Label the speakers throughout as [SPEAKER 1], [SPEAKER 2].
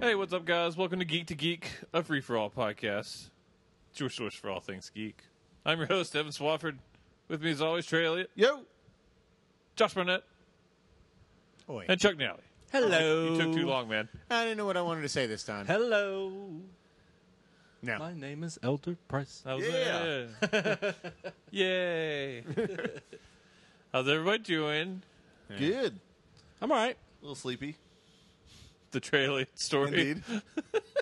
[SPEAKER 1] Hey, what's up, guys? Welcome to Geek to Geek, a free for all podcast. It's your source for all things geek. I'm your host, Evan Swafford. With me, as always, Trey Elliott,
[SPEAKER 2] Yo.
[SPEAKER 1] Josh Barnett,
[SPEAKER 2] Oi.
[SPEAKER 1] and Chuck Nally.
[SPEAKER 3] Hello.
[SPEAKER 1] You took too long, man.
[SPEAKER 2] I didn't know what I wanted to say this time.
[SPEAKER 3] Hello.
[SPEAKER 2] No.
[SPEAKER 3] My name is Elder Price.
[SPEAKER 1] That was
[SPEAKER 2] Yeah.
[SPEAKER 1] it. Yay. How's everybody doing?
[SPEAKER 4] Good.
[SPEAKER 3] I'm all right.
[SPEAKER 4] A little sleepy.
[SPEAKER 1] The Trey Elliott story.
[SPEAKER 4] Indeed.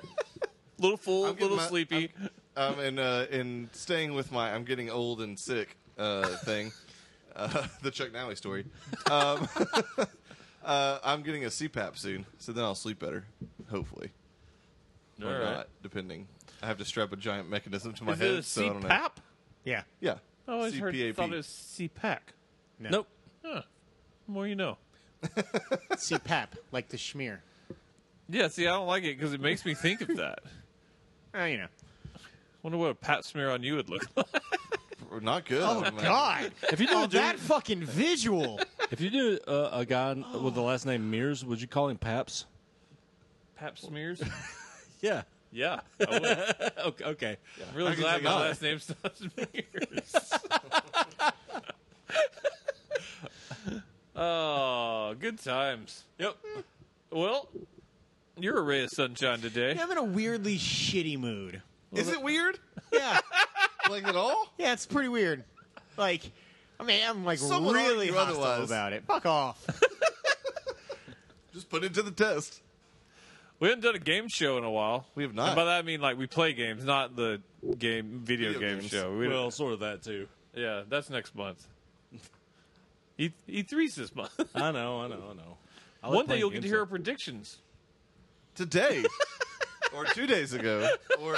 [SPEAKER 1] Little full,
[SPEAKER 4] I'm getting
[SPEAKER 1] little
[SPEAKER 4] my-
[SPEAKER 1] sleepy.
[SPEAKER 4] um, and uh, and staying with my I'm getting old and sick uh, thing, uh, the Chuck Nally story. Um, uh, I'm getting a CPAP soon, so then I'll sleep better, hopefully,
[SPEAKER 1] All
[SPEAKER 4] or
[SPEAKER 1] right.
[SPEAKER 4] not, depending. I have to strap a giant mechanism to my
[SPEAKER 1] Is
[SPEAKER 4] head,
[SPEAKER 1] it a
[SPEAKER 4] so I don't know.
[SPEAKER 1] CPAP?
[SPEAKER 2] Yeah.
[SPEAKER 4] Yeah,
[SPEAKER 1] I always
[SPEAKER 4] CPAP.
[SPEAKER 1] heard, thought it was CPAC.
[SPEAKER 2] No.
[SPEAKER 3] Nope.
[SPEAKER 1] Huh. More you know.
[SPEAKER 2] CPAP, like the schmear.
[SPEAKER 1] Yeah, see, I don't like it because it makes me think of that.
[SPEAKER 2] Oh, you know.
[SPEAKER 1] Wonder what a pat smear on you would look like.
[SPEAKER 4] not good.
[SPEAKER 2] Oh,
[SPEAKER 4] man.
[SPEAKER 2] God.
[SPEAKER 3] If you do
[SPEAKER 2] Oh,
[SPEAKER 3] a
[SPEAKER 2] that
[SPEAKER 3] dude,
[SPEAKER 2] fucking visual.
[SPEAKER 3] if you do uh, a guy with the last name Mears, would you call him Paps?
[SPEAKER 1] Pap smears?
[SPEAKER 3] Yeah.
[SPEAKER 1] Yeah, I would.
[SPEAKER 3] Okay. okay.
[SPEAKER 1] I'm really
[SPEAKER 4] I can
[SPEAKER 1] glad
[SPEAKER 4] take
[SPEAKER 1] my
[SPEAKER 4] it off.
[SPEAKER 1] last name's not Mears. oh, good times. Yep. Well, you're a ray of sunshine today.
[SPEAKER 2] I'm in a weirdly shitty mood.
[SPEAKER 4] Is it weird?
[SPEAKER 2] Yeah.
[SPEAKER 4] Like at all?
[SPEAKER 2] Yeah, it's pretty weird. Like, I mean, I'm like
[SPEAKER 4] Someone
[SPEAKER 2] really
[SPEAKER 4] argue
[SPEAKER 2] hostile
[SPEAKER 4] otherwise.
[SPEAKER 2] about it. Fuck off.
[SPEAKER 4] Just put it to the test.
[SPEAKER 1] We haven't done a game show in a while.
[SPEAKER 4] We have not.
[SPEAKER 1] And by that I mean like we play games, not the game video,
[SPEAKER 4] Video
[SPEAKER 1] game
[SPEAKER 4] games.
[SPEAKER 1] show. We
[SPEAKER 3] Well, sort of that too.
[SPEAKER 1] yeah, that's next month. E E3's this month.
[SPEAKER 3] I know. I know. I know. I like
[SPEAKER 1] One day
[SPEAKER 3] playing
[SPEAKER 1] you'll get to
[SPEAKER 3] games
[SPEAKER 1] hear our
[SPEAKER 3] like-
[SPEAKER 1] predictions.
[SPEAKER 4] today, or two days ago, or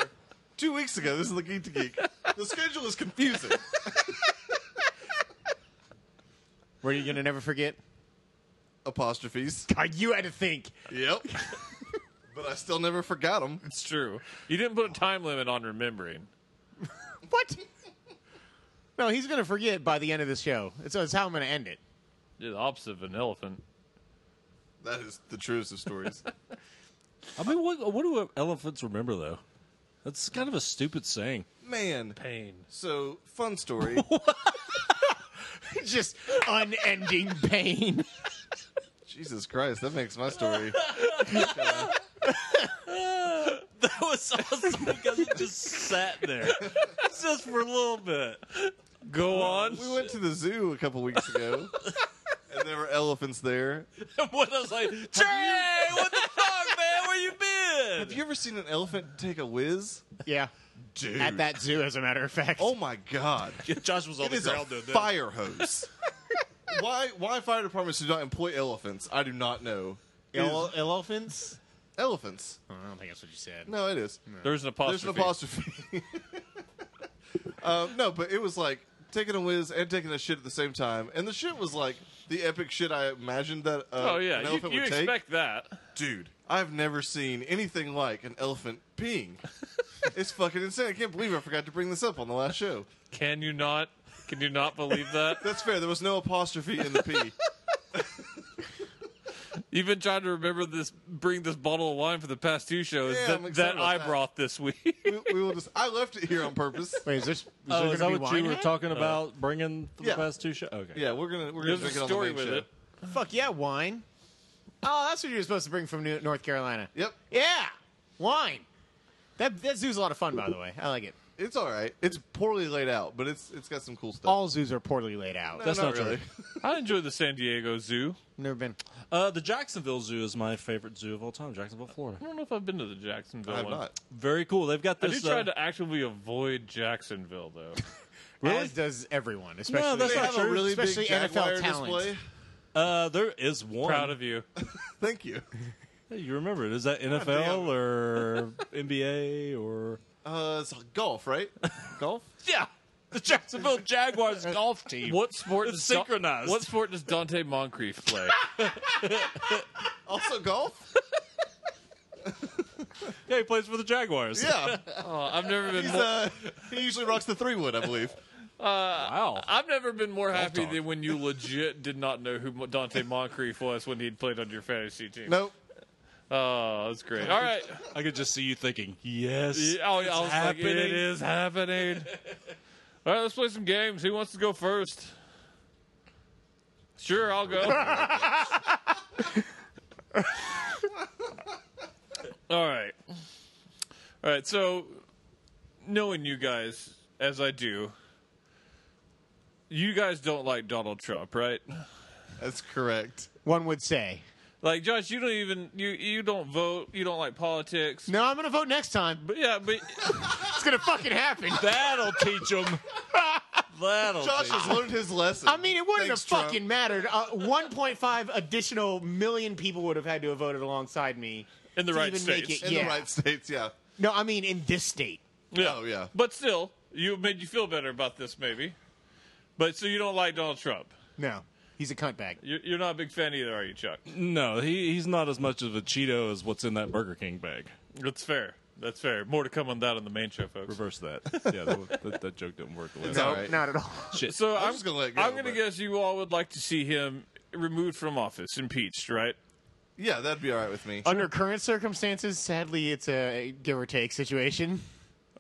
[SPEAKER 4] two weeks ago. This is the Geek to Geek. The schedule is confusing.
[SPEAKER 2] Were you going to never forget?
[SPEAKER 4] Apostrophes.
[SPEAKER 2] God, you had to think.
[SPEAKER 4] Yep. But I still never forgot them.
[SPEAKER 1] It's true. You didn't put a time limit on remembering.
[SPEAKER 2] What? No, he's going to forget by the end of the show. So it's how I'm going to end it.
[SPEAKER 1] You're the opposite of an elephant.
[SPEAKER 4] That is the truest of stories.
[SPEAKER 3] I mean, what, what do elephants remember though? That's kind of a stupid saying.
[SPEAKER 4] Man.
[SPEAKER 1] Pain.
[SPEAKER 4] So, fun story.
[SPEAKER 2] Just unending pain.
[SPEAKER 4] Jesus Christ, that makes my story.
[SPEAKER 3] That was awesome because it just sat there, just for a little bit.
[SPEAKER 1] Go on.
[SPEAKER 4] We went to the zoo a couple weeks ago, and there were elephants there.
[SPEAKER 3] And when I was like, Trey, what the fuck, man? Where you been?
[SPEAKER 4] Have you ever seen an elephant take a whiz?
[SPEAKER 2] Yeah.
[SPEAKER 4] Dude.
[SPEAKER 2] At that zoo, as a matter of fact.
[SPEAKER 4] Oh my God.
[SPEAKER 3] Josh was on
[SPEAKER 4] It is a fire hose. why why fire departments do not employ elephants? I do not know.
[SPEAKER 2] Ele- elephants?
[SPEAKER 4] Elephants.
[SPEAKER 2] Oh, I don't think that's what you said.
[SPEAKER 4] No, it is.
[SPEAKER 1] There's an apostrophe.
[SPEAKER 4] There's an apostrophe. uh, no, but it was like taking a whiz and taking a shit at the same time, and the shit was like the epic shit I imagined that uh,
[SPEAKER 1] Oh yeah,
[SPEAKER 4] an
[SPEAKER 1] you,
[SPEAKER 4] elephant
[SPEAKER 1] you
[SPEAKER 4] would take.
[SPEAKER 1] expect that.
[SPEAKER 4] Dude, I've never seen anything like an elephant peeing. it's fucking insane. I can't believe I forgot to bring this up on the last show.
[SPEAKER 1] Can you not? Can you not believe that?
[SPEAKER 4] That's fair. There was no apostrophe in the pee.
[SPEAKER 1] You've been trying to remember this, bring this bottle of wine for the past two shows
[SPEAKER 4] Yeah, I'm
[SPEAKER 1] that,
[SPEAKER 4] excited
[SPEAKER 1] that
[SPEAKER 4] about
[SPEAKER 1] I
[SPEAKER 4] that.
[SPEAKER 1] brought this week.
[SPEAKER 4] we, we will just. I left it here on purpose.
[SPEAKER 2] Wait, is this?
[SPEAKER 3] Oh, is that
[SPEAKER 2] gonna be
[SPEAKER 3] what you
[SPEAKER 2] wine
[SPEAKER 3] were
[SPEAKER 2] in it?
[SPEAKER 3] talking about bringing for
[SPEAKER 4] yeah.
[SPEAKER 3] the past two shows? Okay.
[SPEAKER 4] Yeah, we're gonna we're gonna
[SPEAKER 1] There's a
[SPEAKER 4] drink it on
[SPEAKER 1] story
[SPEAKER 4] the main
[SPEAKER 1] with
[SPEAKER 4] show.
[SPEAKER 1] it.
[SPEAKER 2] Fuck yeah, wine. Oh, that's what you were supposed to bring from New- North Carolina.
[SPEAKER 4] Yep,
[SPEAKER 2] Yeah, wine. That that zoo's a lot of fun, by the way. I like it.
[SPEAKER 4] it's all right. It's poorly laid out, but it's it's got some cool stuff.
[SPEAKER 2] All zoos are poorly laid out.
[SPEAKER 4] No,
[SPEAKER 3] that's not true.
[SPEAKER 4] really.
[SPEAKER 1] I enjoy the San Diego Zoo.
[SPEAKER 2] Never been.
[SPEAKER 3] Uh, the Jacksonville Zoo is my favorite zoo of all time, Jacksonville, Florida.
[SPEAKER 1] I don't know if I've been to the Jacksonville
[SPEAKER 4] I'm
[SPEAKER 1] one.
[SPEAKER 4] not.
[SPEAKER 3] Very cool. They've got
[SPEAKER 1] I
[SPEAKER 3] this. uh,
[SPEAKER 1] do
[SPEAKER 5] uh,
[SPEAKER 1] try to actively avoid Jacksonville though.
[SPEAKER 3] Really?
[SPEAKER 2] As does everyone, especially
[SPEAKER 3] that's
[SPEAKER 4] They
[SPEAKER 3] not
[SPEAKER 4] have a
[SPEAKER 3] true.
[SPEAKER 4] really big
[SPEAKER 2] Especially NFL
[SPEAKER 4] jaguar
[SPEAKER 2] talent.
[SPEAKER 4] display.
[SPEAKER 3] uh, uh, there is one.
[SPEAKER 1] Proud of you.
[SPEAKER 4] Thank you.
[SPEAKER 3] Hey, you remember it? Is that NFL or NBA or?
[SPEAKER 4] Uh, it's golf, right? Golf.
[SPEAKER 3] Yeah, the Jacksonville Jaguars golf team.
[SPEAKER 1] What sport
[SPEAKER 3] It's
[SPEAKER 1] does Da-
[SPEAKER 3] synchronized.
[SPEAKER 1] what sport does Dante Moncrief play?
[SPEAKER 4] Also golf.
[SPEAKER 3] Yeah, he plays for the Jaguars.
[SPEAKER 4] Yeah,
[SPEAKER 1] Oh, I've never been
[SPEAKER 4] he's,
[SPEAKER 1] more.
[SPEAKER 4] uh, he usually rocks the three wood, I believe.
[SPEAKER 3] Wow.
[SPEAKER 1] I've never been more happy
[SPEAKER 3] talk.
[SPEAKER 1] than when you legit did not know who Mo- Dante Moncrief was when he'd played on your fantasy team.
[SPEAKER 4] Nope.
[SPEAKER 1] Oh, that's great. All right.
[SPEAKER 3] I could just see you thinking, yes.
[SPEAKER 1] Yeah, oh, yeah, I was
[SPEAKER 3] happening.
[SPEAKER 1] like, it is happening. All right, let's play some games. Who wants to go first? Sure, I'll go. All right. All right, so knowing you guys as I do, you guys don't like Donald Trump, right?
[SPEAKER 4] That's correct.
[SPEAKER 2] One would say.
[SPEAKER 1] Like Josh, you don't even you you don't vote, you don't like politics.
[SPEAKER 2] No, I'm going to vote next time.
[SPEAKER 1] But yeah, but
[SPEAKER 2] It's going to fucking happen.
[SPEAKER 3] That'll teach him. That'll
[SPEAKER 4] Josh
[SPEAKER 3] teach
[SPEAKER 4] has learned his lesson.
[SPEAKER 2] I mean, it wouldn't
[SPEAKER 4] Thanks,
[SPEAKER 2] have
[SPEAKER 4] Trump.
[SPEAKER 2] fucking mattered. Uh, 1.5 additional million people would have had to have voted alongside me.
[SPEAKER 1] in the
[SPEAKER 2] To
[SPEAKER 1] right
[SPEAKER 2] even
[SPEAKER 1] states.
[SPEAKER 2] make it-
[SPEAKER 4] in
[SPEAKER 2] yeah.
[SPEAKER 4] the right states. Yeah.
[SPEAKER 2] No, I mean in this state.
[SPEAKER 1] Yeah.
[SPEAKER 4] Oh, yeah.
[SPEAKER 1] But still, you made you feel better about this, maybe. But so you don't like Donald Trump.
[SPEAKER 2] No, he's a cuntbag.
[SPEAKER 1] You're, you're not a big fan either, are you, Chuck?
[SPEAKER 3] No, he, he's not as much of a Cheeto as what's in that Burger King bag.
[SPEAKER 1] That's fair. That's fair. More to come on that on the main show, folks.
[SPEAKER 3] Reverse that. Yeah, that, that, that joke didn't work. the way I
[SPEAKER 4] It's
[SPEAKER 3] thought.
[SPEAKER 4] all right.
[SPEAKER 2] Not at all.
[SPEAKER 3] Shit.
[SPEAKER 1] So I'm,
[SPEAKER 4] just gonna let go,
[SPEAKER 1] I'm going to
[SPEAKER 4] but-
[SPEAKER 1] guess you all would like to see him removed from office, impeached, right?
[SPEAKER 4] Yeah, that'd be all right with me.
[SPEAKER 2] Under current circumstances, sadly, it's a give or take situation.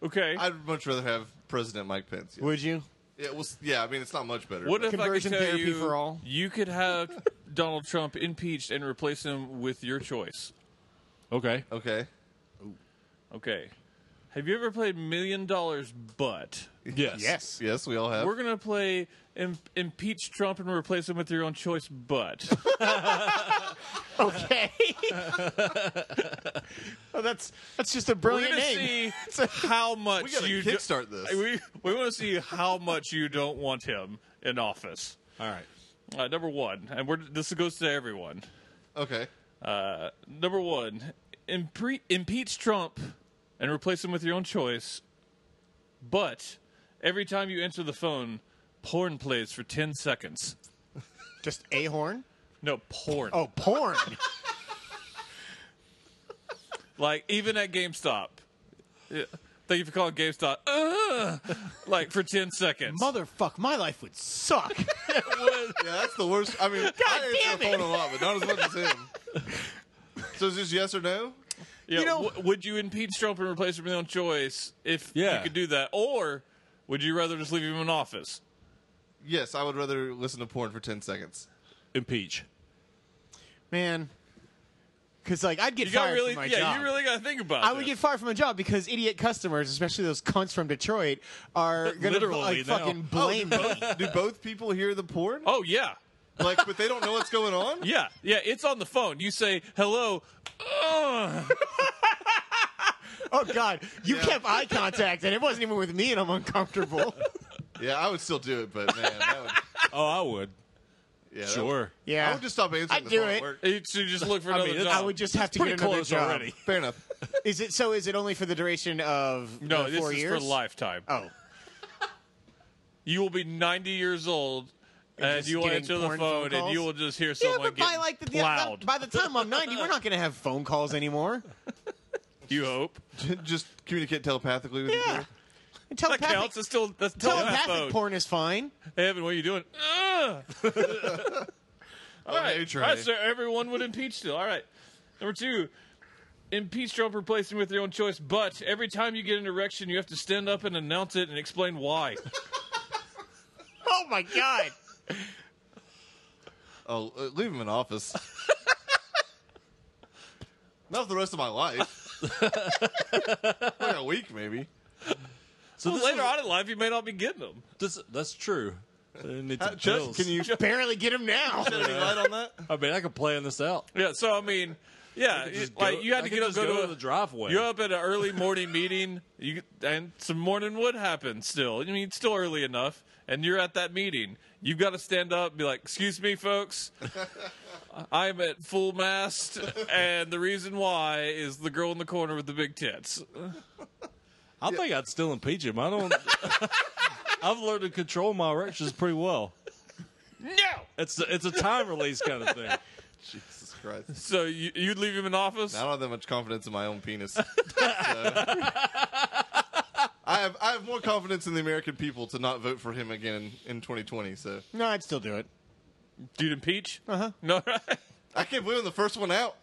[SPEAKER 1] Okay.
[SPEAKER 4] I'd much rather have President Mike Pence. Yeah,
[SPEAKER 2] Would you?
[SPEAKER 4] yeah, well, s- yeah I mean, it's not much better.
[SPEAKER 1] what
[SPEAKER 4] but-
[SPEAKER 1] if
[SPEAKER 2] Conversion
[SPEAKER 1] I could tell
[SPEAKER 2] therapy
[SPEAKER 1] you
[SPEAKER 2] for all?
[SPEAKER 1] you could have Donald Trump impeached and replace him with your choice?
[SPEAKER 3] Okay.
[SPEAKER 4] okay.
[SPEAKER 1] Okay. Have you ever played Million Dollars But?
[SPEAKER 3] Yes.
[SPEAKER 2] Yes.
[SPEAKER 4] Yes, we all have.
[SPEAKER 1] We're gonna play Im- impeach Trump and replace him with your own choice, but
[SPEAKER 2] Okay. oh, that's that's just a
[SPEAKER 1] we're
[SPEAKER 2] brilliant
[SPEAKER 1] gonna
[SPEAKER 2] name.
[SPEAKER 1] see how much
[SPEAKER 4] we gotta
[SPEAKER 1] you do-
[SPEAKER 4] kickstart this.
[SPEAKER 1] we we want to see how much you don't want him in office.
[SPEAKER 3] All right.
[SPEAKER 1] Uh, number one, and we're this goes to everyone.
[SPEAKER 4] okay.
[SPEAKER 1] Uh, number one, impre- impeach Trump and replace him with your own choice, but every time you enter the phone, porn plays for ten seconds.
[SPEAKER 2] Just a horn.
[SPEAKER 1] No porn.
[SPEAKER 2] Oh, porn.
[SPEAKER 1] Like even at GameStop. Yeah. Thank you for calling GameStop. Ugh. like for ten seconds.
[SPEAKER 2] Motherfuck, my life would suck.
[SPEAKER 4] Yeah, that's the worst. I mean, I
[SPEAKER 2] damn
[SPEAKER 4] answer the
[SPEAKER 2] it.
[SPEAKER 4] phone a lot, but not as much as him. So is this yes or no?
[SPEAKER 1] Yeah,
[SPEAKER 2] you know-
[SPEAKER 1] w- would you impeach Trump and replace him with your own choice if
[SPEAKER 3] Yeah.
[SPEAKER 1] you could do that, or would you rather just leave him in office?
[SPEAKER 4] Yes, I would rather listen to porn for ten seconds.
[SPEAKER 3] Impeach.
[SPEAKER 2] Man. Because like I'd get
[SPEAKER 1] You got
[SPEAKER 2] fired
[SPEAKER 1] really,
[SPEAKER 2] from my
[SPEAKER 1] yeah,
[SPEAKER 2] job.
[SPEAKER 1] you really got to think about.
[SPEAKER 2] I would
[SPEAKER 1] this.
[SPEAKER 2] get fired from a job because idiot customers, especially those cunts from Detroit, are gonna
[SPEAKER 3] Literally
[SPEAKER 2] like,
[SPEAKER 3] now.
[SPEAKER 2] fucking blame me.
[SPEAKER 4] Do both people hear the porn?
[SPEAKER 1] Oh yeah,
[SPEAKER 4] Like, but they don't know what's going on.
[SPEAKER 1] yeah, yeah. It's on the phone. You say hello. Ugh.
[SPEAKER 2] Oh God, you
[SPEAKER 4] Yeah.
[SPEAKER 2] kept eye contact, and it wasn't even with me, and I'm uncomfortable.
[SPEAKER 4] Yeah, I would still do it, but man, that would,
[SPEAKER 3] Oh, I would.
[SPEAKER 4] yeah, that
[SPEAKER 3] Sure.
[SPEAKER 4] would- I
[SPEAKER 2] Yeah,
[SPEAKER 4] would just stop answering.
[SPEAKER 2] I'd
[SPEAKER 4] the
[SPEAKER 2] do
[SPEAKER 4] phone at
[SPEAKER 2] it.
[SPEAKER 4] work.
[SPEAKER 1] You should just look for another
[SPEAKER 3] mean, it's-
[SPEAKER 1] job.
[SPEAKER 2] I would just have to
[SPEAKER 3] Pretty
[SPEAKER 2] get another
[SPEAKER 3] close
[SPEAKER 2] job.
[SPEAKER 3] already.
[SPEAKER 4] Fair enough.
[SPEAKER 2] Is it so? Is it only for the duration of
[SPEAKER 1] no,
[SPEAKER 2] the
[SPEAKER 1] this
[SPEAKER 2] four
[SPEAKER 1] is
[SPEAKER 2] years
[SPEAKER 1] for lifetime.
[SPEAKER 2] Oh,
[SPEAKER 1] You will be ninety years old, and
[SPEAKER 2] just
[SPEAKER 1] you will
[SPEAKER 2] getting
[SPEAKER 1] answer the
[SPEAKER 2] porn phone
[SPEAKER 1] phone, and you
[SPEAKER 2] calls?
[SPEAKER 1] will just hear
[SPEAKER 2] yeah,
[SPEAKER 1] someone
[SPEAKER 2] but by
[SPEAKER 1] getting
[SPEAKER 2] like the,
[SPEAKER 1] plowed.
[SPEAKER 2] by the time I'm 90, we're not going to have phone calls anymore.
[SPEAKER 1] you hope.
[SPEAKER 4] just communicate telepathically with each
[SPEAKER 2] Yeah,
[SPEAKER 4] other.
[SPEAKER 2] And
[SPEAKER 1] That
[SPEAKER 2] telepathic,
[SPEAKER 1] counts. It's still that's telepathic.
[SPEAKER 2] telepathic porn is fine.
[SPEAKER 1] Hey, Evan, what are you doing? Ugh. All right,
[SPEAKER 4] nature,
[SPEAKER 1] all right,
[SPEAKER 4] eh?
[SPEAKER 1] so everyone would impeach still. All right, number two, impeach Trump, replace him with your own choice. But every time you get an erection, you have to stand up and announce it and explain why.
[SPEAKER 2] Oh my God.
[SPEAKER 4] Oh, uh, leave him in office. Not for the rest of my life. like a week, maybe.
[SPEAKER 3] So
[SPEAKER 1] Well,
[SPEAKER 3] this
[SPEAKER 1] later
[SPEAKER 3] is-
[SPEAKER 1] on in life, you may not be getting them.
[SPEAKER 3] This, that's true. I need some
[SPEAKER 4] Just,
[SPEAKER 3] pills.
[SPEAKER 4] can you shed
[SPEAKER 2] Barely get him now.
[SPEAKER 4] any light on that?
[SPEAKER 3] I mean, I could plan this out.
[SPEAKER 1] Yeah. So I mean, yeah,
[SPEAKER 3] Just
[SPEAKER 1] it- like
[SPEAKER 3] go-
[SPEAKER 1] you had
[SPEAKER 3] I
[SPEAKER 1] to
[SPEAKER 3] could
[SPEAKER 1] get up,
[SPEAKER 3] just
[SPEAKER 1] go, to, a,
[SPEAKER 3] the driveway.
[SPEAKER 1] You're up at an early morning meeting, you and some morning would happen still. I mean, it's still early enough, and you're at that meeting. You've got to stand up, and be like, "Excuse me, folks, I'm at full mast, and the reason why is the girl in the corner with the big tits."
[SPEAKER 3] I think I'd still impeach him. I don't. I've learned to control my erections pretty well.
[SPEAKER 1] No,
[SPEAKER 3] It's a, it's a time release kind of thing.
[SPEAKER 4] Jesus Christ.
[SPEAKER 1] So you, you'd leave him in office?
[SPEAKER 4] I don't have that much confidence in my own penis. So- I have I have more confidence in the American people to not vote for him again in 2020. So
[SPEAKER 2] No, I'd still do it. Uh-huh.
[SPEAKER 1] Dude, impeach? Uh huh. No, right?
[SPEAKER 4] I can't believe I'm the first one out.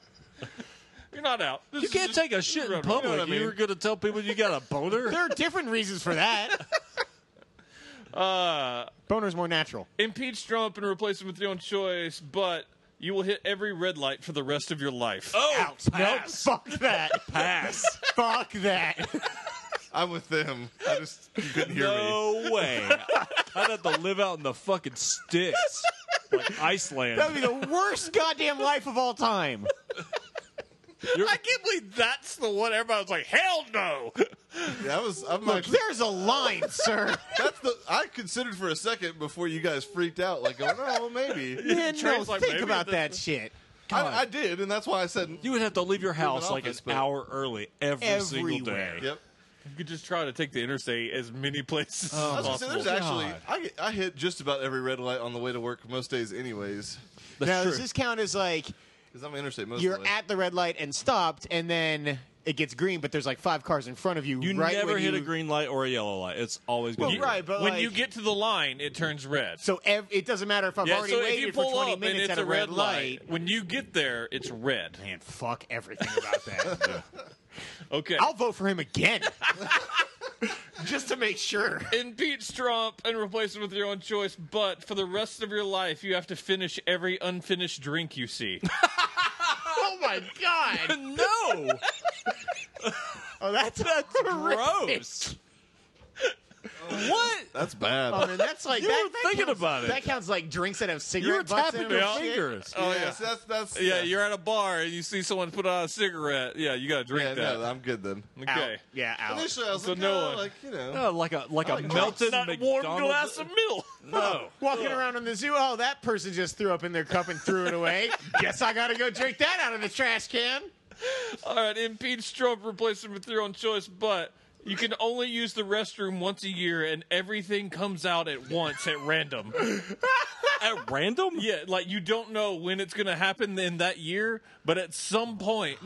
[SPEAKER 1] You're not out.
[SPEAKER 3] You can't take a shit in public.
[SPEAKER 4] You
[SPEAKER 3] You,
[SPEAKER 4] know what I mean?
[SPEAKER 3] were going to tell people you got a boner.
[SPEAKER 2] There are different reasons for that.
[SPEAKER 1] Uh,
[SPEAKER 2] Boner's more natural.
[SPEAKER 1] impeach Trump and replace him with your own choice, but you will hit every red light for the rest of your life.
[SPEAKER 3] oh,
[SPEAKER 2] Out. Nope.
[SPEAKER 3] pass.
[SPEAKER 2] Fuck that.
[SPEAKER 3] pass.
[SPEAKER 2] Fuck that.
[SPEAKER 4] I'm with them. I just you couldn't hear me.
[SPEAKER 3] No way. I'd have to live out in the fucking sticks, like Iceland.
[SPEAKER 2] That would be the worst goddamn life of all time.
[SPEAKER 1] I can't believe that's the one everybody was like, hell no.
[SPEAKER 4] That was I'm
[SPEAKER 2] Look,
[SPEAKER 4] actually-
[SPEAKER 2] there's a line, sir.
[SPEAKER 4] that's the I considered for a second before you guys freaked out like going oh maybe
[SPEAKER 2] Man, no,
[SPEAKER 1] Trey's like,
[SPEAKER 2] think
[SPEAKER 1] maybe
[SPEAKER 2] about
[SPEAKER 1] the-
[SPEAKER 2] that shit.
[SPEAKER 3] on.
[SPEAKER 4] I, I did and that's why I said
[SPEAKER 3] You would have to leave your house like
[SPEAKER 4] office,
[SPEAKER 3] an
[SPEAKER 4] but-
[SPEAKER 3] hour early every single
[SPEAKER 2] Everywhere.
[SPEAKER 3] day.
[SPEAKER 4] yep.
[SPEAKER 1] You could just try to take the interstate as many places
[SPEAKER 3] Uh,
[SPEAKER 4] I
[SPEAKER 1] as
[SPEAKER 4] was gonna say,
[SPEAKER 1] possible.
[SPEAKER 4] there's actually
[SPEAKER 3] God.
[SPEAKER 4] I, get- I hit just about every red light on the way to work most days anyways
[SPEAKER 3] That's
[SPEAKER 2] now,
[SPEAKER 3] true.
[SPEAKER 2] does this count as like
[SPEAKER 4] because I'm interstate most of
[SPEAKER 2] you're
[SPEAKER 4] the way.
[SPEAKER 2] at the red light and stopped, and then it gets green, but there's like five cars in front of you?
[SPEAKER 3] you
[SPEAKER 2] right
[SPEAKER 3] never
[SPEAKER 2] when
[SPEAKER 3] hit
[SPEAKER 2] you-
[SPEAKER 3] a green light or a yellow light. It's always
[SPEAKER 2] Well,
[SPEAKER 3] going to be
[SPEAKER 2] right, but
[SPEAKER 1] when
[SPEAKER 2] like-
[SPEAKER 1] you get to the line, it turns red.
[SPEAKER 2] So ev- it doesn't matter if I've
[SPEAKER 1] yeah,
[SPEAKER 2] already
[SPEAKER 1] so if
[SPEAKER 2] waited
[SPEAKER 1] you
[SPEAKER 2] for
[SPEAKER 1] pull
[SPEAKER 2] 20
[SPEAKER 1] up and
[SPEAKER 2] minutes
[SPEAKER 1] it's
[SPEAKER 2] at
[SPEAKER 1] a,
[SPEAKER 2] red,
[SPEAKER 1] light, when you get there, it's red.
[SPEAKER 2] Man, fuck everything about that.
[SPEAKER 1] Okay.
[SPEAKER 2] I'll vote for him again. Just to make sure.
[SPEAKER 1] impeach Trump and replace him with your own choice, but for the rest of your life, you have to finish every unfinished drink you see.
[SPEAKER 2] Oh my god.
[SPEAKER 3] no.
[SPEAKER 2] Oh, that's,
[SPEAKER 3] That's
[SPEAKER 2] horrific.
[SPEAKER 3] gross. what?
[SPEAKER 4] That's bad.
[SPEAKER 2] Oh, man, that's like
[SPEAKER 3] You
[SPEAKER 2] that,
[SPEAKER 3] were
[SPEAKER 2] that
[SPEAKER 3] thinking
[SPEAKER 2] counts-
[SPEAKER 3] about it.
[SPEAKER 2] That counts like drinks that have cigarette
[SPEAKER 3] You were
[SPEAKER 2] butts
[SPEAKER 3] tapping
[SPEAKER 2] in them
[SPEAKER 3] your
[SPEAKER 2] and shit.
[SPEAKER 3] fingers.
[SPEAKER 1] Oh,
[SPEAKER 4] yes,
[SPEAKER 1] yeah.
[SPEAKER 4] that's that's
[SPEAKER 1] Yeah, you're at a bar and you see someone put out a cigarette. Yeah, you gotta drink
[SPEAKER 4] yeah,
[SPEAKER 1] that.
[SPEAKER 4] no, I'm good then.
[SPEAKER 2] Out.
[SPEAKER 1] okay.
[SPEAKER 2] Yeah, out.
[SPEAKER 4] Initially, I was
[SPEAKER 1] So
[SPEAKER 4] like,
[SPEAKER 1] no
[SPEAKER 4] oh,
[SPEAKER 1] one-
[SPEAKER 4] like you know,
[SPEAKER 3] Oh, like a like a
[SPEAKER 4] like
[SPEAKER 3] melted
[SPEAKER 1] That
[SPEAKER 3] McDonald's.
[SPEAKER 1] warm glass of milk.
[SPEAKER 3] no.
[SPEAKER 2] Walking around in the zoo, oh, that person just threw up in their cup and threw it away. Guess I gotta go drink that out of the trash can.
[SPEAKER 1] All right, impeach Trump, replace him with your own choice, but you can only use the restroom once a year, and everything comes out at once at random.
[SPEAKER 3] At random?
[SPEAKER 1] Yeah, like you don't know when it's gonna happen in that year, but at some point,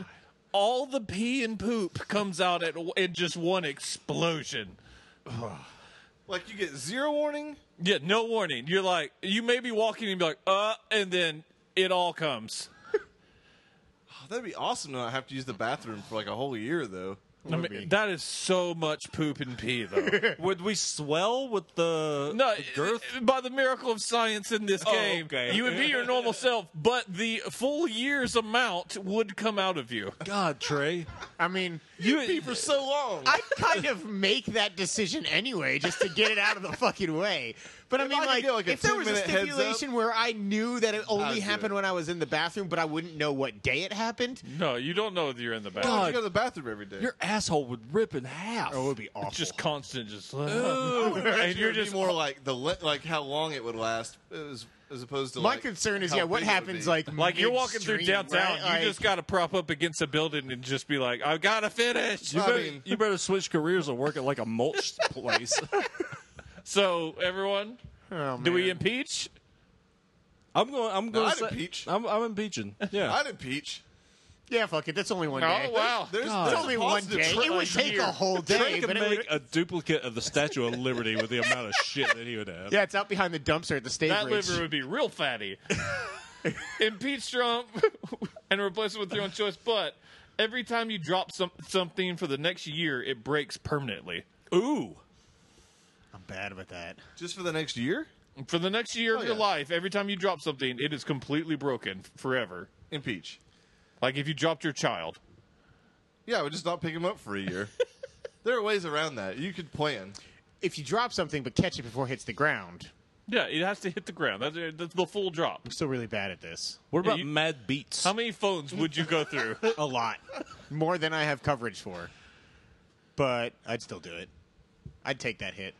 [SPEAKER 1] all the pee and poop comes out at in just one explosion.
[SPEAKER 4] like you get zero warning.
[SPEAKER 1] Yeah, no warning. You're like, you may be walking and be like, uh, and then it all comes.
[SPEAKER 4] Oh, that'd be awesome to not have to use the bathroom for like a whole year, though.
[SPEAKER 1] I mean, that is so much poop and pee, though.
[SPEAKER 3] Would we swell with the,
[SPEAKER 1] No, uh,
[SPEAKER 3] the girth?
[SPEAKER 1] by the miracle of science in this
[SPEAKER 3] Oh,
[SPEAKER 1] game,
[SPEAKER 3] okay.
[SPEAKER 1] you would be your normal self, but the full year's amount would come out of you.
[SPEAKER 3] God, Trey.
[SPEAKER 2] I mean,
[SPEAKER 3] You,
[SPEAKER 4] For so long,
[SPEAKER 2] I kind of make that decision anyway, just to get it out of the fucking way. But I
[SPEAKER 4] If
[SPEAKER 2] mean,
[SPEAKER 4] I could
[SPEAKER 2] like,
[SPEAKER 4] get, like, a
[SPEAKER 2] if there was a
[SPEAKER 4] 10-minute heads up-
[SPEAKER 2] stipulation where I knew that it only
[SPEAKER 4] do
[SPEAKER 2] happened
[SPEAKER 4] it.
[SPEAKER 2] when I was in the bathroom, but I wouldn't know what day it happened,
[SPEAKER 1] No, you don't know that you're in the bathroom.
[SPEAKER 4] I have
[SPEAKER 3] God.
[SPEAKER 4] to go to the bathroom every day.
[SPEAKER 3] your asshole would rip in half.
[SPEAKER 2] oh, it would be awful.
[SPEAKER 1] Just constant, just. Oh.
[SPEAKER 4] and
[SPEAKER 1] you're
[SPEAKER 4] you're just
[SPEAKER 1] just-
[SPEAKER 4] more like the le- like how long it would last as as opposed to
[SPEAKER 2] My
[SPEAKER 4] like,
[SPEAKER 2] concern is,
[SPEAKER 4] how
[SPEAKER 2] yeah, what
[SPEAKER 4] big it would
[SPEAKER 2] happens
[SPEAKER 4] be.
[SPEAKER 2] like
[SPEAKER 1] Like you're walking through
[SPEAKER 2] midstream,
[SPEAKER 1] downtown,
[SPEAKER 2] right?
[SPEAKER 1] you
[SPEAKER 2] Like,
[SPEAKER 1] just got to prop up against a building and just be like, "I gotta finish."
[SPEAKER 3] You
[SPEAKER 4] I
[SPEAKER 3] better,
[SPEAKER 4] mean-
[SPEAKER 3] you better switch careers and work at like a mulch place.
[SPEAKER 1] So everyone,
[SPEAKER 2] oh,
[SPEAKER 1] do we
[SPEAKER 2] man.
[SPEAKER 1] impeach?
[SPEAKER 3] I'm going. I'm going.
[SPEAKER 4] I'd
[SPEAKER 3] to say,
[SPEAKER 4] impeach.
[SPEAKER 3] I'm, I'm impeaching. Yeah.
[SPEAKER 4] I'd impeach.
[SPEAKER 2] Yeah, fuck it. That's only one
[SPEAKER 1] Oh,
[SPEAKER 2] day.
[SPEAKER 4] There's,
[SPEAKER 3] God.
[SPEAKER 4] there's
[SPEAKER 2] It's only one
[SPEAKER 4] positive
[SPEAKER 2] day.
[SPEAKER 4] tra-
[SPEAKER 2] It would take a whole
[SPEAKER 3] Trey
[SPEAKER 2] day,
[SPEAKER 3] could
[SPEAKER 2] but it
[SPEAKER 3] make
[SPEAKER 2] would,
[SPEAKER 3] a duplicate of the Statue of Liberty with the amount of shit that he would have.
[SPEAKER 2] yeah, it's out behind the dumpster at the stage.
[SPEAKER 1] That liver would be real fatty. impeach Trump and replace it with your own choice. But every time you drop some, something for the next year, it breaks permanently.
[SPEAKER 3] Ooh.
[SPEAKER 2] I'm bad about that.
[SPEAKER 4] just for the next year.
[SPEAKER 1] For the next year of
[SPEAKER 4] Oh,
[SPEAKER 1] your
[SPEAKER 4] yeah.
[SPEAKER 1] life, every time you drop something, it is completely broken forever.
[SPEAKER 4] Impeach.
[SPEAKER 1] Like if you dropped your child.
[SPEAKER 4] Yeah, I would just not pick him up for a year. there are ways around that. You could plan.
[SPEAKER 2] If you drop something but catch it before it hits the ground,
[SPEAKER 1] Yeah, it has to hit the ground. That's, that's the full drop.
[SPEAKER 2] I'm still really bad at this.
[SPEAKER 3] What about
[SPEAKER 1] you-
[SPEAKER 3] Mad Beats?
[SPEAKER 1] How many phones would you go through?
[SPEAKER 2] A lot, more than I have coverage for. But I'd still do it. I'd take that hit.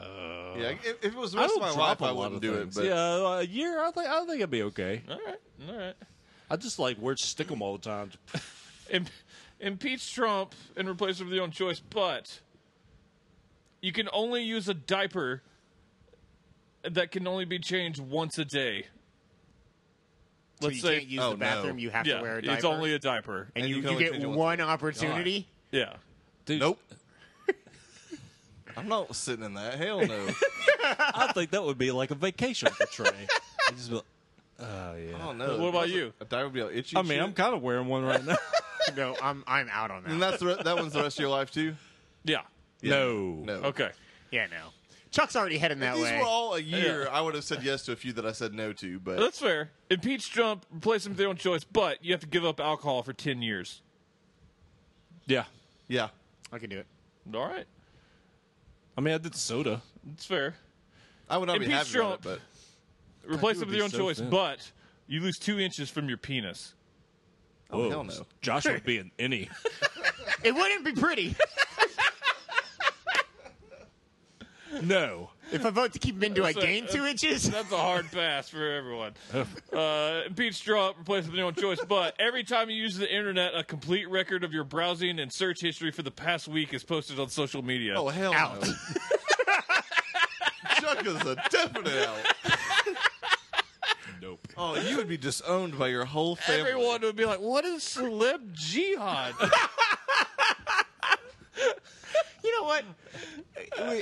[SPEAKER 4] yeah, if, if it was the
[SPEAKER 3] I
[SPEAKER 4] rest of
[SPEAKER 3] don't
[SPEAKER 4] my
[SPEAKER 3] drop
[SPEAKER 4] life,
[SPEAKER 3] a
[SPEAKER 4] I
[SPEAKER 3] lot
[SPEAKER 4] wouldn't
[SPEAKER 3] of
[SPEAKER 4] do
[SPEAKER 3] things.
[SPEAKER 4] it. But
[SPEAKER 3] yeah, uh, a year. I think. I think I'd be okay.
[SPEAKER 1] All right, all right.
[SPEAKER 3] I just like word stick 'em all the time.
[SPEAKER 1] Im- impeach Trump and replace him with your own choice, but you can only use a diaper that can only be changed once a day.
[SPEAKER 2] So
[SPEAKER 1] Let's
[SPEAKER 2] you
[SPEAKER 1] say
[SPEAKER 2] can't use
[SPEAKER 4] Oh,
[SPEAKER 2] the
[SPEAKER 4] no.
[SPEAKER 2] bathroom. You have
[SPEAKER 1] yeah,
[SPEAKER 2] to wear a diaper.
[SPEAKER 1] it's only a diaper.
[SPEAKER 2] and,
[SPEAKER 4] and
[SPEAKER 2] you,
[SPEAKER 4] you can
[SPEAKER 2] you
[SPEAKER 4] only
[SPEAKER 2] get
[SPEAKER 4] change it once
[SPEAKER 2] one opportunity.
[SPEAKER 1] Yeah,
[SPEAKER 3] Dude,
[SPEAKER 4] Nope. I'm not sitting in that. Hell no.
[SPEAKER 3] I think that would be like a vacation for Trey. He'd just be like, oh yeah.
[SPEAKER 4] Oh no.
[SPEAKER 1] What about you?
[SPEAKER 4] A diaper would be all itchy.
[SPEAKER 3] I
[SPEAKER 4] and
[SPEAKER 3] mean,
[SPEAKER 4] shit.
[SPEAKER 3] I'm kind of wearing one right now.
[SPEAKER 2] no, I'm I'm out on
[SPEAKER 4] And
[SPEAKER 2] that.
[SPEAKER 4] that's the, re- that one's the rest of your life too.
[SPEAKER 1] yeah.
[SPEAKER 4] Yeah.
[SPEAKER 3] No.
[SPEAKER 4] No.
[SPEAKER 1] Okay.
[SPEAKER 2] yeah, no. Chuck's already heading that
[SPEAKER 4] These
[SPEAKER 2] way.
[SPEAKER 4] were all a year.
[SPEAKER 1] Yeah.
[SPEAKER 4] I would have said yes to a few that I said no to, but
[SPEAKER 1] That's fair. Impeach Trump, replace him with their own choice, but you have to give up alcohol for 10 years.
[SPEAKER 3] Yeah.
[SPEAKER 4] yeah.
[SPEAKER 2] I can do it.
[SPEAKER 1] All right.
[SPEAKER 3] I mean, I did soda.
[SPEAKER 1] It's fair.
[SPEAKER 4] I would not be
[SPEAKER 1] Impeach
[SPEAKER 4] happy about it,
[SPEAKER 1] Trump. Replace
[SPEAKER 4] but
[SPEAKER 3] you
[SPEAKER 1] him
[SPEAKER 3] would
[SPEAKER 1] with your
[SPEAKER 3] be
[SPEAKER 1] own
[SPEAKER 3] so
[SPEAKER 1] choice,
[SPEAKER 3] thin.
[SPEAKER 1] but you lose two inches from your penis.
[SPEAKER 4] oh hell no.
[SPEAKER 3] Josh would be an any.
[SPEAKER 2] It wouldn't be pretty
[SPEAKER 3] no.
[SPEAKER 2] if I vote to keep him in. Do I
[SPEAKER 1] That's a-
[SPEAKER 2] gain two inches?
[SPEAKER 1] That's a hard pass for everyone. Uh, impeach Trump, replace him with your own choice, but every time you use the internet, a complete record of your browsing and search history for the past week is posted on social media.
[SPEAKER 4] Oh hell
[SPEAKER 2] Out.
[SPEAKER 4] no. Chuck is a definite out.
[SPEAKER 3] Nope.
[SPEAKER 4] Oh, you would be disowned by your whole family.
[SPEAKER 1] Everyone would be like, "What is celeb jihad?"
[SPEAKER 2] You know what?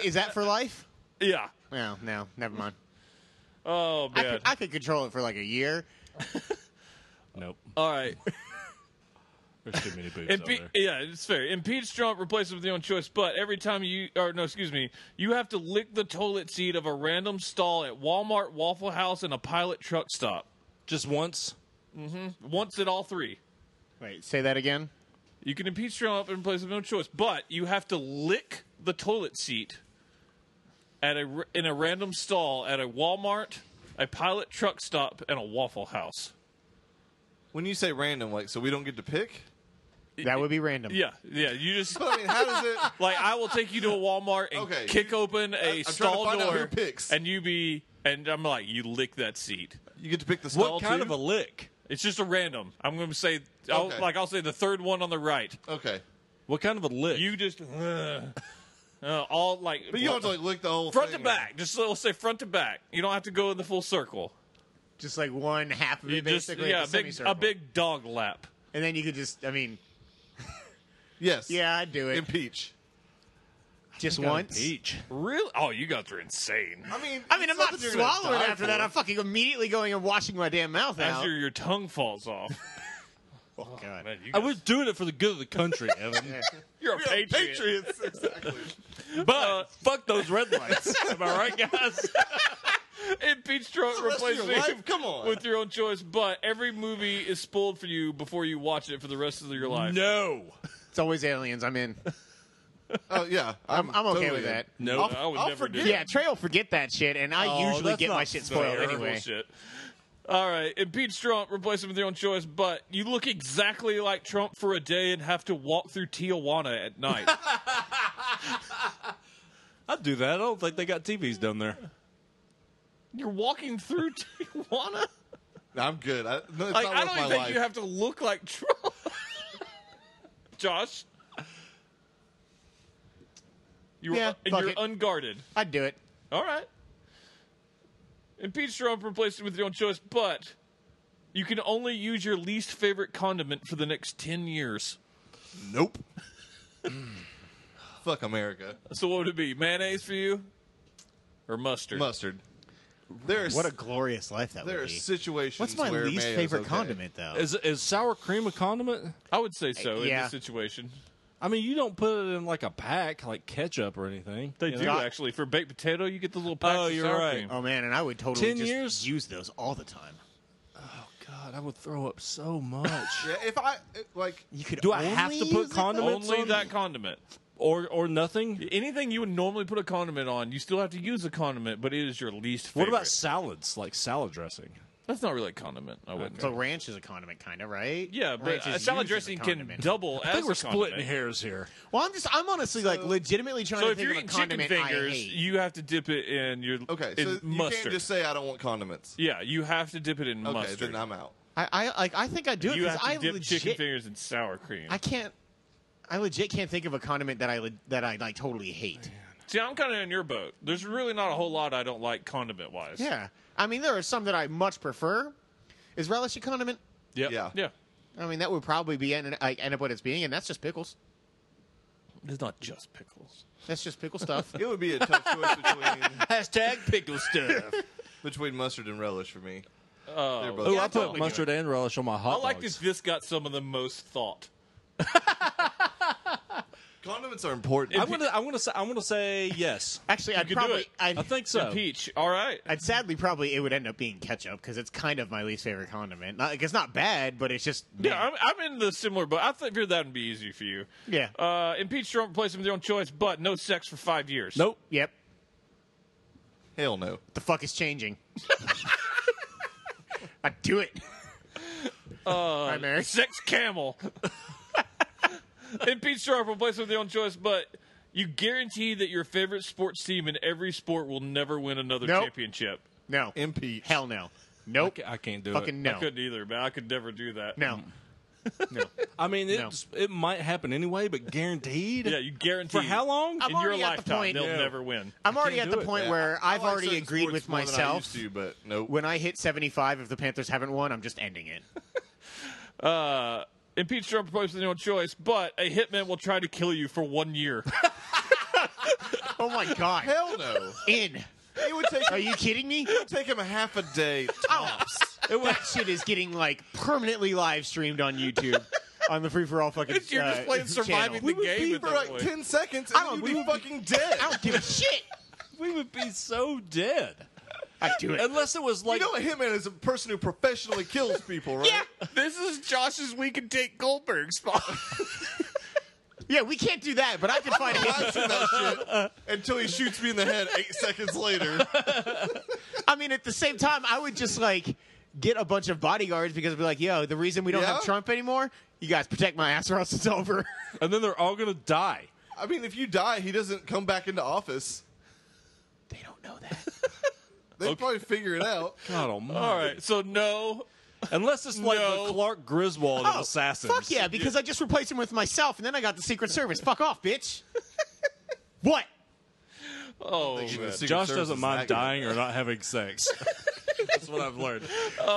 [SPEAKER 2] Is that for life?
[SPEAKER 1] yeah.
[SPEAKER 2] No, no, never mind.
[SPEAKER 1] Oh
[SPEAKER 2] I
[SPEAKER 1] man.
[SPEAKER 2] could, I could control it for like a year.
[SPEAKER 3] Nope.
[SPEAKER 1] All right.
[SPEAKER 3] There's too many boobs out
[SPEAKER 1] Impe-
[SPEAKER 3] there.
[SPEAKER 1] yeah, it's fair. Impeach Trump, replace him with your own choice. But every time you, or no, excuse me, you have to lick the toilet seat of a random stall at Walmart, Waffle House, and a pilot truck stop.
[SPEAKER 3] Just once.
[SPEAKER 1] Once at all three.
[SPEAKER 2] Wait, say that again.
[SPEAKER 1] You can impeach Trump and replace him with your own choice, but you have to lick the toilet seat at a r- in a random stall at a Walmart, a pilot truck stop, and a Waffle House.
[SPEAKER 4] When you say random, like so we don't get to pick?
[SPEAKER 2] That would be random.
[SPEAKER 1] Yeah, yeah. You just
[SPEAKER 4] But I mean, how does it
[SPEAKER 1] Like I will take you to a Walmart and
[SPEAKER 4] Okay,
[SPEAKER 1] kick
[SPEAKER 4] you-
[SPEAKER 1] open a
[SPEAKER 4] I- I'm trying to
[SPEAKER 1] stall
[SPEAKER 4] find out
[SPEAKER 1] door,
[SPEAKER 4] who picks.
[SPEAKER 1] and you be and I'm like you lick that seat.
[SPEAKER 4] you get to pick the stall
[SPEAKER 3] What kind
[SPEAKER 4] too?
[SPEAKER 3] of a lick?
[SPEAKER 1] It's just a random. I'm going to say I'll,
[SPEAKER 4] Okay.
[SPEAKER 1] like I'll say the third one on the right.
[SPEAKER 4] Okay.
[SPEAKER 3] What kind of a lick?
[SPEAKER 1] You just uh, uh, all like
[SPEAKER 4] But you don't have to like lick the whole
[SPEAKER 1] front to
[SPEAKER 4] thing.
[SPEAKER 1] back. Just we'll say front to back. You don't have to go in the full circle.
[SPEAKER 2] Just like one half of
[SPEAKER 1] You
[SPEAKER 2] it,
[SPEAKER 1] just
[SPEAKER 2] basically.
[SPEAKER 1] yeah, a
[SPEAKER 2] like a,
[SPEAKER 1] big
[SPEAKER 2] semicircle.
[SPEAKER 1] a big dog lap.
[SPEAKER 2] And then you could just, I mean,
[SPEAKER 4] Yes.
[SPEAKER 2] yeah, I'd do it.
[SPEAKER 4] Impeach.
[SPEAKER 2] just
[SPEAKER 3] Got a
[SPEAKER 2] once.
[SPEAKER 3] peach.
[SPEAKER 1] Really? Oh, you guys are insane.
[SPEAKER 4] I mean,
[SPEAKER 2] I mean,
[SPEAKER 4] it's
[SPEAKER 2] I'm not
[SPEAKER 4] something you're gonna
[SPEAKER 2] swallowing
[SPEAKER 4] die
[SPEAKER 2] after that.
[SPEAKER 4] for.
[SPEAKER 2] I'm fucking immediately going and washing my damn mouth
[SPEAKER 1] As
[SPEAKER 2] out.
[SPEAKER 1] your your tongue falls off.
[SPEAKER 2] Oh, God.
[SPEAKER 1] Man, you
[SPEAKER 3] I
[SPEAKER 1] guys-
[SPEAKER 3] was doing it for the good of the country, Evan.
[SPEAKER 2] Yeah.
[SPEAKER 1] you're a
[SPEAKER 4] We are
[SPEAKER 1] patriot.
[SPEAKER 4] Patriots, exactly.
[SPEAKER 3] But fuck those red lights. Am I right, guys?
[SPEAKER 1] Impeach Trump,
[SPEAKER 4] The rest of
[SPEAKER 1] replace
[SPEAKER 4] your
[SPEAKER 1] me
[SPEAKER 4] life? Come on.
[SPEAKER 1] with your own choice. But every movie is spoiled for you before you watch it for the rest of your life.
[SPEAKER 3] No.
[SPEAKER 2] It's always aliens. I'm in.
[SPEAKER 4] oh yeah,
[SPEAKER 2] I'm, I'm okay
[SPEAKER 4] totally
[SPEAKER 2] with
[SPEAKER 4] in.
[SPEAKER 2] that.
[SPEAKER 3] No.
[SPEAKER 1] I would
[SPEAKER 4] I'll
[SPEAKER 1] never
[SPEAKER 4] forget.
[SPEAKER 1] do
[SPEAKER 2] Yeah,
[SPEAKER 1] that.
[SPEAKER 2] Trey will forget that shit, and I
[SPEAKER 3] Oh,
[SPEAKER 2] usually
[SPEAKER 3] that's
[SPEAKER 2] get my
[SPEAKER 3] not
[SPEAKER 2] shit spoiled
[SPEAKER 3] fair.
[SPEAKER 2] anyway.
[SPEAKER 1] Bullshit. All right, impeach Trump, replace him with your own choice. But you look exactly like Trump for a day and have to walk through Tijuana at night.
[SPEAKER 3] I'd do that. I don't think they got TVs down there.
[SPEAKER 1] You're walking through Tijuana.
[SPEAKER 4] I'm good. I, no, it's
[SPEAKER 1] Like I
[SPEAKER 4] not worth
[SPEAKER 1] don't
[SPEAKER 4] my
[SPEAKER 1] even think
[SPEAKER 4] life.
[SPEAKER 1] you have to look like Trump. Josh, you're
[SPEAKER 2] Yeah, fuck
[SPEAKER 1] you're
[SPEAKER 2] it.
[SPEAKER 1] unguarded.
[SPEAKER 2] I'd do it.
[SPEAKER 1] All right. Impeach Trump, replace it with your own choice, but you can only use your least favorite condiment for the next 10 years.
[SPEAKER 4] Nope. Fuck America.
[SPEAKER 1] So what would it be? Mayonnaise for you? Or mustard?
[SPEAKER 4] Mustard. There's
[SPEAKER 2] What a glorious life that
[SPEAKER 4] there
[SPEAKER 2] would
[SPEAKER 4] are
[SPEAKER 2] be.
[SPEAKER 4] situations.
[SPEAKER 2] What's my
[SPEAKER 4] where
[SPEAKER 2] least
[SPEAKER 4] mayo's
[SPEAKER 2] favorite
[SPEAKER 4] okay.
[SPEAKER 2] condiment, though?
[SPEAKER 3] Is is sour cream a condiment?
[SPEAKER 1] I would say so in
[SPEAKER 2] Uh, Yeah.
[SPEAKER 1] this situation.
[SPEAKER 3] I mean, you don't put it in like a pack, like ketchup or anything.
[SPEAKER 1] They
[SPEAKER 3] You
[SPEAKER 1] do,
[SPEAKER 3] know?
[SPEAKER 1] actually. For baked potato, you get the little packs
[SPEAKER 3] Oh,
[SPEAKER 1] of
[SPEAKER 3] you're
[SPEAKER 1] sour
[SPEAKER 3] right.
[SPEAKER 1] cream.
[SPEAKER 2] oh man, and I would totally
[SPEAKER 3] 10
[SPEAKER 2] just
[SPEAKER 3] years?
[SPEAKER 2] use those all the time.
[SPEAKER 3] God, I would throw up so much.
[SPEAKER 4] Yeah, if I like,
[SPEAKER 2] You could.
[SPEAKER 3] Do I have
[SPEAKER 2] only
[SPEAKER 3] to put
[SPEAKER 2] use it?
[SPEAKER 3] condiment- Condiments
[SPEAKER 1] Only
[SPEAKER 3] on-
[SPEAKER 1] that condiment.
[SPEAKER 3] or or nothing.
[SPEAKER 1] Anything you would normally put a condiment on, you still have to use a condiment, but it is your least
[SPEAKER 3] What
[SPEAKER 1] favorite.
[SPEAKER 3] about salads? Like salad dressing.
[SPEAKER 1] That's not really a condiment, I wouldn't.
[SPEAKER 2] So ranch is a condiment, kind of, right?
[SPEAKER 1] Yeah, but
[SPEAKER 2] Ranch
[SPEAKER 1] a
[SPEAKER 2] is
[SPEAKER 1] salad
[SPEAKER 2] used as a
[SPEAKER 1] dressing can
[SPEAKER 2] condiment.
[SPEAKER 1] double
[SPEAKER 3] I
[SPEAKER 1] as
[SPEAKER 3] think we're
[SPEAKER 1] a condiment.
[SPEAKER 3] splitting hairs here.
[SPEAKER 2] Well, I'm just. I'm honestly like legitimately trying
[SPEAKER 1] So
[SPEAKER 2] to
[SPEAKER 1] if
[SPEAKER 2] think
[SPEAKER 1] you're
[SPEAKER 2] of a
[SPEAKER 1] eating chicken
[SPEAKER 2] condiment I
[SPEAKER 1] fingers,
[SPEAKER 2] hate.
[SPEAKER 1] you have to dip it in your
[SPEAKER 4] okay,
[SPEAKER 1] in
[SPEAKER 4] so you
[SPEAKER 1] mustard.
[SPEAKER 4] can't just say I don't want condiments.
[SPEAKER 1] yeah, you have to dip it in
[SPEAKER 4] Okay,
[SPEAKER 1] mustard.
[SPEAKER 4] then I'm out.
[SPEAKER 2] I, I like. I think I do it
[SPEAKER 1] you
[SPEAKER 2] because
[SPEAKER 1] have to
[SPEAKER 2] I
[SPEAKER 1] dip chicken
[SPEAKER 2] legit.
[SPEAKER 1] fingers in sour cream.
[SPEAKER 2] I can't. I legit can't think of a condiment that I le- that I like totally hate.
[SPEAKER 1] See, I'm kind of in your boat. There's really not a whole lot I don't like condiment wise.
[SPEAKER 2] Yeah, I mean there are some that I much prefer, Is relish a condiment?
[SPEAKER 1] Yep.
[SPEAKER 4] Yeah.
[SPEAKER 1] Yeah.
[SPEAKER 2] I mean, that would probably be end, like, end up what it's being, and that's just pickles.
[SPEAKER 1] It's not just pickles.
[SPEAKER 2] That's just pickle stuff.
[SPEAKER 4] It would be a tough choice between
[SPEAKER 3] Hashtag pickle stuff.
[SPEAKER 4] between mustard and relish for me. They're
[SPEAKER 1] Oh,
[SPEAKER 4] both-
[SPEAKER 5] Oh,
[SPEAKER 4] Yeah,
[SPEAKER 5] I
[SPEAKER 1] totally
[SPEAKER 5] put
[SPEAKER 1] good.
[SPEAKER 5] mustard and relish on my hot
[SPEAKER 1] I like
[SPEAKER 5] dogs.
[SPEAKER 1] that this got some of the most thought.
[SPEAKER 4] condiments are important.
[SPEAKER 5] I'm gonna, I'm gonna say, I'm gonna say yes.
[SPEAKER 2] Actually, I'd
[SPEAKER 1] could do
[SPEAKER 2] probably,
[SPEAKER 1] it.
[SPEAKER 2] I'd,
[SPEAKER 5] I think so.
[SPEAKER 1] Peach. All right.
[SPEAKER 2] I'd sadly probably it would end up being ketchup because it's kind of my least favorite condiment. Not, like, it's not bad, but it's just
[SPEAKER 1] Yeah, I'm, I'm in the similar boat. I figured that would be easy for you.
[SPEAKER 2] Yeah.
[SPEAKER 1] Uh, impeach Trump, replace him with your own choice, but no sex for five years.
[SPEAKER 5] Nope.
[SPEAKER 2] yep.
[SPEAKER 4] Hell no.
[SPEAKER 2] The fuck is changing? I do it. Uh, Hi, Mary.
[SPEAKER 1] Sex camel. impeach Trump, replace him with your own choice, but you guarantee that your favorite sports team in every sport will never win another
[SPEAKER 2] Nope.
[SPEAKER 1] championship.
[SPEAKER 2] No.
[SPEAKER 4] Impeach.
[SPEAKER 2] Hell no. Nope.
[SPEAKER 5] I ca- I can't do
[SPEAKER 2] Fucking
[SPEAKER 5] it.
[SPEAKER 1] I
[SPEAKER 2] no.
[SPEAKER 1] couldn't either, man. I could never do that.
[SPEAKER 2] No.
[SPEAKER 5] I mean, it,
[SPEAKER 2] No.
[SPEAKER 5] it might happen anyway, but guaranteed.
[SPEAKER 1] Yeah, you guarantee.
[SPEAKER 5] For how long?
[SPEAKER 1] In
[SPEAKER 2] I'm
[SPEAKER 1] your
[SPEAKER 2] already at the
[SPEAKER 1] lifetime,
[SPEAKER 2] point-
[SPEAKER 1] they'll
[SPEAKER 5] Yeah.
[SPEAKER 1] never win.
[SPEAKER 2] I'm already
[SPEAKER 5] can't
[SPEAKER 2] at
[SPEAKER 5] do
[SPEAKER 2] the
[SPEAKER 5] it.
[SPEAKER 2] point
[SPEAKER 4] Yeah.
[SPEAKER 2] where
[SPEAKER 4] I
[SPEAKER 2] I've
[SPEAKER 4] like
[SPEAKER 2] already
[SPEAKER 4] certain
[SPEAKER 2] agreed
[SPEAKER 4] sports
[SPEAKER 2] with
[SPEAKER 4] more than I used
[SPEAKER 2] myself.
[SPEAKER 4] to, but nope.
[SPEAKER 2] When I hit 75, if the Panthers haven't won, I'm just ending it.
[SPEAKER 1] Impeach Trump, replace him with your own choice, but a hitman will try to kill you for one year.
[SPEAKER 2] Oh my god.
[SPEAKER 4] Hell no.
[SPEAKER 2] In.
[SPEAKER 4] It would take
[SPEAKER 2] Are you kidding me?
[SPEAKER 4] take him a half a day tops.
[SPEAKER 2] That shit is getting like permanently live streamed on YouTube on the free for all fucking.
[SPEAKER 1] You're
[SPEAKER 2] uh,
[SPEAKER 1] just playing surviving
[SPEAKER 2] channel.
[SPEAKER 1] the game at
[SPEAKER 4] for
[SPEAKER 1] that
[SPEAKER 4] like
[SPEAKER 1] point.
[SPEAKER 4] ten seconds, and
[SPEAKER 2] I don't-
[SPEAKER 4] then
[SPEAKER 2] we
[SPEAKER 4] you'd be
[SPEAKER 2] would be-
[SPEAKER 4] fucking dead.
[SPEAKER 2] I don't give a shit.
[SPEAKER 5] we would be so dead
[SPEAKER 2] I do it.
[SPEAKER 5] unless it was
[SPEAKER 4] You
[SPEAKER 5] like
[SPEAKER 4] know, a hitman is a person who professionally kills people, right?
[SPEAKER 1] This is Josh's We Can Take Goldberg spot.
[SPEAKER 2] Yeah, we can't do that, but I can find it.
[SPEAKER 4] Watching that shit until he shoots me in the head eight seconds later.
[SPEAKER 2] I mean, at the same time, I would just like get a bunch of bodyguards because I'd be like, yo, the reason we don't
[SPEAKER 4] Yeah?
[SPEAKER 2] have Trump anymore, you guys protect my ass or else it's over.
[SPEAKER 5] and then they're all gonna die.
[SPEAKER 4] I mean, if you die, he doesn't come back into office.
[SPEAKER 2] they don't know that.
[SPEAKER 4] They probably figure it out.
[SPEAKER 5] God almighty.
[SPEAKER 1] All right, so no.
[SPEAKER 5] Unless it's like
[SPEAKER 1] No.
[SPEAKER 5] the Clark Griswold of
[SPEAKER 2] Oh,
[SPEAKER 5] assassins.
[SPEAKER 2] Fuck yeah, because I just replaced him with myself and then I got the Secret Service. Fuck off, bitch. what?
[SPEAKER 1] Oh,
[SPEAKER 4] Even the
[SPEAKER 1] man.
[SPEAKER 4] Secret
[SPEAKER 5] Josh
[SPEAKER 4] Service
[SPEAKER 5] doesn't
[SPEAKER 4] is
[SPEAKER 5] mind
[SPEAKER 4] that good.
[SPEAKER 5] dying or not having sex. That's what I've learned.
[SPEAKER 2] There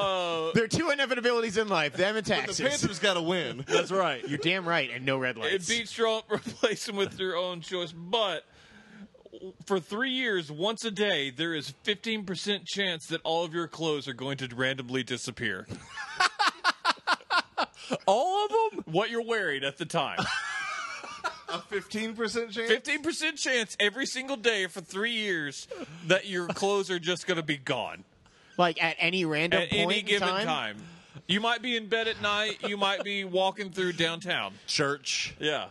[SPEAKER 2] are two inevitabilities in life them and
[SPEAKER 4] The
[SPEAKER 2] taxes.
[SPEAKER 4] Panthers got to win.
[SPEAKER 5] That's right.
[SPEAKER 2] You're damn right, and no red lights.
[SPEAKER 1] impeach Trump, replace him with your own choice, but for three years, once a day, there is 15% chance that all of your clothes are going to randomly disappear.
[SPEAKER 5] all of them.
[SPEAKER 1] What you're wearing at the time.
[SPEAKER 4] A fifteen percent chance.
[SPEAKER 1] 15% chance every single day for three years that your clothes are just going to be gone.
[SPEAKER 2] like at any random
[SPEAKER 1] at
[SPEAKER 2] point
[SPEAKER 1] any
[SPEAKER 2] in
[SPEAKER 1] given
[SPEAKER 2] time.
[SPEAKER 1] time. You might be in bed at night. You might be walking through downtown.
[SPEAKER 5] Church.
[SPEAKER 1] Yeah.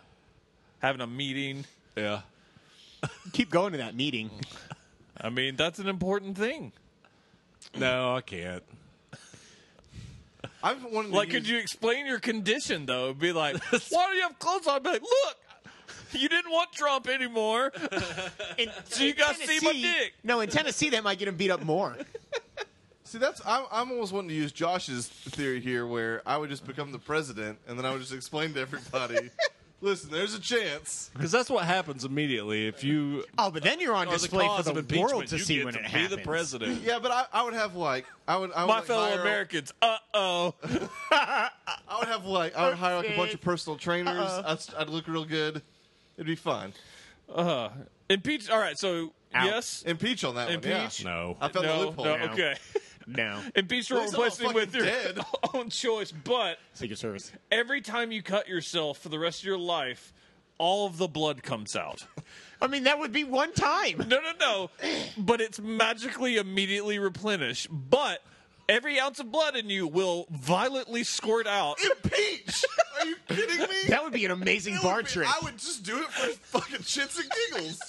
[SPEAKER 1] Having a meeting.
[SPEAKER 5] Yeah.
[SPEAKER 2] Keep going to that meeting.
[SPEAKER 1] I mean, that's an important thing.
[SPEAKER 5] No, I can't.
[SPEAKER 4] I've wanted to
[SPEAKER 1] Like,
[SPEAKER 4] use-
[SPEAKER 1] could you explain your condition, though? It'd be like, why do you have clothes on? I'd be like, look, you didn't want Trump anymore.
[SPEAKER 2] In,
[SPEAKER 1] So you
[SPEAKER 2] in
[SPEAKER 1] gotta see my
[SPEAKER 2] Tennessee-
[SPEAKER 1] dick.
[SPEAKER 2] No, in Tennessee, that might get him beat up more.
[SPEAKER 4] See, that's I'm, I'm almost wanting to use Josh's theory here, where I would just become the president, and then I would just explain to everybody, "Listen, there's a chance."
[SPEAKER 5] Because that's what happens immediately if you
[SPEAKER 2] Oh, but then you're on
[SPEAKER 5] are the
[SPEAKER 2] display
[SPEAKER 5] cause
[SPEAKER 2] for
[SPEAKER 5] of
[SPEAKER 2] the
[SPEAKER 5] impeachment.
[SPEAKER 2] world to
[SPEAKER 5] you
[SPEAKER 2] see
[SPEAKER 5] get
[SPEAKER 2] when
[SPEAKER 5] to
[SPEAKER 2] it
[SPEAKER 5] be
[SPEAKER 2] happens.
[SPEAKER 5] the president.
[SPEAKER 4] Yeah, but I, I would have like I would I would
[SPEAKER 1] My
[SPEAKER 4] like,
[SPEAKER 1] fellow
[SPEAKER 4] hire-
[SPEAKER 1] Americans, uh oh.
[SPEAKER 4] I would have like I would hire like a bunch of personal trainers. I'd, I'd look real good. It'd be fun.
[SPEAKER 1] Impeach. All right, so
[SPEAKER 2] Out.
[SPEAKER 1] yes.
[SPEAKER 4] Impeach on that one.
[SPEAKER 1] Impeach?
[SPEAKER 4] Yeah.
[SPEAKER 5] No.
[SPEAKER 4] I found the
[SPEAKER 1] No,
[SPEAKER 4] loophole.
[SPEAKER 1] no,
[SPEAKER 2] Yeah.
[SPEAKER 1] okay.
[SPEAKER 2] No,
[SPEAKER 1] Impeach Trump,
[SPEAKER 4] least I'm
[SPEAKER 1] replacing
[SPEAKER 4] not
[SPEAKER 1] him with your
[SPEAKER 4] fucking dead.
[SPEAKER 1] own choice, but
[SPEAKER 2] Secret Service.
[SPEAKER 1] every time you cut yourself for the rest of your life, all of the blood comes out.
[SPEAKER 2] I mean, that would be one time.
[SPEAKER 1] No, no, no. But it's magically immediately replenished. But every ounce of blood in you will violently squirt out.
[SPEAKER 4] Impeach? Are you kidding me?
[SPEAKER 2] That would be an amazing
[SPEAKER 4] It would
[SPEAKER 2] bar
[SPEAKER 4] be-
[SPEAKER 2] trick.
[SPEAKER 4] I would just do it for fucking shits and giggles.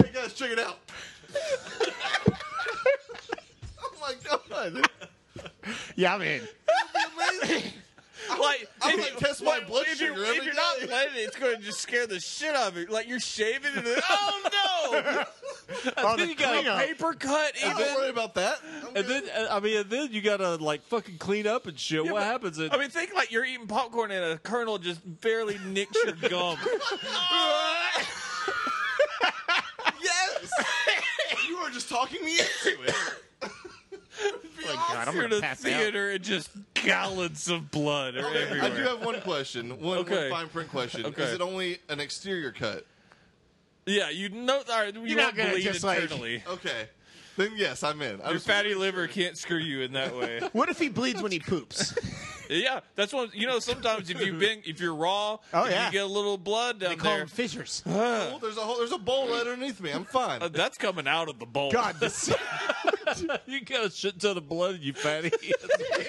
[SPEAKER 4] hey guys, check it out. oh my god, that'd
[SPEAKER 2] Yeah, I'm in.
[SPEAKER 4] be amazing.
[SPEAKER 1] Like,
[SPEAKER 4] I would
[SPEAKER 1] if-
[SPEAKER 4] like test my
[SPEAKER 1] like,
[SPEAKER 4] blood
[SPEAKER 1] if you-
[SPEAKER 4] sugar
[SPEAKER 1] If
[SPEAKER 4] every
[SPEAKER 1] you're not
[SPEAKER 4] day.
[SPEAKER 1] planning it, it's going to just scare the shit out of you. Like you're shaving and then, oh no,
[SPEAKER 2] Oh, the
[SPEAKER 5] you gotta
[SPEAKER 2] cleanup.
[SPEAKER 1] paper cut.
[SPEAKER 4] I
[SPEAKER 1] Even.
[SPEAKER 4] don't worry about that. I'm
[SPEAKER 5] And
[SPEAKER 4] good.
[SPEAKER 5] then uh, I mean, and then you gotta like fucking clean up and shit. what
[SPEAKER 1] but-
[SPEAKER 5] happens? It,
[SPEAKER 1] I mean, think like you're eating popcorn and a kernel just barely nicks your gum.
[SPEAKER 4] yes, you are just talking me into it.
[SPEAKER 2] Oh my God, I'm
[SPEAKER 1] You're
[SPEAKER 2] gonna
[SPEAKER 1] in a
[SPEAKER 2] pass out.
[SPEAKER 1] theater and just gallons of blood
[SPEAKER 2] Oh,
[SPEAKER 1] are everywhere.
[SPEAKER 4] I do have one question. One,
[SPEAKER 1] Okay.
[SPEAKER 4] one fine print question.
[SPEAKER 1] Okay.
[SPEAKER 4] Is it only an exterior cut?
[SPEAKER 1] yeah, you know. All right, you
[SPEAKER 2] You're not
[SPEAKER 1] won't
[SPEAKER 2] gonna
[SPEAKER 1] bleed
[SPEAKER 2] just, like-
[SPEAKER 1] internally.
[SPEAKER 4] Okay. Then yes, I'm in. I
[SPEAKER 1] Your
[SPEAKER 4] just-
[SPEAKER 1] fatty liver can't screw you in that way.
[SPEAKER 2] What if he bleeds when he poops?
[SPEAKER 1] yeah, that's one. You know, sometimes if you've been, if you're raw,
[SPEAKER 2] Oh,
[SPEAKER 1] if
[SPEAKER 2] yeah.
[SPEAKER 1] you get a little blood
[SPEAKER 2] they
[SPEAKER 1] down
[SPEAKER 2] call
[SPEAKER 1] there.
[SPEAKER 2] him fissures.
[SPEAKER 4] Oh, there's a whole, there's a bowl right underneath me. I'm fine.
[SPEAKER 1] uh, that's coming out of the bowl.
[SPEAKER 2] God, this,
[SPEAKER 3] You got a shit ton of blood, in you fatty.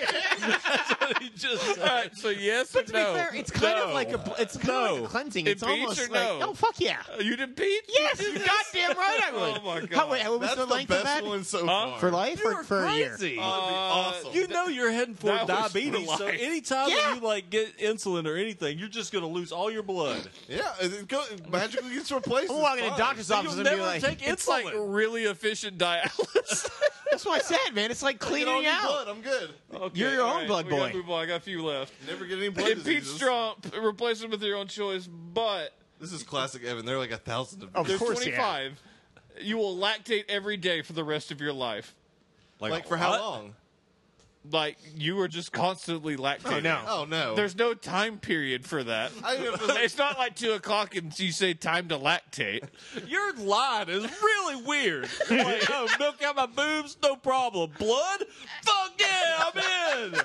[SPEAKER 3] That's what he just
[SPEAKER 1] All
[SPEAKER 3] said.
[SPEAKER 1] right, so yes or
[SPEAKER 2] to
[SPEAKER 1] no?
[SPEAKER 2] be fair, it's kind
[SPEAKER 3] No.
[SPEAKER 2] of like a it's kind of like
[SPEAKER 1] No.
[SPEAKER 2] a cleansing.
[SPEAKER 1] It
[SPEAKER 2] It's
[SPEAKER 1] beats
[SPEAKER 2] almost
[SPEAKER 1] or
[SPEAKER 2] like
[SPEAKER 1] no?
[SPEAKER 2] oh fuck yeah.
[SPEAKER 1] Uh, you did beat?
[SPEAKER 2] Yes,
[SPEAKER 1] you
[SPEAKER 2] you're
[SPEAKER 1] did this?
[SPEAKER 2] goddamn right I would.
[SPEAKER 1] Oh my god!
[SPEAKER 2] How, wait, what was
[SPEAKER 4] That's
[SPEAKER 2] the
[SPEAKER 4] the,
[SPEAKER 2] length of
[SPEAKER 4] best
[SPEAKER 2] that?
[SPEAKER 4] one so
[SPEAKER 1] Huh?
[SPEAKER 4] far.
[SPEAKER 2] For life
[SPEAKER 3] You're
[SPEAKER 2] or for a year? Oh.
[SPEAKER 3] crazy.
[SPEAKER 4] That would be
[SPEAKER 1] Uh,
[SPEAKER 4] awesome.
[SPEAKER 3] You know you're heading for
[SPEAKER 1] That was
[SPEAKER 3] diabetes, so
[SPEAKER 1] life.
[SPEAKER 3] anytime
[SPEAKER 2] Yeah.
[SPEAKER 3] that you like get insulin or anything, you're just gonna lose all your blood.
[SPEAKER 4] yeah, it, it go, it magically gets replaced.
[SPEAKER 2] I'm
[SPEAKER 4] It's
[SPEAKER 2] walking in
[SPEAKER 4] fine.
[SPEAKER 2] doctor's office
[SPEAKER 3] You'll
[SPEAKER 2] and be
[SPEAKER 3] never
[SPEAKER 2] like,
[SPEAKER 3] take
[SPEAKER 1] It's
[SPEAKER 3] insulin.
[SPEAKER 1] like really efficient dialysis.
[SPEAKER 2] that's what I said, man. It's like
[SPEAKER 4] I get all
[SPEAKER 2] cleaning
[SPEAKER 4] new
[SPEAKER 2] out.
[SPEAKER 4] blood. I'm good.
[SPEAKER 1] Okay,
[SPEAKER 2] You're your
[SPEAKER 1] all
[SPEAKER 2] own blood
[SPEAKER 1] we gotta
[SPEAKER 2] boy.
[SPEAKER 1] move on. I got a few left.
[SPEAKER 4] Never get any blood
[SPEAKER 1] Impeach
[SPEAKER 4] diseases.
[SPEAKER 1] Trump. Replace him with your own choice. But
[SPEAKER 4] This is classic Evan. There are like a thousand of
[SPEAKER 2] Of
[SPEAKER 4] these.
[SPEAKER 1] there's
[SPEAKER 2] course, yeah.
[SPEAKER 1] 25. You will lactate every day for the rest of your life.
[SPEAKER 4] Like for how
[SPEAKER 3] what?
[SPEAKER 4] long?
[SPEAKER 1] Like you are just constantly lactating.
[SPEAKER 2] Oh, no.
[SPEAKER 4] Oh no.
[SPEAKER 1] There's no time period for that.
[SPEAKER 4] I don't know if it's-
[SPEAKER 1] it's not like two o'clock and you say time to lactate.
[SPEAKER 3] Your line is really weird. Like, oh, milk out my boobs, no problem. Blood, fuck yeah, I'm in.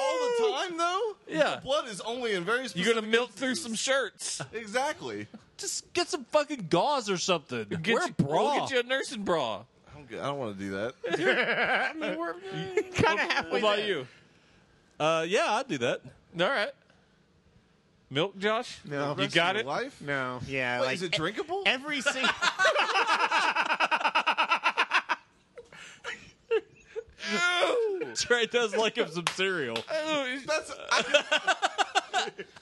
[SPEAKER 4] all the time though.
[SPEAKER 1] Yeah.
[SPEAKER 4] Blood is only in very. Specific
[SPEAKER 1] You're gonna milk through some shirts.
[SPEAKER 4] Exactly.
[SPEAKER 3] Just get some fucking gauze or something.
[SPEAKER 1] Get
[SPEAKER 3] Wear a
[SPEAKER 1] you,
[SPEAKER 3] bra.
[SPEAKER 1] We'll get you a nursing bra.
[SPEAKER 4] I'm good. I don't want to do that.
[SPEAKER 2] Kind of halfway.
[SPEAKER 1] What about
[SPEAKER 2] there.
[SPEAKER 1] you?
[SPEAKER 3] Uh, yeah, I'd do that.
[SPEAKER 1] All right. Milk, Josh.
[SPEAKER 2] No.
[SPEAKER 1] you got
[SPEAKER 4] Your
[SPEAKER 1] it.
[SPEAKER 4] Life.
[SPEAKER 2] No, yeah,
[SPEAKER 4] Wait,
[SPEAKER 2] like eh,
[SPEAKER 4] is it drinkable?
[SPEAKER 2] every single.
[SPEAKER 3] Trey does like him some cereal.
[SPEAKER 4] That's. I,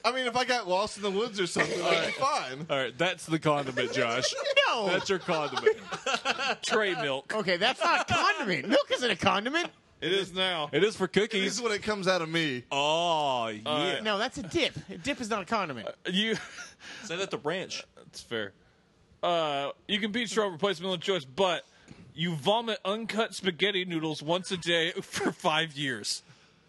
[SPEAKER 4] I mean, if I got lost in the woods or something, I'd be fine.
[SPEAKER 3] All right, that's the condiment, Josh.
[SPEAKER 2] no.
[SPEAKER 3] That's your condiment.
[SPEAKER 1] Tray milk.
[SPEAKER 2] Okay, that's not a condiment. Milk isn't a condiment.
[SPEAKER 1] It is now.
[SPEAKER 3] It is for
[SPEAKER 4] This
[SPEAKER 3] cookies.
[SPEAKER 4] is when it comes out of me.
[SPEAKER 3] Oh yeah.
[SPEAKER 1] right.
[SPEAKER 2] No, that's a dip. A dip is not a
[SPEAKER 1] Uh,
[SPEAKER 2] condiment.
[SPEAKER 1] You.
[SPEAKER 3] Say that to Branch.
[SPEAKER 1] That's fair. Uh, you can beat straw replacement of choice, but you vomit uncut spaghetti noodles once a day for five years.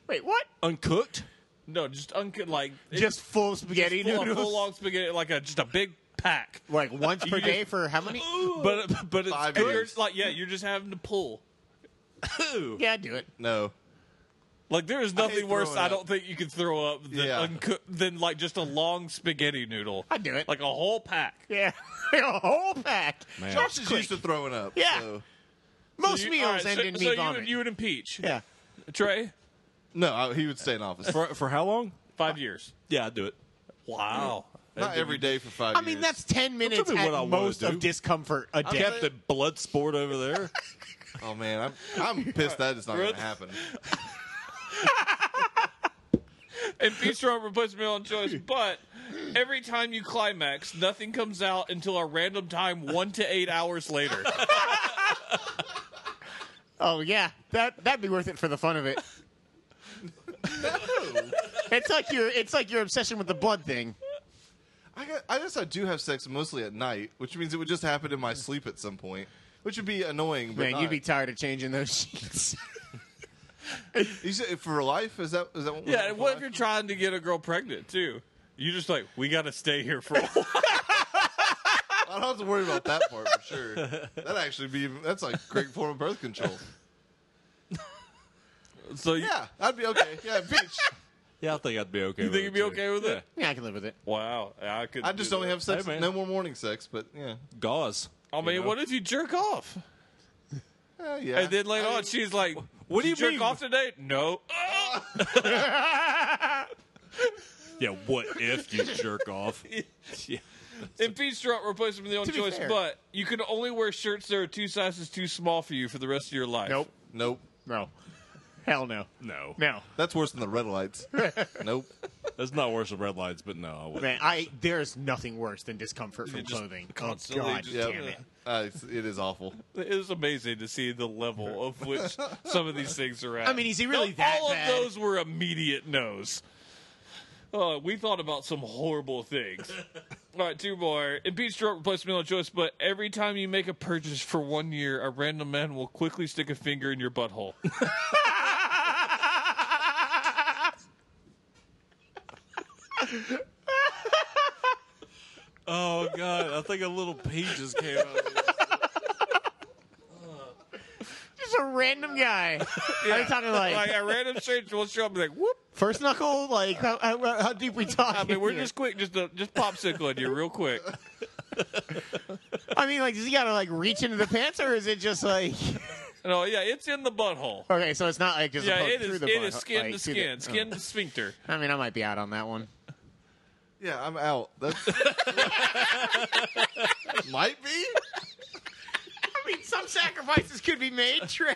[SPEAKER 2] Wait, what?
[SPEAKER 3] Uncooked.
[SPEAKER 1] No, just uncut like it's
[SPEAKER 2] Just full spaghetti
[SPEAKER 1] full,
[SPEAKER 2] noodles.
[SPEAKER 1] full long spaghetti, like a just a big pack.
[SPEAKER 2] like once per
[SPEAKER 1] You
[SPEAKER 2] day for how many?
[SPEAKER 1] But but it's
[SPEAKER 4] Five
[SPEAKER 1] and you're
[SPEAKER 4] years.
[SPEAKER 1] just like yeah, you're just having to pull.
[SPEAKER 2] Yeah, I'd do it.
[SPEAKER 4] No.
[SPEAKER 1] Like there is nothing worse.
[SPEAKER 4] throwing
[SPEAKER 1] I
[SPEAKER 4] up.
[SPEAKER 1] don't think you can throw up than
[SPEAKER 4] Yeah.
[SPEAKER 1] unco- than like just a long spaghetti noodle.
[SPEAKER 2] I'd do it.
[SPEAKER 1] like a whole pack.
[SPEAKER 2] Yeah, a whole pack.
[SPEAKER 4] Josh is used to throwing up.
[SPEAKER 2] Yeah.
[SPEAKER 4] so-
[SPEAKER 2] Most
[SPEAKER 1] You- all
[SPEAKER 2] meals
[SPEAKER 1] right, so-
[SPEAKER 2] end in
[SPEAKER 1] so,
[SPEAKER 2] me
[SPEAKER 1] you
[SPEAKER 2] vomit.
[SPEAKER 1] would you would impeach
[SPEAKER 2] yeah.
[SPEAKER 1] Trey
[SPEAKER 4] No, I, he would stay in office.
[SPEAKER 3] For for how long?
[SPEAKER 1] five years.
[SPEAKER 3] Yeah, I'd do it.
[SPEAKER 1] Wow.
[SPEAKER 4] Not every day for five
[SPEAKER 2] I mean,
[SPEAKER 4] years.
[SPEAKER 2] that's 10 minutes
[SPEAKER 3] me
[SPEAKER 2] at
[SPEAKER 3] what I wanna
[SPEAKER 2] most
[SPEAKER 3] do.
[SPEAKER 2] of discomfort a day.
[SPEAKER 4] Captain
[SPEAKER 3] Captain Bloodsport over there.
[SPEAKER 4] Oh, man. I'm, I'm pissed that it's not going to happen.
[SPEAKER 1] Impeach Trump replacement meal on choice, but every time you climax, nothing comes out until a random time one to eight hours later.
[SPEAKER 2] Oh, yeah. That, that'd be worth it for the fun of it. It's like your it's like your obsession with the blood thing.
[SPEAKER 4] I, got, I guess I do have sex mostly at night, which means it would just happen in my sleep at some point, which would be annoying. But
[SPEAKER 2] Man,
[SPEAKER 4] not.
[SPEAKER 2] you'd be tired of changing those sheets.
[SPEAKER 4] You said for life? Is that, is that what
[SPEAKER 1] yeah, and what if you're trying to get a girl pregnant too? You just like we got to stay here for a while.
[SPEAKER 4] I don't have to worry about that part for sure. That actually be that's like great form of birth control.
[SPEAKER 1] So you,
[SPEAKER 4] Yeah, I'd be okay. Yeah, bitch.
[SPEAKER 3] Yeah, I think I'd be okay.
[SPEAKER 1] you think you'd be okay with it?
[SPEAKER 2] yeah, I can live with it.
[SPEAKER 1] Wow, I could.
[SPEAKER 4] I just don't have sex.
[SPEAKER 3] Hey, man.
[SPEAKER 4] no more morning sex, but yeah,
[SPEAKER 3] Gauze.
[SPEAKER 1] I mean,
[SPEAKER 3] you know?
[SPEAKER 1] what if you jerk off?
[SPEAKER 4] Eh, yeah.
[SPEAKER 1] And then later
[SPEAKER 4] I
[SPEAKER 1] on,
[SPEAKER 4] mean,
[SPEAKER 1] she's like,
[SPEAKER 3] what do
[SPEAKER 1] "Did
[SPEAKER 3] you
[SPEAKER 1] jerk
[SPEAKER 3] mean?
[SPEAKER 1] off today?" No.
[SPEAKER 3] Yeah, what if you jerk off? Yeah.
[SPEAKER 1] Impeach Trump replaced with the own
[SPEAKER 2] To be
[SPEAKER 1] choice,
[SPEAKER 2] fair.
[SPEAKER 1] but you can only wear shirts that are two sizes too small for you for the rest of your life.
[SPEAKER 2] Nope.
[SPEAKER 4] nope.
[SPEAKER 2] No. Hell no.
[SPEAKER 3] No.
[SPEAKER 2] No.
[SPEAKER 4] That's worse than the red lights. nope.
[SPEAKER 3] That's not worse than red lights, but no, I wouldn't.
[SPEAKER 2] Man, I there's nothing worse than discomfort from
[SPEAKER 1] just
[SPEAKER 2] clothing. Oh
[SPEAKER 1] constantly
[SPEAKER 2] god
[SPEAKER 1] just-
[SPEAKER 4] Yeah,
[SPEAKER 2] damn it.
[SPEAKER 4] Uh, it's, it is awful.
[SPEAKER 1] It is amazing to see the level of which some of these things are at.
[SPEAKER 2] I mean, is he really
[SPEAKER 1] No,
[SPEAKER 2] that
[SPEAKER 1] All
[SPEAKER 2] bad?
[SPEAKER 1] of those were immediate no's. Uh, we thought about some horrible things. all right, two more. Impeach Trump replaced meal of choice, but every time you make a purchase for one year, a random man will quickly stick a finger in your butthole.
[SPEAKER 5] Oh god, I think a little pea just came out.
[SPEAKER 2] Just a random guy. Are you talking
[SPEAKER 1] Like
[SPEAKER 2] like
[SPEAKER 1] a random stranger will show up and be like, whoop.
[SPEAKER 2] first knuckle? Like how, how, how deep we talking?
[SPEAKER 1] I mean, we're
[SPEAKER 2] here?
[SPEAKER 1] just quick, just a, just popsicle in you real quick.
[SPEAKER 2] I mean, like does he gotta like reach into the pants, or is it just like?
[SPEAKER 1] No, yeah, it's in the butthole.
[SPEAKER 2] Okay, so it's not like just a
[SPEAKER 1] Yeah,
[SPEAKER 2] poke
[SPEAKER 1] it
[SPEAKER 2] through
[SPEAKER 1] is.
[SPEAKER 2] the
[SPEAKER 1] It
[SPEAKER 2] butt,
[SPEAKER 1] is skin
[SPEAKER 2] like,
[SPEAKER 1] to
[SPEAKER 2] through
[SPEAKER 1] skin,
[SPEAKER 2] the-
[SPEAKER 1] skin to sphincter.
[SPEAKER 2] oh. I mean, I might be out on that one.
[SPEAKER 4] Yeah, I'm out. That's might be.
[SPEAKER 2] I mean, some sacrifices could be made, Trey.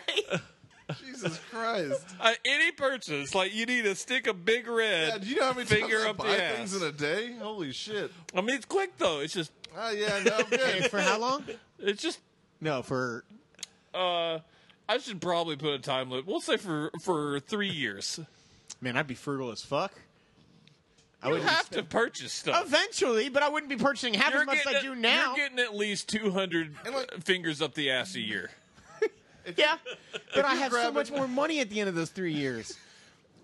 [SPEAKER 4] Jesus Christ!
[SPEAKER 1] Uh, any purchase, like you need to stick a big
[SPEAKER 4] Yeah,
[SPEAKER 1] red.
[SPEAKER 4] Uh, do you know how many
[SPEAKER 1] Finger
[SPEAKER 4] times I
[SPEAKER 1] up the
[SPEAKER 4] buy
[SPEAKER 1] ass.
[SPEAKER 4] things in a day? Holy shit!
[SPEAKER 1] I mean, it's quick though. It's just,
[SPEAKER 4] Oh yeah, no, I'm good.
[SPEAKER 2] for how long?
[SPEAKER 1] it's just.
[SPEAKER 2] No, for
[SPEAKER 1] Uh, I should probably put a time limit. We'll say for for three years.
[SPEAKER 2] man, I'd be frugal as fuck. I
[SPEAKER 1] You
[SPEAKER 2] would
[SPEAKER 1] have to purchase stuff.
[SPEAKER 2] eventually, but I wouldn't be purchasing half as much as
[SPEAKER 1] getting
[SPEAKER 2] I
[SPEAKER 1] at-
[SPEAKER 2] do now.
[SPEAKER 1] You're getting at least two hundred
[SPEAKER 4] And, like-
[SPEAKER 1] fingers up the ass a year.
[SPEAKER 2] yeah, but I have so
[SPEAKER 4] grabbing-
[SPEAKER 2] much more money at the end of those three years.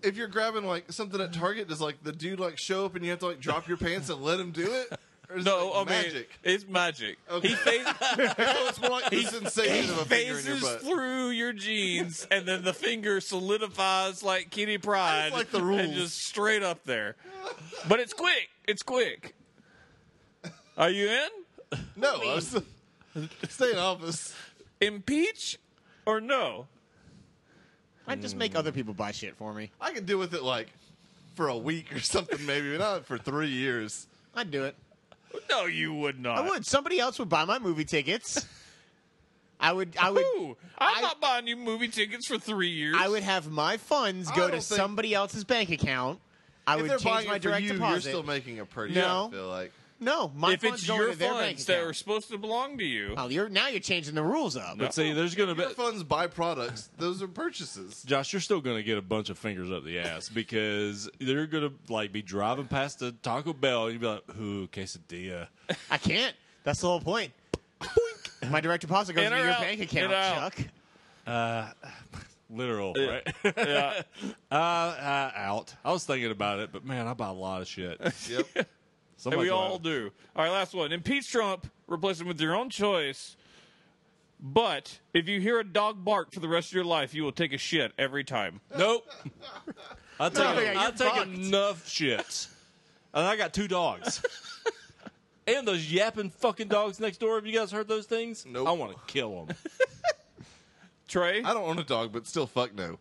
[SPEAKER 4] If you're grabbing like something at Target, does like the dude like show up and you have to like drop your pants and let him do it? Or is
[SPEAKER 1] No,
[SPEAKER 4] it, like,
[SPEAKER 1] I mean
[SPEAKER 4] magic.
[SPEAKER 1] it's magic.
[SPEAKER 4] Okay.
[SPEAKER 1] He fa-
[SPEAKER 4] Oh, it's more like the sensation of a finger in your
[SPEAKER 1] phases
[SPEAKER 4] butt.
[SPEAKER 1] through your jeans, and then the finger solidifies like Kitty Pride,
[SPEAKER 4] That's like the
[SPEAKER 1] and
[SPEAKER 4] rules.
[SPEAKER 1] just straight up there. But it's quick. It's quick. Are you in?
[SPEAKER 4] No, I was stay in office.
[SPEAKER 1] Impeach or no?
[SPEAKER 2] I'd just make other people buy shit for me.
[SPEAKER 4] I could deal with it like for a week or something, maybe, but not for three years.
[SPEAKER 2] I'd do it.
[SPEAKER 1] No, you would not.
[SPEAKER 2] I would. Somebody else would buy my movie tickets. I would. I would.
[SPEAKER 1] Ooh, I'm
[SPEAKER 2] I-
[SPEAKER 1] not buying you movie tickets for three years.
[SPEAKER 2] I would have my funds
[SPEAKER 4] I
[SPEAKER 2] go
[SPEAKER 4] don't
[SPEAKER 2] to
[SPEAKER 4] think-
[SPEAKER 2] somebody else's bank account. I
[SPEAKER 4] If
[SPEAKER 2] would
[SPEAKER 4] they're
[SPEAKER 2] change
[SPEAKER 4] buying
[SPEAKER 2] my
[SPEAKER 4] it for
[SPEAKER 2] direct
[SPEAKER 4] you, you're
[SPEAKER 2] deposit.
[SPEAKER 4] still making a pretty.
[SPEAKER 2] No.
[SPEAKER 4] I feel like
[SPEAKER 2] no, my
[SPEAKER 1] if
[SPEAKER 2] funds
[SPEAKER 1] it's
[SPEAKER 2] go
[SPEAKER 1] your
[SPEAKER 2] to their bank
[SPEAKER 1] funds that are
[SPEAKER 2] account.
[SPEAKER 1] supposed to belong to you.
[SPEAKER 2] Oh, you're now you're changing the rules up.
[SPEAKER 1] No.
[SPEAKER 5] But see, there's gonna be
[SPEAKER 4] your funds buy products; those are purchases.
[SPEAKER 5] Josh, you're still gonna get a bunch of fingers up the ass because they're gonna like be driving past the Taco Bell and you'd be like, "Ooh, quesadilla."
[SPEAKER 2] I can't. That's the whole point. my direct deposit goes
[SPEAKER 1] In
[SPEAKER 2] to
[SPEAKER 1] or
[SPEAKER 2] your
[SPEAKER 1] out?
[SPEAKER 2] bank
[SPEAKER 1] In
[SPEAKER 2] account,
[SPEAKER 1] or out?
[SPEAKER 2] Chuck.
[SPEAKER 5] Literal, right? uh, uh, out. I was thinking about it, but man, I buy a lot of shit.
[SPEAKER 4] Yep.
[SPEAKER 1] And
[SPEAKER 5] Somebody
[SPEAKER 1] we
[SPEAKER 5] go
[SPEAKER 1] all
[SPEAKER 5] out-
[SPEAKER 1] do. All right, last one. Impeach Trump, replace him with your own choice. But if you hear a dog bark for the rest of your life, you will take a shit every time.
[SPEAKER 5] Nope. I take,
[SPEAKER 2] yeah, you're
[SPEAKER 5] I take
[SPEAKER 2] fucked.
[SPEAKER 5] enough shits. And I got two dogs. and those yapping fucking dogs next door. Have you guys heard those things?
[SPEAKER 4] Nope.
[SPEAKER 5] I want to kill them.
[SPEAKER 1] Trey,
[SPEAKER 4] I don't own a dog, but still, fuck no.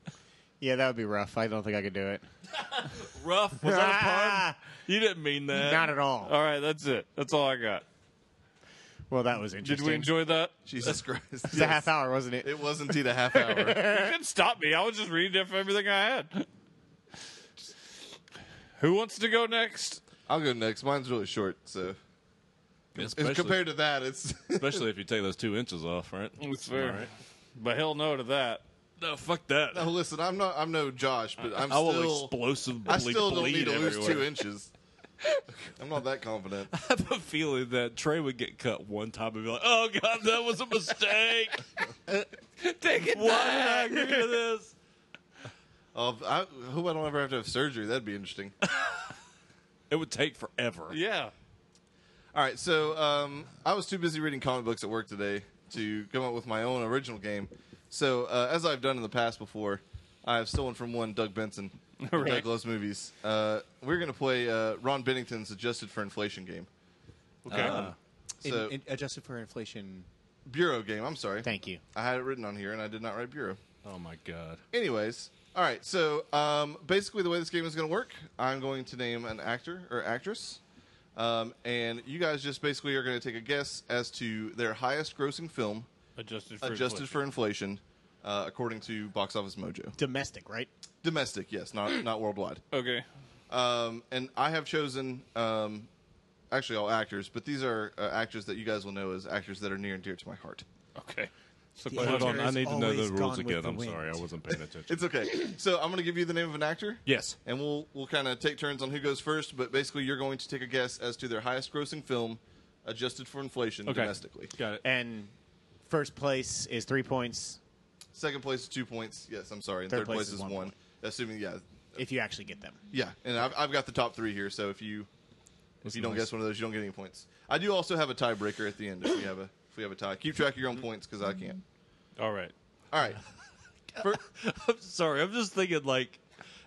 [SPEAKER 2] Yeah, that would be rough. I don't think I could do it. Ah,
[SPEAKER 5] Rough. Was that a pun? Uh, You didn't mean that.
[SPEAKER 2] Not at all.
[SPEAKER 1] all right, that's it. That's all I got.
[SPEAKER 2] Well, that was interesting.
[SPEAKER 1] Did we enjoy that?
[SPEAKER 4] Jesus Christ!
[SPEAKER 2] It's a half hour, wasn't it?
[SPEAKER 4] It was indeed a half
[SPEAKER 2] Eh.
[SPEAKER 4] hour.
[SPEAKER 1] You couldn't stop me. I was just reading it from everything I had. Who wants to go next?
[SPEAKER 4] I'll go next. Mine's really short, so
[SPEAKER 5] especially,
[SPEAKER 4] if compared to that, it's
[SPEAKER 5] especially if you take those two inches off, right?
[SPEAKER 1] That's fair.
[SPEAKER 5] All right.
[SPEAKER 1] But hell no to that.
[SPEAKER 5] No, fuck that.
[SPEAKER 4] no. Oh, Listen, I'm not. I'm no Josh, but I'm
[SPEAKER 5] I will
[SPEAKER 4] still.
[SPEAKER 5] explosively
[SPEAKER 4] I still don't
[SPEAKER 5] bleed
[SPEAKER 4] need to
[SPEAKER 5] everywhere.
[SPEAKER 4] lose two inches. I'm not that confident.
[SPEAKER 5] I have a feeling that Trey would get cut one time and be like, "Oh God, that was a mistake.
[SPEAKER 1] Take it
[SPEAKER 5] Why did I agree to this?"
[SPEAKER 4] Oh, I hope I don't ever have to have surgery. That'd be interesting.
[SPEAKER 5] It would take forever.
[SPEAKER 1] Yeah.
[SPEAKER 4] All right, so um, I was too busy reading comic books at work today to come up with my own original game. So, uh, as I've done in the past before, I have stolen from one Doug Benson.
[SPEAKER 1] Right.
[SPEAKER 4] Doug loves movies. Uh, we're going to play uh, Ron Bennington's Adjusted for Inflation game.
[SPEAKER 1] Okay.
[SPEAKER 4] Ah. So,
[SPEAKER 2] adjusted for inflation.
[SPEAKER 4] Bureau game, I'm sorry.
[SPEAKER 2] Thank you.
[SPEAKER 4] I had it written on here, and I did not write Bureau.
[SPEAKER 5] Oh my God.
[SPEAKER 4] Anyways, all right. So um, basically, the way this game is going to work, I'm going to name an actor or actress, um, and you guys just basically are going to take a guess as to their highest-grossing film,
[SPEAKER 1] Adjusted for
[SPEAKER 4] adjusted for inflation, uh, according to Box Office Mojo.
[SPEAKER 2] Domestic, right?
[SPEAKER 4] Domestic, yes, not not worldwide.
[SPEAKER 1] Okay.
[SPEAKER 4] Um, and I have chosen, um, actually, all actors, but these are uh, actors that you guys will know as actors that are near and dear to my heart.
[SPEAKER 1] Okay.
[SPEAKER 5] Hold on, I
[SPEAKER 2] has
[SPEAKER 5] need to know
[SPEAKER 2] always
[SPEAKER 5] the rules
[SPEAKER 2] gone with
[SPEAKER 5] again.
[SPEAKER 2] the
[SPEAKER 5] I'm
[SPEAKER 2] wind.
[SPEAKER 5] sorry, I wasn't paying attention.
[SPEAKER 4] It's okay. So I'm going to give you the name of an actor.
[SPEAKER 5] yes.
[SPEAKER 4] and we'll we'll kind of take turns on who goes first. But basically, you're going to take a guess as to their highest grossing film, adjusted for inflation
[SPEAKER 5] Okay.
[SPEAKER 4] domestically.
[SPEAKER 5] Got it.
[SPEAKER 2] And first place is three points.
[SPEAKER 4] Second place is two points. Yes, I'm sorry. And
[SPEAKER 2] Third
[SPEAKER 4] third,
[SPEAKER 2] place
[SPEAKER 4] place,
[SPEAKER 2] is
[SPEAKER 4] is
[SPEAKER 2] one
[SPEAKER 4] one.
[SPEAKER 2] point.
[SPEAKER 4] Assuming yeah, them.
[SPEAKER 2] if you actually get them.
[SPEAKER 4] yeah, and I've, I've got the top three here. So if you if you don't guess one of those, you don't get any points. I do also have a tiebreaker at the end if we have a if we have a tie. Keep track of your own points because I can't.
[SPEAKER 1] All right.
[SPEAKER 4] All right,
[SPEAKER 5] I'm sorry. I'm just thinking like.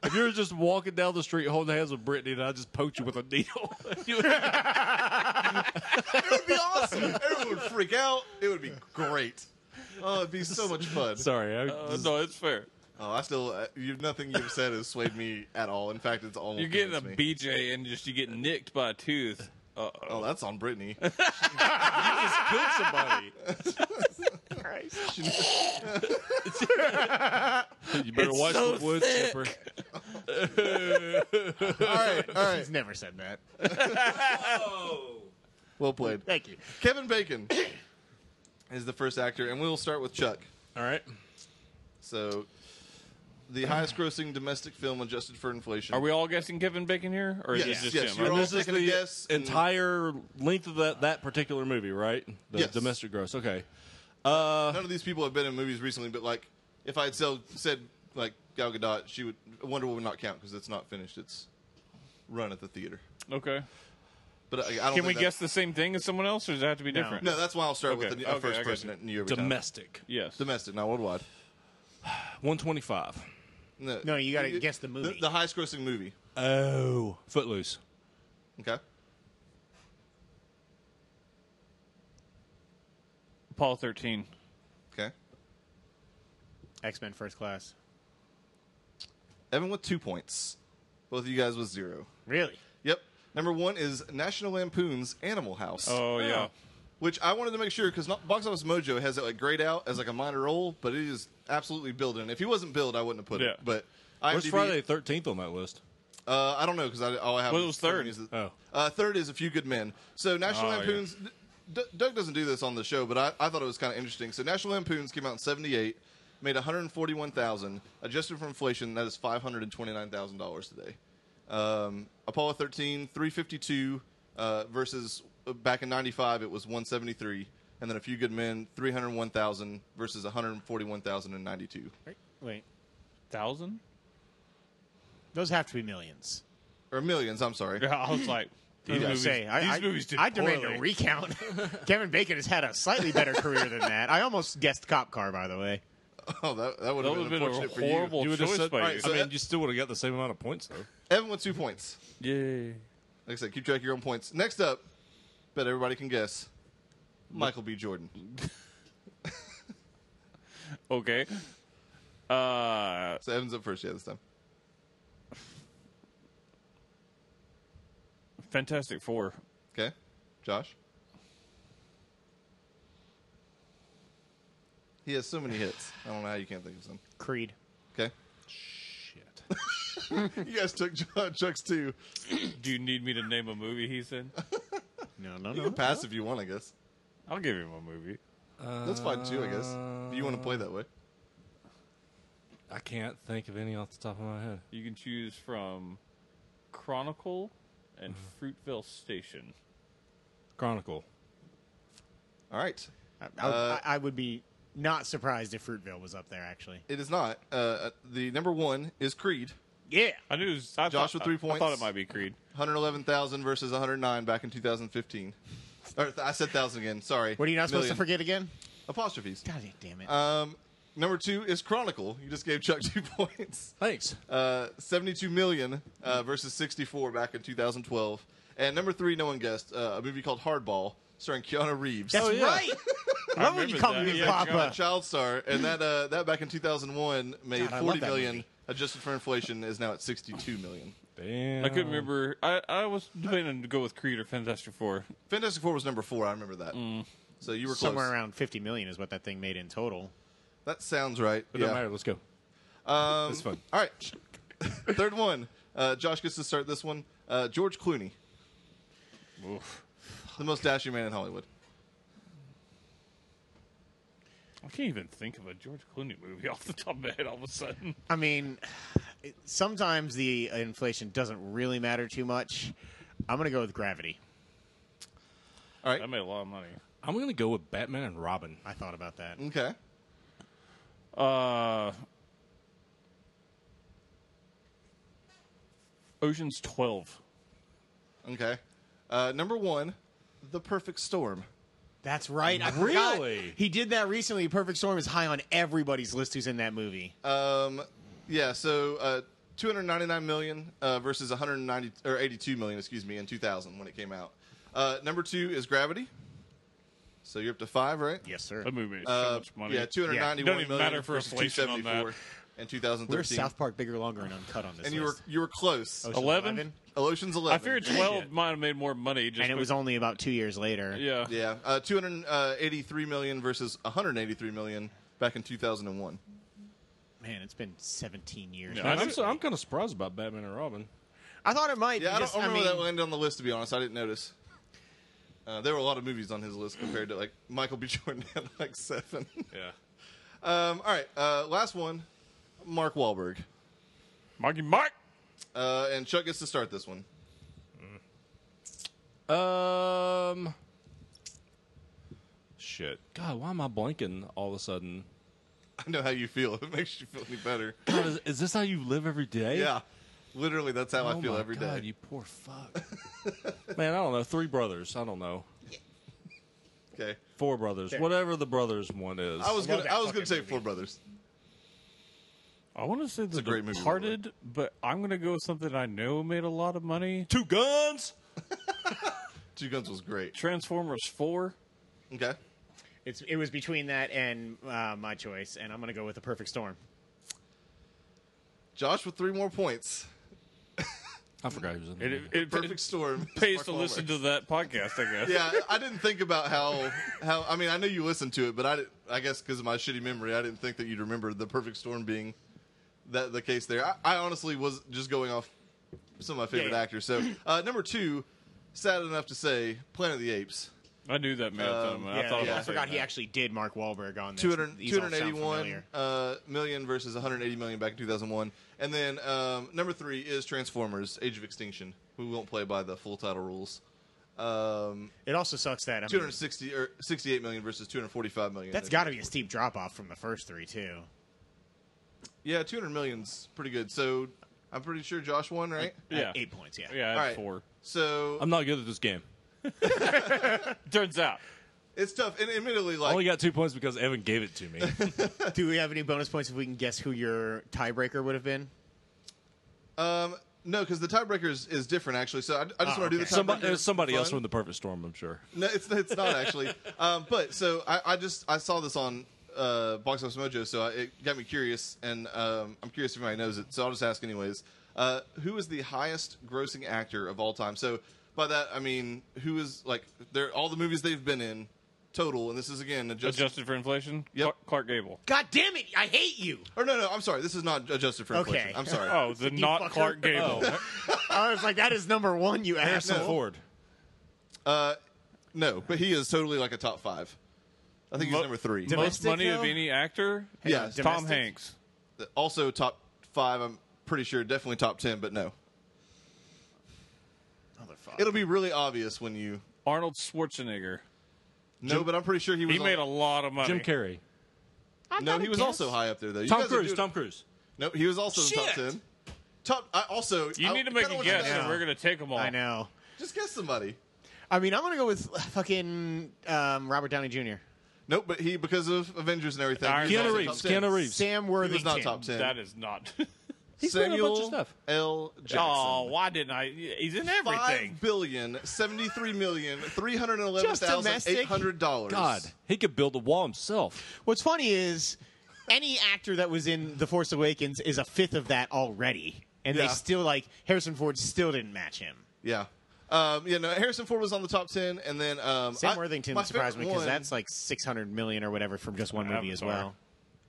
[SPEAKER 5] If you were just walking down the street holding hands with Brittany and I just poked you with a needle,
[SPEAKER 4] it would be awesome. Everyone would freak out. It would be great. Oh, it'd be so much fun.
[SPEAKER 5] sorry, I
[SPEAKER 1] Uh, no, it's fair.
[SPEAKER 4] Oh, I still uh, you nothing you've said has swayed me at all. In fact, it's almost
[SPEAKER 1] You're getting a
[SPEAKER 4] convinced me.
[SPEAKER 1] BJ and just you get nicked by a tooth. Uh,
[SPEAKER 4] Oh, that's on Brittany.
[SPEAKER 5] just killed somebody. you better watch
[SPEAKER 1] so
[SPEAKER 5] the wood chipper.
[SPEAKER 4] all right, all right.
[SPEAKER 2] He's never said that.
[SPEAKER 4] Well played.
[SPEAKER 2] Thank you.
[SPEAKER 4] Kevin Bacon is the first actor, and we'll start with Chuck.
[SPEAKER 5] All right.
[SPEAKER 4] So, the highest-grossing domestic film adjusted for inflation.
[SPEAKER 1] are we all guessing Kevin Bacon here, or
[SPEAKER 4] Yes,
[SPEAKER 1] is it just
[SPEAKER 4] yes,
[SPEAKER 1] him?
[SPEAKER 4] you're
[SPEAKER 1] I
[SPEAKER 4] all
[SPEAKER 1] missed-
[SPEAKER 5] This is
[SPEAKER 4] taking a
[SPEAKER 5] the
[SPEAKER 4] guess and-
[SPEAKER 5] entire length of that, that particular movie, right? The
[SPEAKER 4] Yes.
[SPEAKER 5] domestic gross. Okay.
[SPEAKER 4] None of these people have been in movies recently, but like, if I had sell, said like Gal Gadot, she would Wonder Woman would not count because it's not finished. It's run at the theater.
[SPEAKER 1] okay.
[SPEAKER 4] But I, I don't.
[SPEAKER 1] Can
[SPEAKER 4] think
[SPEAKER 1] we
[SPEAKER 4] that-
[SPEAKER 1] guess the same thing as someone else, or does it have to be different?
[SPEAKER 4] No, that's why I'll start with
[SPEAKER 1] Okay,
[SPEAKER 4] the uh,
[SPEAKER 1] okay, I
[SPEAKER 4] first
[SPEAKER 1] got
[SPEAKER 4] person
[SPEAKER 1] you.
[SPEAKER 4] in you every time.
[SPEAKER 5] Domestic.
[SPEAKER 1] Yes.
[SPEAKER 4] Domestic, not worldwide.
[SPEAKER 5] 125.
[SPEAKER 2] No, you gotta guess the movie.
[SPEAKER 4] The, highest-grossing movie.
[SPEAKER 5] Oh. Footloose.
[SPEAKER 4] Okay.
[SPEAKER 1] Paul thirteen.
[SPEAKER 4] Okay.
[SPEAKER 2] X Men First Class.
[SPEAKER 4] Evan with two points. Both of you guys with zero.
[SPEAKER 2] Really?
[SPEAKER 4] Yep. Number one is National Lampoon's Animal House,
[SPEAKER 1] Oh yeah.
[SPEAKER 4] which I wanted to make sure because Box Office Mojo has it like grayed out as like a minor role, but it is absolutely billed in. If he wasn't billed, I wouldn't have put it.
[SPEAKER 1] Yeah.
[SPEAKER 4] But
[SPEAKER 5] Where's
[SPEAKER 4] IMDb
[SPEAKER 5] Friday the 13th on that list?
[SPEAKER 4] Uh, I don't know because I all I have.
[SPEAKER 1] Well, it was
[SPEAKER 4] in front of
[SPEAKER 1] third.
[SPEAKER 4] me Is the,
[SPEAKER 5] Oh.
[SPEAKER 4] uh, third is a few good men. So National
[SPEAKER 1] Oh, yeah.
[SPEAKER 4] Lampoon's. D- Doug doesn't do this on the show, but I, I thought it was kind of interesting. So National Lampoon's came out in '78, made 141,000, adjusted for inflation, that is 529,000 dollars today. Um, Apollo 13, 352 uh, versus uh, back in '95 it was 173, and then A Few Good Men, 301,000 versus 141,092,
[SPEAKER 2] Wait.
[SPEAKER 1] Thousand.
[SPEAKER 2] Those have to be millions.
[SPEAKER 4] or millions. I'm sorry.
[SPEAKER 1] Yeah, I was like,
[SPEAKER 2] I
[SPEAKER 1] these
[SPEAKER 2] was
[SPEAKER 1] movies,
[SPEAKER 2] gonna say, I,
[SPEAKER 1] these
[SPEAKER 2] I,
[SPEAKER 1] movies did
[SPEAKER 2] I demand
[SPEAKER 1] poorly.
[SPEAKER 2] a recount. Kevin Bacon has had a slightly better career than that. I, almost guessed cop car, by the way.
[SPEAKER 4] Oh, that, that would
[SPEAKER 1] That
[SPEAKER 4] have
[SPEAKER 1] would have
[SPEAKER 4] been,
[SPEAKER 1] been a
[SPEAKER 4] unfortunate for you.
[SPEAKER 1] horrible
[SPEAKER 5] You would've
[SPEAKER 1] choice
[SPEAKER 5] said-
[SPEAKER 1] by
[SPEAKER 4] Alright,
[SPEAKER 1] you.
[SPEAKER 4] so-
[SPEAKER 5] I mean,
[SPEAKER 4] that-
[SPEAKER 5] you still would have got the same amount of points, though.
[SPEAKER 4] Evan with two points.
[SPEAKER 1] Yay.
[SPEAKER 4] Like I said, keep track of your own points. Next up, bet everybody can guess. Michael B. Jordan.
[SPEAKER 1] Okay. Uh,
[SPEAKER 4] So Evan's up first, yeah, this time.
[SPEAKER 1] Fantastic Four.
[SPEAKER 4] Okay, Josh. He has so many hits. I don't know how you can't think of some.
[SPEAKER 2] Creed.
[SPEAKER 4] Okay,
[SPEAKER 5] Shit.
[SPEAKER 4] you guys took Ju- Chuck's too.
[SPEAKER 1] Do you need me to name a movie he's in?
[SPEAKER 2] No, no,
[SPEAKER 4] You
[SPEAKER 2] no.
[SPEAKER 4] can pass if you want, I guess.
[SPEAKER 1] I'll give him a movie.
[SPEAKER 4] That's fine too, I guess. If you want to play that way.
[SPEAKER 5] I can't think of any off the top of my head.
[SPEAKER 1] You can choose from Chronicle and Fruitville Station.
[SPEAKER 5] Chronicle.
[SPEAKER 4] All right.
[SPEAKER 2] I, I, would-
[SPEAKER 4] Uh,
[SPEAKER 2] I, I would be not surprised if Fruitville was up there, actually.
[SPEAKER 4] It is not. Uh, Uh, the number one is Creed.
[SPEAKER 2] Yeah.
[SPEAKER 1] I knew it was, I
[SPEAKER 4] Josh
[SPEAKER 1] thought,
[SPEAKER 4] with three
[SPEAKER 1] I- I thought
[SPEAKER 4] points.
[SPEAKER 1] it might be Creed.
[SPEAKER 4] 111,000 versus 109 back in 2015. Or, th- I said 1,000 again. Sorry.
[SPEAKER 2] What are you not supposed
[SPEAKER 4] Million.
[SPEAKER 2] to forget again?
[SPEAKER 4] Apostrophes.
[SPEAKER 2] God damn it.
[SPEAKER 1] Uh,
[SPEAKER 4] Um, number two is Chronicle. You just gave Chuck two points.
[SPEAKER 5] Thanks.
[SPEAKER 4] Uh, 72 million uh, versus 64 back in 2012. And number three, no one guessed, uh, a movie called Hardball starring Keanu Reeves.
[SPEAKER 2] That's
[SPEAKER 5] oh, yeah.
[SPEAKER 2] right. I love when you
[SPEAKER 1] remember
[SPEAKER 2] call
[SPEAKER 1] that.
[SPEAKER 2] me
[SPEAKER 1] Yeah,
[SPEAKER 2] Papa.
[SPEAKER 4] a child star. And that uh, that back in 2001 made
[SPEAKER 2] God, I love
[SPEAKER 4] 40
[SPEAKER 2] that
[SPEAKER 4] million.
[SPEAKER 2] movie.
[SPEAKER 4] Adjusted for inflation is now at 62 million.
[SPEAKER 5] Damn.
[SPEAKER 1] I couldn't remember. I, I was debating to go with Creed or Fantastic Four.
[SPEAKER 4] Fantastic Four was number four. I remember that. So you were close.
[SPEAKER 2] Mm. Somewhere around 50 million is what that thing made in total.
[SPEAKER 4] That sounds right.
[SPEAKER 5] It
[SPEAKER 4] yeah.
[SPEAKER 5] don't matter. Let's go. Um, it's fun.
[SPEAKER 4] All right. Third one. Uh, Josh gets to start this one. Uh, George Clooney. The most dashing man in Hollywood.
[SPEAKER 1] I can't even think of a George Clooney movie off the top of my head all of a sudden.
[SPEAKER 2] I mean, it- sometimes the inflation doesn't really matter too much. I'm going to go with Gravity.
[SPEAKER 4] All
[SPEAKER 1] That
[SPEAKER 4] right.
[SPEAKER 1] made a lot of money.
[SPEAKER 5] I'm going to go with Batman and Robin.
[SPEAKER 2] I thought about that.
[SPEAKER 4] Okay.
[SPEAKER 1] Uh, Ocean's Twelve.
[SPEAKER 4] Okay. Uh, number one, The Perfect Storm.
[SPEAKER 2] That's right. I forgot.
[SPEAKER 5] Really?
[SPEAKER 2] He did that recently. Perfect Storm is high on everybody's list who's in that movie.
[SPEAKER 4] Um, yeah, so uh, 299 million uh, versus 190 or 82 million, excuse me, in 2000 when it came out. Uh, number two is Gravity. So you're up to five, right?
[SPEAKER 2] yes, sir.
[SPEAKER 1] That movie made so
[SPEAKER 4] Uh,
[SPEAKER 1] much money.
[SPEAKER 4] Yeah, 291
[SPEAKER 1] Don't even
[SPEAKER 4] million
[SPEAKER 1] matter for
[SPEAKER 4] versus
[SPEAKER 1] inflation on that.
[SPEAKER 4] 274 in 2013.
[SPEAKER 2] We're South Park bigger, longer, and uncut on this.
[SPEAKER 4] and you were
[SPEAKER 2] list.
[SPEAKER 4] you were close.
[SPEAKER 2] Ocean's
[SPEAKER 1] 11?
[SPEAKER 4] Ocean's 11.
[SPEAKER 1] I figured Twelve might have made more money. Just
[SPEAKER 2] and it was only about two years later.
[SPEAKER 1] yeah.
[SPEAKER 4] Yeah, uh, 283 million versus 183 million back in 2001.
[SPEAKER 2] Man, it's been 17 years.
[SPEAKER 1] Yeah,
[SPEAKER 5] Man,
[SPEAKER 1] I
[SPEAKER 5] I'm,
[SPEAKER 1] just-
[SPEAKER 5] so, I'm kind of surprised about Batman and Robin.
[SPEAKER 2] I thought it might.
[SPEAKER 4] Yeah, I don't
[SPEAKER 2] because,
[SPEAKER 4] remember that
[SPEAKER 2] mean,
[SPEAKER 4] landed on the list to be honest. I didn't notice. Uh, there were a lot of movies on his list compared to like Michael B. Jordan had like seven.
[SPEAKER 5] Yeah.
[SPEAKER 4] Um, all right, uh, last one, Mark Wahlberg,
[SPEAKER 1] Marky Mark.
[SPEAKER 4] uh, and Chuck gets to start this one.
[SPEAKER 5] Um. Shit. God, why am I blanking all of a sudden?
[SPEAKER 4] I know how you feel. If it makes you feel any better,
[SPEAKER 5] God, is, is this how you live every day?
[SPEAKER 4] yeah, literally that's how
[SPEAKER 5] Oh
[SPEAKER 4] I feel
[SPEAKER 5] my
[SPEAKER 4] every day.
[SPEAKER 5] God, you poor fuck. Man, I don't know. Three brothers. I don't know.
[SPEAKER 4] Okay,
[SPEAKER 5] Four brothers. Whatever the brothers one is.
[SPEAKER 4] I was
[SPEAKER 2] love
[SPEAKER 4] gonna
[SPEAKER 2] that
[SPEAKER 4] I was gonna
[SPEAKER 2] fucking
[SPEAKER 4] say
[SPEAKER 2] movie.
[SPEAKER 4] Four Brothers.
[SPEAKER 1] I want to say the
[SPEAKER 4] a great movie, by the way.
[SPEAKER 1] Departed, but I'm going to go with something I know made a lot of money.
[SPEAKER 5] two guns.
[SPEAKER 4] Two Guns was great.
[SPEAKER 1] Transformers Four.
[SPEAKER 4] Okay,
[SPEAKER 2] It's, it was between that and uh, my choice, and I'm going to go with The Perfect Storm.
[SPEAKER 4] Josh with three more points.
[SPEAKER 5] I forgot he was in there.
[SPEAKER 1] It, it, it,
[SPEAKER 4] Perfect Storm.
[SPEAKER 1] pays
[SPEAKER 4] Mark
[SPEAKER 1] to listen
[SPEAKER 4] Wahlberg.
[SPEAKER 1] to that podcast, I guess.
[SPEAKER 4] yeah, I didn't think about how how. I mean, I know you listened to it, but I didn't, I guess because of my shitty memory, I didn't think that you'd remember the perfect storm being that the case there. I, I honestly was just going off some of my favorite
[SPEAKER 2] Yeah, yeah.
[SPEAKER 4] actors. So uh, number two, sad enough to say, Planet of the Apes,
[SPEAKER 1] I knew that marathon.
[SPEAKER 4] Um,
[SPEAKER 1] man. I
[SPEAKER 2] Yeah,
[SPEAKER 1] thought
[SPEAKER 2] yeah,
[SPEAKER 1] about
[SPEAKER 2] I forgot
[SPEAKER 1] saying
[SPEAKER 2] he
[SPEAKER 1] that.
[SPEAKER 2] actually did Mark Wahlberg on this.
[SPEAKER 4] 200,
[SPEAKER 2] These all sound
[SPEAKER 4] 281
[SPEAKER 2] familiar.
[SPEAKER 4] uh, million versus 180 million back in 2001, and then um, number three is Transformers: Age of Extinction. We won't play by the full title rules. Um,
[SPEAKER 2] It also sucks that I mean,
[SPEAKER 4] 260 or 68 million versus 245 million.
[SPEAKER 2] that's got to be a steep drop off from the first three too.
[SPEAKER 4] Yeah, two hundred million's pretty good. So I'm pretty sure Josh won, right?
[SPEAKER 1] Yeah.
[SPEAKER 2] eight points. Yeah,
[SPEAKER 1] Yeah, I had
[SPEAKER 4] All right.
[SPEAKER 1] four.
[SPEAKER 4] So
[SPEAKER 5] I'm not good at this game.
[SPEAKER 1] Turns out.
[SPEAKER 4] it's tough. And admittedly,
[SPEAKER 5] I
[SPEAKER 2] Oh,
[SPEAKER 4] like
[SPEAKER 5] only got two points because Evan gave it to me.
[SPEAKER 2] Do we have any bonus points if we can guess who your tiebreaker would have been?
[SPEAKER 4] um, no, because the tiebreaker is, is different actually. So I, I just want to do the tiebreaker.
[SPEAKER 2] Ah, okay.
[SPEAKER 5] somebody
[SPEAKER 4] for
[SPEAKER 5] there's somebody else
[SPEAKER 4] fun.
[SPEAKER 5] from the Perfect Storm, I'm sure.
[SPEAKER 4] No, it's it's not actually. um, but so I, I just I saw this on uh, Box Office Mojo, so I, it got me curious, and um, I'm curious if anybody knows it. So I'll just ask anyways. Uh, who is the highest grossing actor of all time? So by that I mean who is like they're all the movies they've been in total, and this is again adjusted.
[SPEAKER 1] Adjusted for inflation?
[SPEAKER 4] Yep.
[SPEAKER 1] Clark- Clark Gable.
[SPEAKER 2] God damn it! I hate you.
[SPEAKER 4] or no, no, I'm sorry. This is not adjusted for inflation.
[SPEAKER 2] Okay.
[SPEAKER 4] I'm sorry.
[SPEAKER 1] Oh, the not
[SPEAKER 2] fucker.
[SPEAKER 1] Clark Gable.
[SPEAKER 4] Oh.
[SPEAKER 2] I was like, that is number one, you
[SPEAKER 5] Harrison
[SPEAKER 2] asshole.
[SPEAKER 5] Ford.
[SPEAKER 4] No, but he is totally like a top five. I think he's
[SPEAKER 1] Mo-
[SPEAKER 4] number three.
[SPEAKER 1] Most
[SPEAKER 2] Domestic,
[SPEAKER 1] money of
[SPEAKER 2] though?
[SPEAKER 1] any actor?
[SPEAKER 4] Yeah,
[SPEAKER 2] on,
[SPEAKER 1] Tom
[SPEAKER 2] domestic?
[SPEAKER 1] Hanks.
[SPEAKER 4] also top five. I'm pretty sure, definitely top ten, but no,
[SPEAKER 2] Motherfucker.
[SPEAKER 4] it'll be really obvious when you
[SPEAKER 1] Arnold Schwarzenegger.
[SPEAKER 4] no. but I'm pretty sure he was.
[SPEAKER 1] He made a
[SPEAKER 4] on-
[SPEAKER 1] lot of money.
[SPEAKER 5] Jim Carrey.
[SPEAKER 4] no. He was also high up there though. You
[SPEAKER 5] Tom
[SPEAKER 4] guys are
[SPEAKER 5] Cruise.
[SPEAKER 4] doing-
[SPEAKER 5] Tom Cruise.
[SPEAKER 4] No, he was also in top ten. Top. I also.
[SPEAKER 1] You
[SPEAKER 4] I
[SPEAKER 1] need to make
[SPEAKER 4] kinda
[SPEAKER 1] a
[SPEAKER 4] want you
[SPEAKER 1] guess,
[SPEAKER 4] guys-
[SPEAKER 1] and we're going to take them all.
[SPEAKER 2] I know.
[SPEAKER 4] Just guess somebody.
[SPEAKER 2] I mean, I'm gonna go with fucking um, Robert Downey Jr.
[SPEAKER 4] Nope, but he because of Avengers and everything.
[SPEAKER 1] Iron
[SPEAKER 4] he was
[SPEAKER 1] Man.
[SPEAKER 5] Keanu
[SPEAKER 4] also
[SPEAKER 5] Reeves.
[SPEAKER 4] top 10.
[SPEAKER 5] Keanu Reeves.
[SPEAKER 2] Sam
[SPEAKER 4] He
[SPEAKER 2] Worthington.
[SPEAKER 4] was not top ten.
[SPEAKER 1] That is not.
[SPEAKER 5] He's been in a bunch
[SPEAKER 4] Samuel
[SPEAKER 5] of stuff.
[SPEAKER 4] L. Jackson.
[SPEAKER 1] oh, why didn't I? He's in everything.
[SPEAKER 4] Five billion seventy-three million three hundred eleven thousand eight hundred dollars.
[SPEAKER 5] God, he could build a wall himself.
[SPEAKER 2] What's funny is any actor that was in The Force Awakens is a fifth of that already, and they
[SPEAKER 4] Yeah.
[SPEAKER 2] still like Harrison Ford still didn't match him.
[SPEAKER 4] Yeah. Um, yeah, no, Harrison Ford was on the top 10, and then. Um,
[SPEAKER 2] Sam
[SPEAKER 4] I-
[SPEAKER 2] Worthington
[SPEAKER 4] my
[SPEAKER 2] surprised me
[SPEAKER 4] favorite
[SPEAKER 2] because
[SPEAKER 4] one-
[SPEAKER 2] that's like 600 million or whatever from just one movie as
[SPEAKER 1] Avatar.
[SPEAKER 2] well.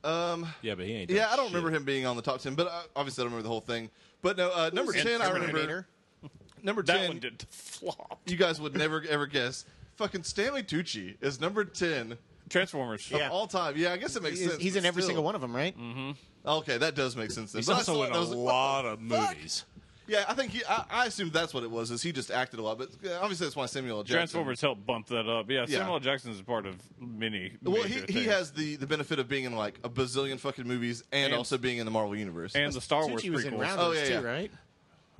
[SPEAKER 5] Yeah, but he ain't.
[SPEAKER 4] Yeah,
[SPEAKER 5] done
[SPEAKER 4] I don't
[SPEAKER 5] shit.
[SPEAKER 4] remember him being on the top 10, but uh, obviously I don't remember the whole thing. But no, uh, number
[SPEAKER 2] in
[SPEAKER 4] 10, I remember.
[SPEAKER 2] Terminator?
[SPEAKER 4] Number
[SPEAKER 1] That
[SPEAKER 4] 10,
[SPEAKER 1] one did flop.
[SPEAKER 4] you guys would never ever guess. Fucking Stanley Tucci is number 10
[SPEAKER 1] Transformers.
[SPEAKER 2] Yeah.
[SPEAKER 4] all time. Yeah, I guess it makes
[SPEAKER 2] He's,
[SPEAKER 4] sense.
[SPEAKER 2] he's
[SPEAKER 4] but
[SPEAKER 2] in every
[SPEAKER 4] still.
[SPEAKER 2] single one of them, right?
[SPEAKER 1] Mm-hmm.
[SPEAKER 4] Okay, that does make sense then.
[SPEAKER 5] He's
[SPEAKER 4] But I
[SPEAKER 5] also
[SPEAKER 4] saw it
[SPEAKER 5] in
[SPEAKER 4] and I
[SPEAKER 5] a
[SPEAKER 4] was like,
[SPEAKER 5] lot of
[SPEAKER 4] fuck?
[SPEAKER 5] movies.
[SPEAKER 4] Yeah, I think he, I, I assumed that's what it was, is he just acted a lot. But uh, obviously that's why Samuel L. Jackson.
[SPEAKER 1] Transformers helped bump that up. Yeah,
[SPEAKER 4] Yeah.
[SPEAKER 1] Samuel L. Jackson is part of many.
[SPEAKER 4] Well,
[SPEAKER 1] major
[SPEAKER 4] he, he
[SPEAKER 1] things.
[SPEAKER 4] has the, the benefit of being in like a bazillion fucking movies and,
[SPEAKER 1] And-
[SPEAKER 4] also being in the Marvel Universe.
[SPEAKER 1] and the Star Wars
[SPEAKER 2] Tucci was in
[SPEAKER 1] prequels.
[SPEAKER 2] Rounders
[SPEAKER 4] Oh, yeah, yeah.
[SPEAKER 2] too, right?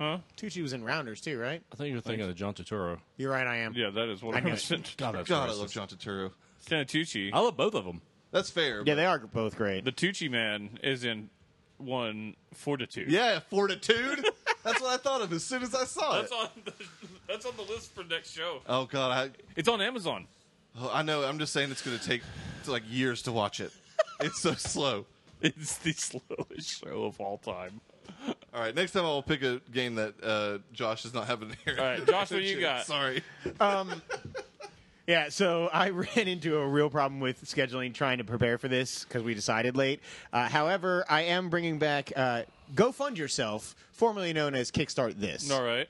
[SPEAKER 1] Huh?
[SPEAKER 2] Tucci was in Rounders too, right?
[SPEAKER 5] I think you're thinking of John Turturro.
[SPEAKER 2] You're right. I am.
[SPEAKER 1] Yeah, that is what
[SPEAKER 2] I
[SPEAKER 1] I
[SPEAKER 2] knew
[SPEAKER 1] am
[SPEAKER 2] it.
[SPEAKER 1] saying.
[SPEAKER 5] God, that's
[SPEAKER 4] God, I
[SPEAKER 5] racist.
[SPEAKER 4] love John Turturro.
[SPEAKER 1] Stanatucci.
[SPEAKER 5] I love both of them.
[SPEAKER 4] That's fair.
[SPEAKER 2] Yeah,
[SPEAKER 4] Yeah,
[SPEAKER 2] they are both great.
[SPEAKER 1] The Tucci man is in one fortitude.
[SPEAKER 4] yeah fortitude. That's what I thought of as soon as I saw
[SPEAKER 1] That's
[SPEAKER 4] it.
[SPEAKER 1] on the, that's on the list for next show.
[SPEAKER 4] Oh God,
[SPEAKER 1] It's on Amazon.
[SPEAKER 4] I oh, I know. I'm just saying it's going to take like years to watch it. It's so slow.
[SPEAKER 1] It's the slowest show of all time.
[SPEAKER 4] All right, next time I will pick a game that uh, Josh is not having here.
[SPEAKER 1] All right, Josh, what you got?
[SPEAKER 4] Sorry.
[SPEAKER 2] Yeah, so I ran into a real problem with scheduling trying to prepare for this because we decided late. Uh, however, I am bringing back uh, Go Fund Yourself, formerly known as Kickstart This.
[SPEAKER 1] All right.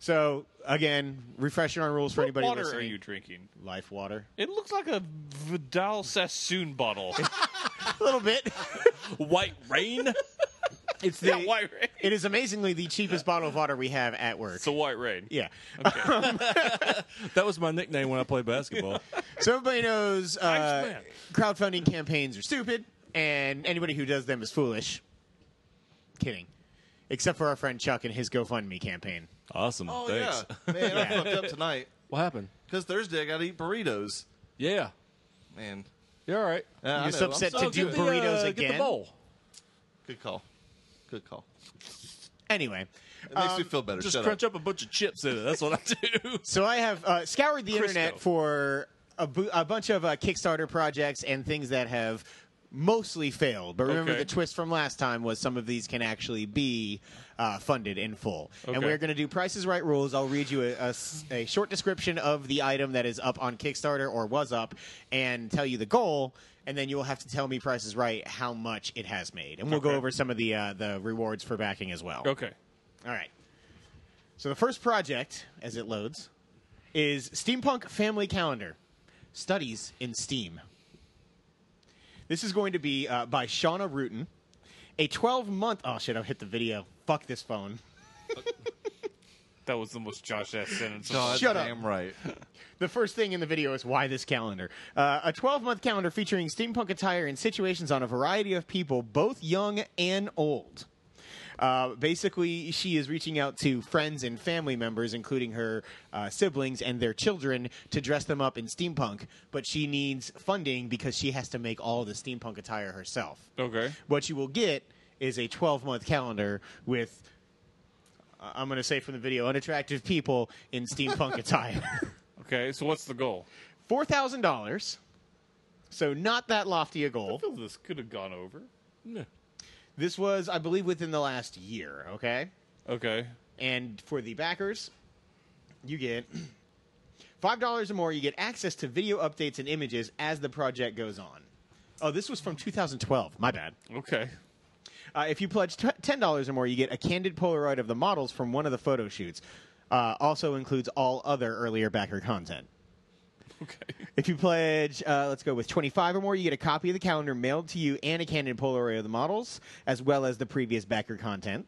[SPEAKER 2] So again, refresher on rules for anybody
[SPEAKER 1] water
[SPEAKER 2] listening.
[SPEAKER 1] are you drinking?
[SPEAKER 2] Life water,
[SPEAKER 1] It looks like a Vidal Sassoon bottle.
[SPEAKER 2] a little bit.
[SPEAKER 1] White rain?
[SPEAKER 2] It's the.
[SPEAKER 1] yeah, white rain.
[SPEAKER 2] it is amazingly the cheapest bottle of water we have at work.
[SPEAKER 1] It's a white rain.
[SPEAKER 2] yeah.
[SPEAKER 5] That was my nickname when I played basketball.
[SPEAKER 2] So everybody knows uh,
[SPEAKER 1] Iceman.
[SPEAKER 2] crowdfunding campaigns are stupid, and anybody who does them is foolish. Kidding. Except for our friend Chuck and his GoFundMe campaign.
[SPEAKER 5] awesome.
[SPEAKER 4] Oh
[SPEAKER 5] Thanks.
[SPEAKER 4] yeah, man, I
[SPEAKER 2] Yeah.
[SPEAKER 4] fucked up tonight
[SPEAKER 5] What happened?
[SPEAKER 4] because Thursday I got to eat burritos.
[SPEAKER 5] Yeah.
[SPEAKER 4] Man,
[SPEAKER 5] You're all right.
[SPEAKER 4] Uh, I know, I'm
[SPEAKER 2] You're so upset to
[SPEAKER 4] so-
[SPEAKER 2] do burritos again.
[SPEAKER 4] Good call. Good call.
[SPEAKER 2] Anyway,
[SPEAKER 4] It makes
[SPEAKER 2] Um,
[SPEAKER 4] me feel better.
[SPEAKER 5] Just
[SPEAKER 4] Shut
[SPEAKER 5] crunch up. a bunch of chips in it. That's what I do.
[SPEAKER 2] so I have uh, scoured the
[SPEAKER 5] Crisco.
[SPEAKER 2] internet for a, bu- a bunch of uh, Kickstarter projects and things that have mostly failed. But remember,
[SPEAKER 1] Okay.
[SPEAKER 2] the twist from last time was some of these can actually be uh, funded in full. And
[SPEAKER 1] Okay.
[SPEAKER 2] we're going to do Prices Right rules. I'll read you a, a s- a short description of the item that is up on Kickstarter or was up and tell you the goal. And then you will have to tell me Prices Right how much it has made. And we'll go
[SPEAKER 1] Okay.
[SPEAKER 2] over some of the, uh, the rewards for backing as well.
[SPEAKER 1] Okay.
[SPEAKER 2] All right. So the first project, as it loads, is Steampunk Family Calendar Studies in Steam. This is going to be uh, by Shauna Rutan, a 12 month. Oh, shit, I've hit the video. Fuck this phone.
[SPEAKER 1] That was the most Josh ass sentence.
[SPEAKER 4] God
[SPEAKER 2] Shut up.
[SPEAKER 4] Oh, damn right.
[SPEAKER 2] The first thing in the video is why this calendar. Uh, a 12 month calendar featuring steampunk attire and situations on a variety of people, both young and old. Uh, basically, she is reaching out to friends and family members, including her uh, siblings and their children, to dress them up in steampunk. But she needs funding because she has to make all the steampunk attire herself.
[SPEAKER 1] Okay.
[SPEAKER 2] What you will get is a 12 month calendar with, I- I'm going to say from the video, unattractive people in steampunk attire.
[SPEAKER 1] Okay. So what's the goal?
[SPEAKER 2] four thousand dollars. So not that lofty a goal.
[SPEAKER 1] this could have gone over.
[SPEAKER 2] This was, I believe, within the last year. Okay,
[SPEAKER 1] Okay.
[SPEAKER 2] and for the backers, you get five dollars or more. You get access to video updates and images as the project goes on. Oh, this was from 2012. My bad.
[SPEAKER 1] Okay.
[SPEAKER 2] Uh, if you pledge t- ten dollars or more, you get a candid Polaroid of the models from one of the photo shoots. Uh, also includes all other earlier backer content.
[SPEAKER 1] Okay.
[SPEAKER 2] If you pledge, uh, let's go with 25 or more, you get a copy of the calendar mailed to you and a candid Polaroid of the models, as well as the previous backer content,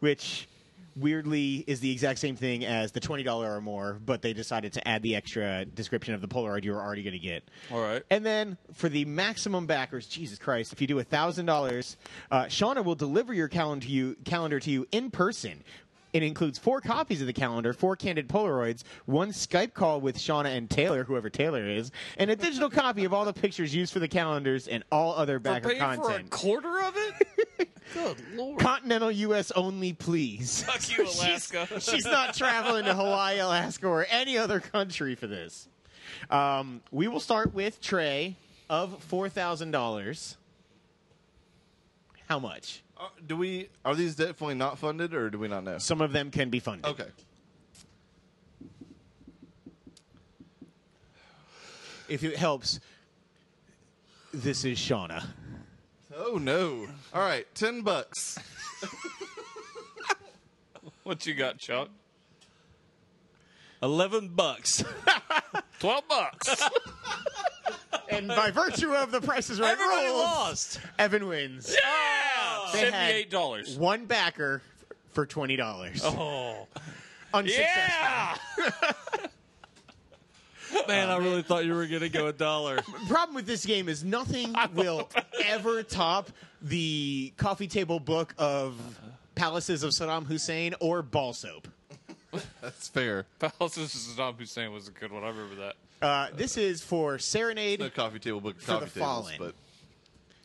[SPEAKER 2] which weirdly is the exact same thing as the $20 or more, but they decided to add the extra description of the Polaroid you were already going to get.
[SPEAKER 1] All right.
[SPEAKER 2] And then for the maximum backers, Jesus Christ, if you do $1,000, uh, Shauna will deliver your calendar to, you, calendar to you in person. It includes four copies of the calendar, four candid Polaroids, one Skype call with Shauna and Taylor, whoever Taylor is, and a digital copy of all the pictures used for the calendars and all other backer
[SPEAKER 1] paying for a
[SPEAKER 2] content.
[SPEAKER 1] quarter of it? Good lord.
[SPEAKER 2] Continental U.S. only, please.
[SPEAKER 1] Fuck you, Alaska.
[SPEAKER 2] She's not traveling to Hawaii, Alaska, or any other country for this. Um, we will start with Trey of four thousand dollars. How much?
[SPEAKER 4] Are, Uh, do we? Are these definitely not funded, or do we not know?
[SPEAKER 2] Some of them can be funded.
[SPEAKER 4] Okay.
[SPEAKER 2] If it helps, this is Shauna.
[SPEAKER 4] Oh no. All right, ten bucks.
[SPEAKER 1] what you got, Chuck?
[SPEAKER 5] Eleven bucks.
[SPEAKER 1] Twelve bucks.
[SPEAKER 2] And by virtue of the Price is Right
[SPEAKER 5] Everybody
[SPEAKER 2] rules,
[SPEAKER 5] lost.
[SPEAKER 2] Evan wins.
[SPEAKER 1] yeah.
[SPEAKER 2] They had
[SPEAKER 1] Seventy-eight dollars.
[SPEAKER 2] One backer for twenty dollars.
[SPEAKER 1] Oh.
[SPEAKER 2] Unsuccessful.
[SPEAKER 1] Yeah.
[SPEAKER 5] Man, I really thought you were gonna go a dollar.
[SPEAKER 2] problem with this game is nothing will ever top the coffee table book of palaces of Saddam Hussein or ball soap.
[SPEAKER 4] That's fair.
[SPEAKER 1] Palaces of Saddam Hussein was a good one. I remember that.
[SPEAKER 2] Uh, this is for Serenade,
[SPEAKER 4] No coffee table book of
[SPEAKER 2] For the
[SPEAKER 4] coffee tables,
[SPEAKER 2] fallen.
[SPEAKER 4] but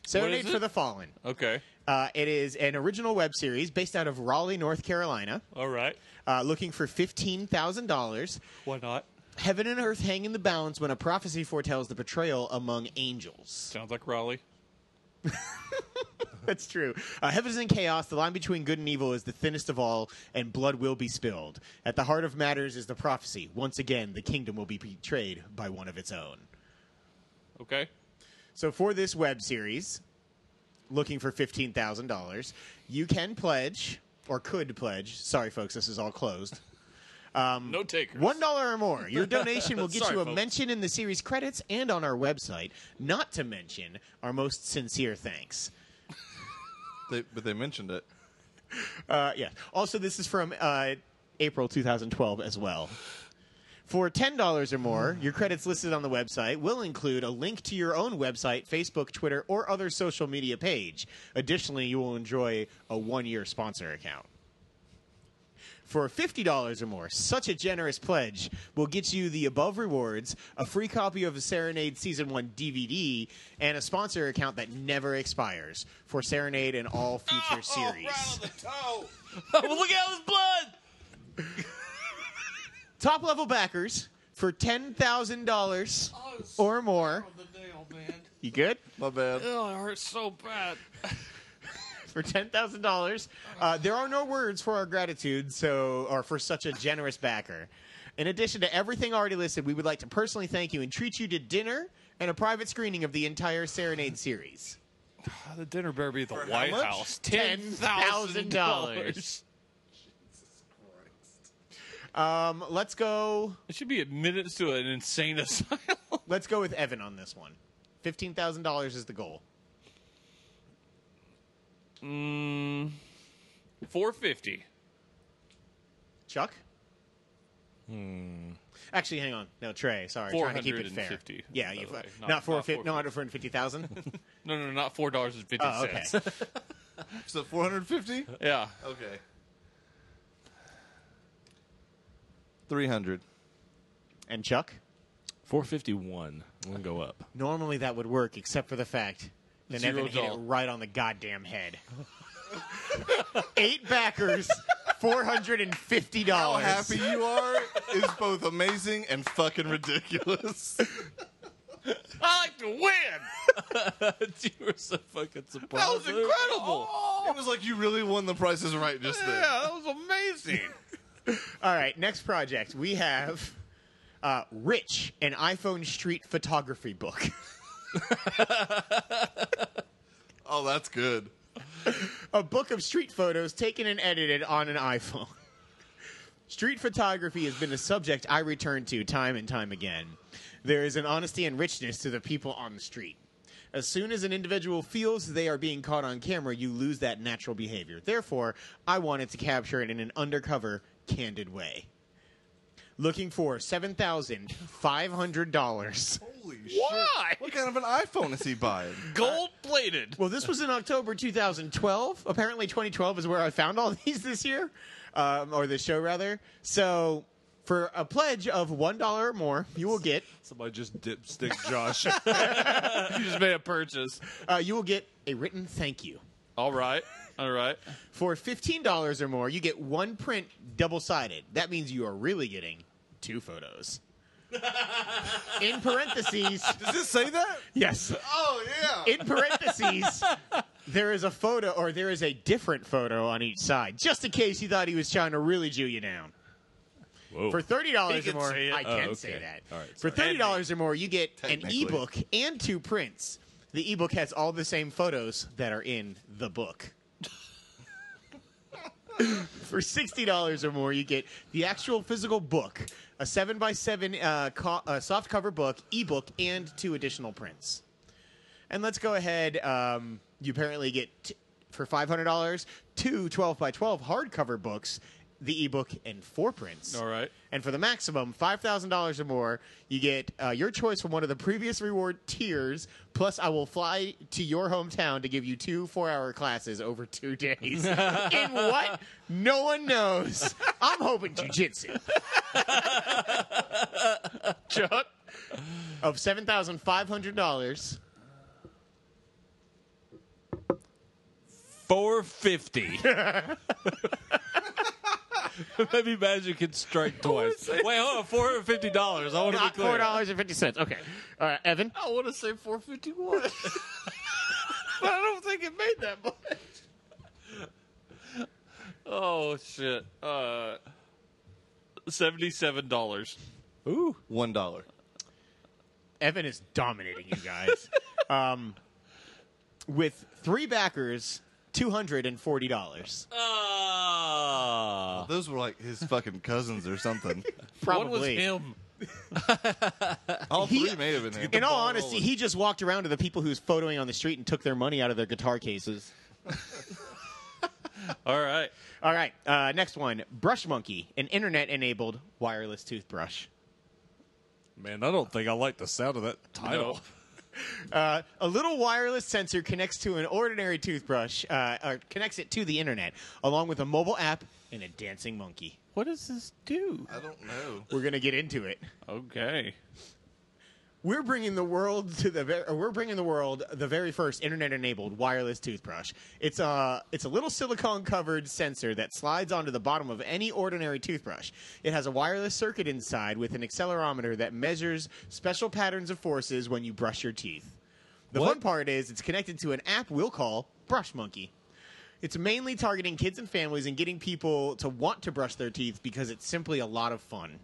[SPEAKER 2] Serenade
[SPEAKER 1] it?
[SPEAKER 2] for the Fallen.
[SPEAKER 1] Okay.
[SPEAKER 2] Uh, it is an original web series based out of Raleigh, North Carolina,
[SPEAKER 1] All right.
[SPEAKER 2] uh, looking for $15,000.
[SPEAKER 1] Why not?
[SPEAKER 2] Heaven and earth hang in the balance when a prophecy foretells the betrayal among angels.
[SPEAKER 1] Sounds like Raleigh.
[SPEAKER 2] That's true. Uh, Heaven is in chaos. The line between good and evil is the thinnest of all, and blood will be spilled. At the heart of matters is the prophecy. Once again, the kingdom will be betrayed by one of its own.
[SPEAKER 1] Okay.
[SPEAKER 2] So for this web series, looking for fifteen thousand dollars, you can pledge or could pledge. Sorry, folks, this is all closed.
[SPEAKER 1] No takers.
[SPEAKER 2] One dollar or more. Your donation will get
[SPEAKER 5] Sorry,
[SPEAKER 2] you a
[SPEAKER 5] folks.
[SPEAKER 2] mention in the series credits and on our website. Not to mention our most sincere thanks.
[SPEAKER 4] they but they mentioned it.
[SPEAKER 2] Uh, yeah. Also, this is from uh, April 2012 as well. For $10 or more, your credits listed on the website will include a link to your own website, Facebook, Twitter, or other social media page. Additionally, you will enjoy a one year sponsor account. For $50 or more, such a generous pledge will get you the above rewards, a free copy of Serenade Season 1 DVD, and a sponsor account that never expires for Serenade and all future series.
[SPEAKER 3] look at his blood.
[SPEAKER 2] top level backers for ten thousand dollars or more. You good
[SPEAKER 4] My bad.
[SPEAKER 1] Oh, it hurts so bad.
[SPEAKER 2] for ten thousand uh, dollars? There are no words for our gratitude, so or for such a generous backer. In addition to everything already listed, we would like to personally thank you and treat you to dinner and a private screening of the entire Serenade series.
[SPEAKER 1] Uh, The dinner better be at the White
[SPEAKER 2] much?
[SPEAKER 1] House. Ten thousand
[SPEAKER 2] $10,000.
[SPEAKER 1] dollars.
[SPEAKER 2] Um, let's go.
[SPEAKER 1] It should be admitted to an insane asylum.
[SPEAKER 2] Let's go with Evan on this one. Fifteen thousand dollars is the goal.
[SPEAKER 1] Hmm. Four fifty.
[SPEAKER 2] Chuck. Hmm. Actually, hang on. No, Trey. Sorry, trying to keep it fair.
[SPEAKER 1] 450,
[SPEAKER 2] yeah,
[SPEAKER 1] by
[SPEAKER 2] you,
[SPEAKER 1] the way.
[SPEAKER 2] not,
[SPEAKER 1] Not-
[SPEAKER 2] not
[SPEAKER 1] not
[SPEAKER 2] four fifty. No, not four hundred fifty thousand.
[SPEAKER 1] No, no, not four dollars and fifty
[SPEAKER 2] Oh, okay.
[SPEAKER 1] cents.
[SPEAKER 4] So 450?
[SPEAKER 1] Yeah.
[SPEAKER 4] Okay. 300.
[SPEAKER 2] and Chuck.
[SPEAKER 5] 451. We'll go up.
[SPEAKER 2] Normally that would work, except for the fact that
[SPEAKER 1] Zero
[SPEAKER 2] Evan hit it
[SPEAKER 1] doll.
[SPEAKER 2] right on the goddamn head. Eight backers, four hundred and fifty
[SPEAKER 4] How
[SPEAKER 2] dollars.
[SPEAKER 4] happy you are is both amazing and fucking ridiculous.
[SPEAKER 1] I like to win.
[SPEAKER 5] you were so fucking surprised.
[SPEAKER 1] That was incredible.
[SPEAKER 4] It was like you really won the prices right just
[SPEAKER 1] yeah,
[SPEAKER 4] then.
[SPEAKER 1] that was amazing.
[SPEAKER 2] All right, next project we have uh, Rich, an iPhone street photography book.
[SPEAKER 4] Oh, that's good.
[SPEAKER 2] a book of street photos taken and edited on an iPhone. Street photography has been a subject I return to time and time again. There is an honesty and richness to the people on the street. As soon as an individual feels they are being caught on camera, you lose that natural behavior. Therefore, I wanted to capture it in an undercover, candid way. Looking for $7,500.
[SPEAKER 4] Holy shit. What kind of an iPhone is he buying?
[SPEAKER 1] Gold plated.
[SPEAKER 2] Well, this was in October 2012. Apparently, 2012 is where I found all these this year, um, or this show rather. So, for a pledge of one dollar or more, you will get
[SPEAKER 5] Somebody just dipstick Josh.
[SPEAKER 1] You just made a purchase.
[SPEAKER 2] uh, you will get a written thank you.
[SPEAKER 1] All right. All right.
[SPEAKER 2] For fifteen dollars or more, you get one print double sided. That means you are really getting two photos. In parentheses,
[SPEAKER 4] Does it say that?
[SPEAKER 2] yes.
[SPEAKER 4] Oh, yeah.
[SPEAKER 2] In parentheses, there is a photo or there is a different photo on each side, just in case you thought he was trying to really Jew you down.
[SPEAKER 5] Whoa.
[SPEAKER 2] For thirty dollars
[SPEAKER 1] He
[SPEAKER 2] or
[SPEAKER 1] can
[SPEAKER 2] more,
[SPEAKER 1] say it.
[SPEAKER 2] I
[SPEAKER 5] Oh,
[SPEAKER 2] can
[SPEAKER 5] okay.
[SPEAKER 2] say that.
[SPEAKER 5] All right,
[SPEAKER 2] For thirty
[SPEAKER 5] sorry.
[SPEAKER 2] dollars or more, you get an
[SPEAKER 4] Technically.
[SPEAKER 2] ebook and two prints. The ebook has all the same photos that are in the book. For sixty dollars or more, you get the actual physical book, a seven by seven uh, co- uh, soft cover book, ebook, and two additional prints. And let's go ahead. Um, you apparently get t- for five hundred dollars two 12 by twelve hardcover books the ebook, and four prints.
[SPEAKER 1] All right.
[SPEAKER 2] And for the maximum, $5,000 or more, you get uh, your choice from one of the previous reward tiers. Plus, I will fly to your hometown to give you two four hour classes over two days. In what? No one knows. I'm hoping jujitsu.
[SPEAKER 1] Chuck.
[SPEAKER 2] Of $7,500.
[SPEAKER 5] Four fifty. Maybe magic can strike twice. Wait, hold on. Four hundred fifty dollars. I want to be
[SPEAKER 2] Not
[SPEAKER 5] clear.
[SPEAKER 2] $4.50. Okay. All right, Evan.
[SPEAKER 1] I want to say 451. but I don't think it made that much. Oh shit. Uh $77.
[SPEAKER 5] Ooh.
[SPEAKER 4] One dollar.
[SPEAKER 2] Evan is dominating you guys. um, with three backers, two hundred and forty dollars.
[SPEAKER 1] Uh,
[SPEAKER 5] Ah.
[SPEAKER 4] Those were like his fucking cousins or something.
[SPEAKER 2] Probably.
[SPEAKER 1] What was him?
[SPEAKER 4] All
[SPEAKER 2] He-
[SPEAKER 4] three may have been him.
[SPEAKER 2] In all honesty, he just walked around to the people who's photoing on the street and took their money out of their guitar cases.
[SPEAKER 1] All right.
[SPEAKER 2] All right, uh, next one: Brush Monkey, an internet-enabled wireless toothbrush.
[SPEAKER 5] Man, I don't think I like the sound of that title.
[SPEAKER 2] Uh, a little wireless sensor connects to an ordinary toothbrush, uh, or connects it to the internet, along with a mobile app and a dancing monkey.
[SPEAKER 1] What does this do?
[SPEAKER 4] I don't know.
[SPEAKER 2] We're gonna get into it.
[SPEAKER 1] Okay.
[SPEAKER 2] We're bringing the world to the ver- uh, we're bringing the world the very first internet-enabled wireless toothbrush. It's a it's a little silicone-covered sensor that slides onto the bottom of any ordinary toothbrush. It has a wireless circuit inside with an accelerometer that measures special patterns of forces when you brush your teeth. The fun part is it's connected to an app we'll call Brush Monkey. It's mainly targeting kids and families and getting people to want to brush their teeth because it's simply a lot of fun.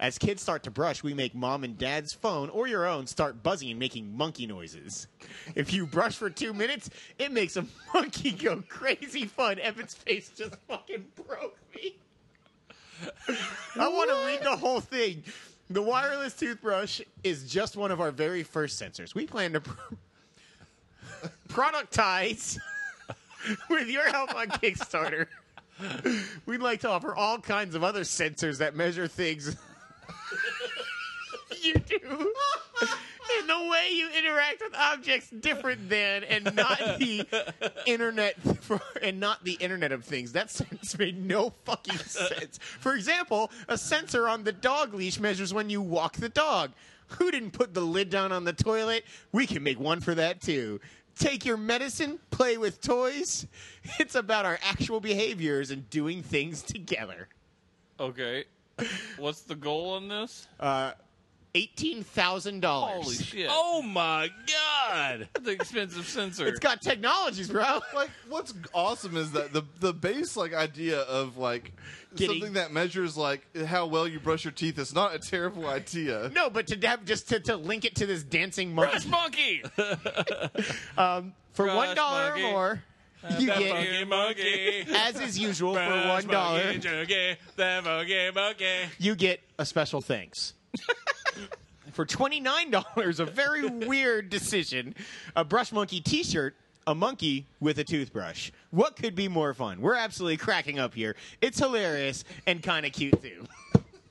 [SPEAKER 2] As kids start to brush, we make mom and dad's phone or your own start buzzing and making monkey noises. If you brush for two minutes, it makes a monkey go crazy fun. Evan's face just fucking broke me. I want to read the whole thing. The wireless toothbrush is just one of our very first sensors. We plan to pr- productize with your help on Kickstarter. We'd like to offer all kinds of other sensors that measure things you do and the way you interact with objects different than and not the internet and not the internet of things that sentence made no fucking sense for example a sensor on the dog leash measures when you walk the dog who didn't put the lid down on the toilet we can make one for that too take your medicine play with toys it's about our actual behaviors and doing things together
[SPEAKER 1] Okay. What's the goal on this?
[SPEAKER 2] $18000
[SPEAKER 1] Holy shit.
[SPEAKER 5] Oh my god.
[SPEAKER 1] the expensive sensor.
[SPEAKER 2] It's got technologies, bro.
[SPEAKER 4] Like, what's awesome is that the the base like idea of like
[SPEAKER 2] Getting-
[SPEAKER 4] something that measures like how well you brush your teeth is not a terrible idea.
[SPEAKER 2] No, but to have just to, to link it to this dancing
[SPEAKER 1] Brush
[SPEAKER 2] monkey
[SPEAKER 1] monkey.
[SPEAKER 2] for
[SPEAKER 1] brush
[SPEAKER 2] one dollar or
[SPEAKER 1] monkey.
[SPEAKER 2] more,
[SPEAKER 4] Uh,
[SPEAKER 2] you get
[SPEAKER 1] Monkey, monkey.
[SPEAKER 2] as is usual for
[SPEAKER 5] Brush
[SPEAKER 2] one dollar.
[SPEAKER 5] monkey, jokey, the monkey, monkey.
[SPEAKER 2] You get a special thanks. for twenty nine dollars, a very weird decision, a brush monkey T shirt. A monkey with a toothbrush. What could be more fun? We're absolutely cracking up here. It's hilarious and kind of cute too.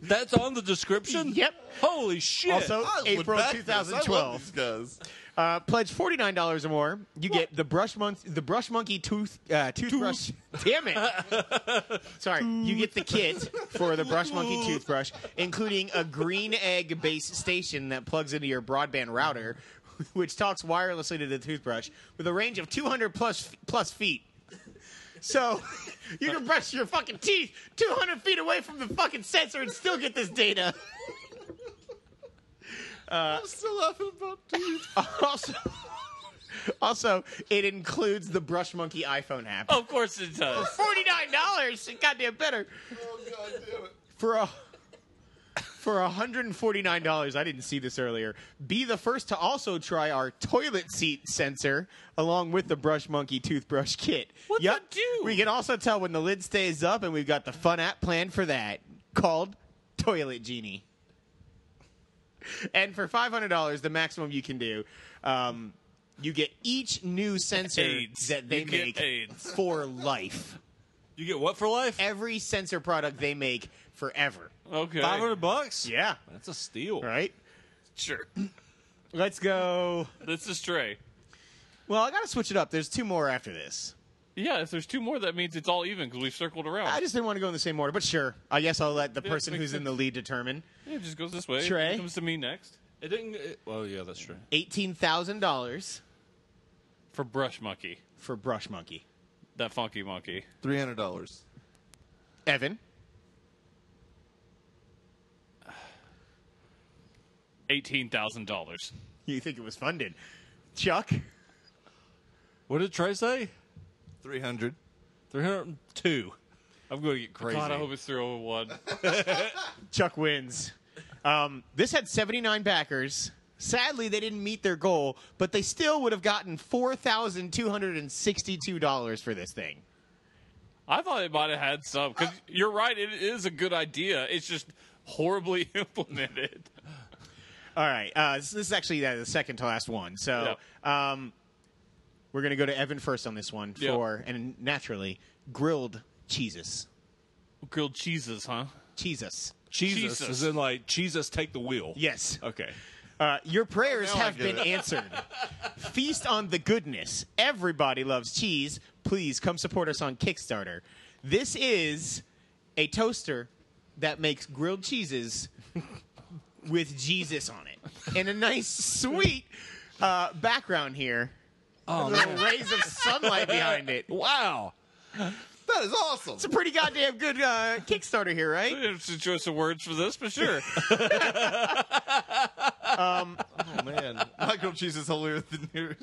[SPEAKER 5] That's on the description?
[SPEAKER 2] Yep.
[SPEAKER 5] Holy shit.
[SPEAKER 2] Also,
[SPEAKER 4] I would
[SPEAKER 2] April
[SPEAKER 4] back this. I love
[SPEAKER 2] 2012.
[SPEAKER 4] these guys.
[SPEAKER 2] Uh, pledge forty nine dollars or more, you get the brush mon- the brush monkey tooth uh, toothbrush. Damn it! Sorry, you get the kit for the brush monkey toothbrush, including a green egg base station that plugs into your broadband router, which talks wirelessly to the toothbrush with a range of two hundred plus plus feet. So you can brush your fucking teeth two hundred feet away from the fucking sensor and still get this data.
[SPEAKER 4] I'm still laughing about teeth.
[SPEAKER 2] Also, also, it includes the Brush Monkey iPhone app.
[SPEAKER 1] Of course it does.
[SPEAKER 2] Forty nine Oh, dollars, goddamn better
[SPEAKER 4] oh god damn it.
[SPEAKER 2] for a for hundred and forty nine dollars. I didn't see this earlier. Be the first to also try our toilet seat sensor along with the Brush Monkey toothbrush kit. What
[SPEAKER 1] that do?
[SPEAKER 2] We can also tell when the lid stays up, and we've got the fun app planned for that called Toilet Genie. And for five hundred dollars, the maximum you can do. Um, you get each new sensor
[SPEAKER 1] AIDS.
[SPEAKER 2] that they
[SPEAKER 1] You get
[SPEAKER 2] make
[SPEAKER 1] AIDS.
[SPEAKER 2] for life.
[SPEAKER 5] You get what for life?
[SPEAKER 2] Every sensor product they make forever.
[SPEAKER 1] Okay.
[SPEAKER 5] Five hundred bucks.
[SPEAKER 2] Yeah.
[SPEAKER 5] that's a steal.
[SPEAKER 2] Right?
[SPEAKER 1] Sure.
[SPEAKER 2] Let's go.
[SPEAKER 1] That's a stray.
[SPEAKER 2] Well, I gotta switch it up. There's two more after this.
[SPEAKER 1] Yeah, if there's two more, that means it's all even because we've circled around.
[SPEAKER 2] I just didn't want to go in the same order, but sure. I guess I'll let the
[SPEAKER 1] Yeah,
[SPEAKER 2] person
[SPEAKER 1] makes
[SPEAKER 2] who's in
[SPEAKER 1] sense.
[SPEAKER 2] the lead determine.
[SPEAKER 1] Yeah, it just goes this way.
[SPEAKER 2] Trey?
[SPEAKER 1] It comes to me next
[SPEAKER 5] It didn't. It, well, yeah, that's true.
[SPEAKER 2] Eighteen thousand dollars
[SPEAKER 1] for Brush Monkey,
[SPEAKER 2] for Brush Monkey.
[SPEAKER 1] that funky monkey.
[SPEAKER 4] Three hundred dollars.
[SPEAKER 2] Evan,
[SPEAKER 1] Eighteen thousand dollars.
[SPEAKER 2] you think it was funded? Chuck,
[SPEAKER 5] What did Trey say?
[SPEAKER 4] Three hundred.
[SPEAKER 5] Three hundred two. I'm going to get crazy.
[SPEAKER 1] God, I hope it's three hundred one.
[SPEAKER 2] Chuck wins. Um, this had seventy nine backers. Sadly, they didn't meet their goal, but they still would have gotten four thousand two hundred and sixty two dollars for this thing.
[SPEAKER 1] I thought it might have had some because you're right. It is a good idea. It's just horribly implemented.
[SPEAKER 2] All right. Uh, this, this is actually uh, the second to last one. So um, we're going to go to Evan first on this one
[SPEAKER 1] Yeah.
[SPEAKER 2] for, and naturally, grilled cheeses.
[SPEAKER 1] Grilled cheeses, huh?
[SPEAKER 2] Cheeses.
[SPEAKER 5] Jesus,
[SPEAKER 1] Jesus.
[SPEAKER 5] is in like Jesus, take the wheel.
[SPEAKER 2] Yes.
[SPEAKER 5] Okay.
[SPEAKER 2] Uh, your prayers
[SPEAKER 4] Now I
[SPEAKER 2] have
[SPEAKER 4] get
[SPEAKER 2] been
[SPEAKER 4] it.
[SPEAKER 2] answered. Feast on the goodness. Everybody loves cheese. Please come support us on Kickstarter. This is a toaster that makes grilled cheeses with Jesus on it. And a nice, sweet uh, background here. Oh, rays of sunlight behind it.
[SPEAKER 5] Wow.
[SPEAKER 4] That is awesome.
[SPEAKER 2] It's a pretty goddamn good uh, Kickstarter here, right?
[SPEAKER 1] It's a choice of words for this, but sure.
[SPEAKER 4] Oh man, my grilled cheese is holier than yours.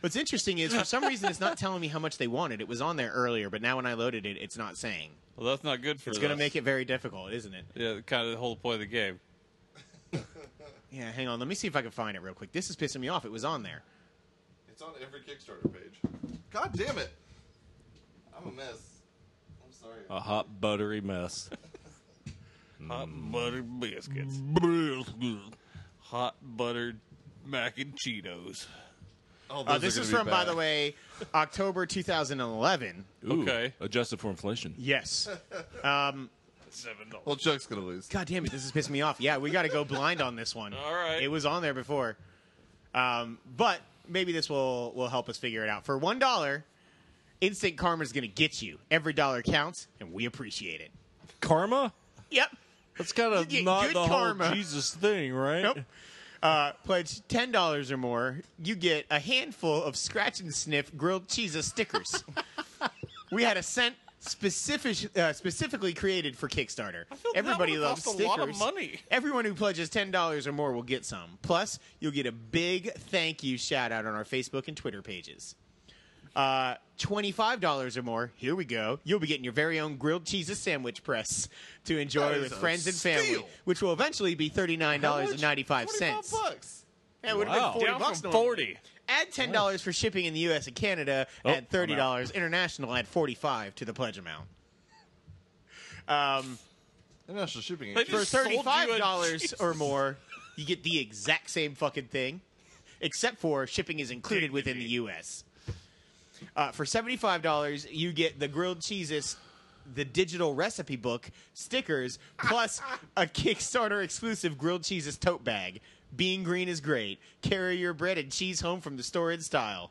[SPEAKER 2] What's interesting is for some reason it's not telling me how much they wanted. It was on there earlier, but now when I loaded it, it's not saying.
[SPEAKER 1] well, that's not good for.
[SPEAKER 2] It's going to
[SPEAKER 1] us.
[SPEAKER 2] make it very difficult, isn't it?
[SPEAKER 1] Yeah, kind of the whole point of the game.
[SPEAKER 2] Yeah, hang on. Let me see if I can find it real quick. This is pissing me off. It was on there.
[SPEAKER 4] It's on every Kickstarter page. God damn it! I'm a mess. I'm sorry.
[SPEAKER 5] A hot buttery mess.
[SPEAKER 1] Hot butter biscuits. Mm. Hot buttered mac and Cheetos.
[SPEAKER 4] Oh,
[SPEAKER 2] Uh,
[SPEAKER 4] those
[SPEAKER 2] this
[SPEAKER 4] are
[SPEAKER 2] is
[SPEAKER 4] gonna
[SPEAKER 2] from,
[SPEAKER 4] be
[SPEAKER 2] by
[SPEAKER 4] bad.
[SPEAKER 2] the way, October 2011.
[SPEAKER 5] Ooh,
[SPEAKER 1] Okay.
[SPEAKER 5] Adjusted for inflation.
[SPEAKER 2] Yes.
[SPEAKER 1] Seven dollars.
[SPEAKER 4] Well, Chuck's gonna lose.
[SPEAKER 2] God damn it, this is pissing me off. Yeah, we got to go blind on this one.
[SPEAKER 1] All right.
[SPEAKER 2] It was on there before. Um, but maybe this will, will help us figure it out. For $1, Instant Karma's going to get you. Every dollar counts, and we appreciate it.
[SPEAKER 5] Karma?
[SPEAKER 2] Yep.
[SPEAKER 5] That's kind of
[SPEAKER 2] You get
[SPEAKER 5] not
[SPEAKER 2] good
[SPEAKER 5] the
[SPEAKER 2] karma.
[SPEAKER 5] whole Jesus thing, right?
[SPEAKER 2] Nope. Uh, pledge ten dollars or more, you get a handful of scratch and sniff grilled cheese stickers. we had a scent specific, uh, specifically created for Kickstarter.
[SPEAKER 1] that
[SPEAKER 2] Everybody
[SPEAKER 1] would
[SPEAKER 2] loves
[SPEAKER 1] cost a
[SPEAKER 2] stickers.
[SPEAKER 1] lot of money.
[SPEAKER 2] Everyone who pledges ten dollars or more will get some. Plus, you'll get a big thank you shout out on our Facebook and Twitter pages. Uh, Twenty-five dollars or more. Here we go. You'll be getting your very own grilled cheese sandwich press to enjoy
[SPEAKER 4] is
[SPEAKER 2] with
[SPEAKER 4] a
[SPEAKER 2] friends and family,
[SPEAKER 4] steal.
[SPEAKER 2] which will eventually be thirty-nine dollars and ninety-five cents.
[SPEAKER 4] bucks.
[SPEAKER 2] That would have
[SPEAKER 5] Wow.
[SPEAKER 2] been forty
[SPEAKER 1] Down
[SPEAKER 2] bucks.
[SPEAKER 1] from
[SPEAKER 2] normally.
[SPEAKER 1] 40.
[SPEAKER 2] Add ten dollars for shipping in the U.S. and Canada.
[SPEAKER 5] Oh,
[SPEAKER 2] add thirty dollars international. Add forty-five to the pledge amount. Um,
[SPEAKER 4] International shipping.
[SPEAKER 1] They
[SPEAKER 4] ain't
[SPEAKER 1] just-
[SPEAKER 2] for
[SPEAKER 1] sold
[SPEAKER 4] cheap.
[SPEAKER 1] you a
[SPEAKER 2] thirty-five dollars or more, you get the exact same fucking thing, except for shipping is included within the U.S. Uh, for seventy-five dollars, you get the grilled cheeses, the digital recipe book, stickers, plus a Kickstarter exclusive grilled cheeses tote bag. Being green is great. Carry your bread and cheese home from the store in style.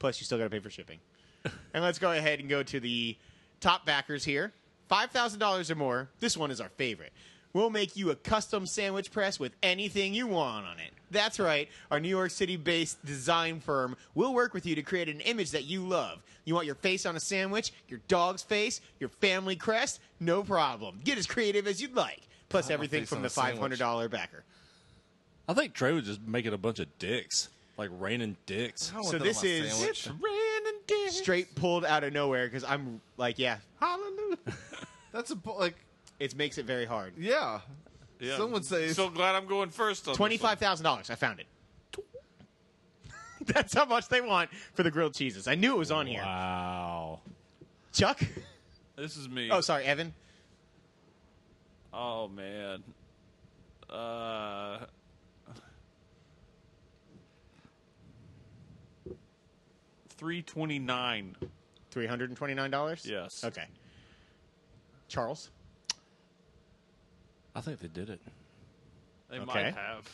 [SPEAKER 2] Plus, you still got to pay for shipping. And let's go ahead and go to the top backers here. $5,000 or more. This one is our favorite. We'll make you a custom sandwich press with anything you want on it. That's right. Our New York City based design firm will work with you to create an image that you love. You want your face on a sandwich, your dog's face, your family crest? No problem. Get as creative as you'd like. Plus
[SPEAKER 4] my
[SPEAKER 2] everything
[SPEAKER 4] face
[SPEAKER 2] from
[SPEAKER 4] on
[SPEAKER 2] the
[SPEAKER 4] a sandwich.
[SPEAKER 2] $500 backer.
[SPEAKER 5] I think Trey was just making a bunch of dicks, like raining dicks.
[SPEAKER 4] I want
[SPEAKER 2] so
[SPEAKER 4] that on
[SPEAKER 2] this
[SPEAKER 4] my
[SPEAKER 2] is-
[SPEAKER 4] sandwich.
[SPEAKER 2] Straight pulled out of nowhere because I'm like, yeah,
[SPEAKER 4] Hallelujah. That's a bu- like
[SPEAKER 2] it makes it very hard.
[SPEAKER 4] yeah.
[SPEAKER 1] Yeah.
[SPEAKER 4] Someone says
[SPEAKER 1] So glad I'm going first. On
[SPEAKER 2] Twenty-five thousand dollars. I found it. That's how much they want for the grilled cheeses. I knew it was on here.
[SPEAKER 5] Wow.
[SPEAKER 2] Chuck.
[SPEAKER 1] This, one. this is me.
[SPEAKER 2] Oh, sorry, Evan.
[SPEAKER 1] Oh man. Uh three twenty nine.
[SPEAKER 2] Three hundred and twenty nine dollars.
[SPEAKER 1] Yes.
[SPEAKER 2] Okay. Charles.
[SPEAKER 5] I think they did it.
[SPEAKER 1] They
[SPEAKER 2] Okay.
[SPEAKER 1] might have.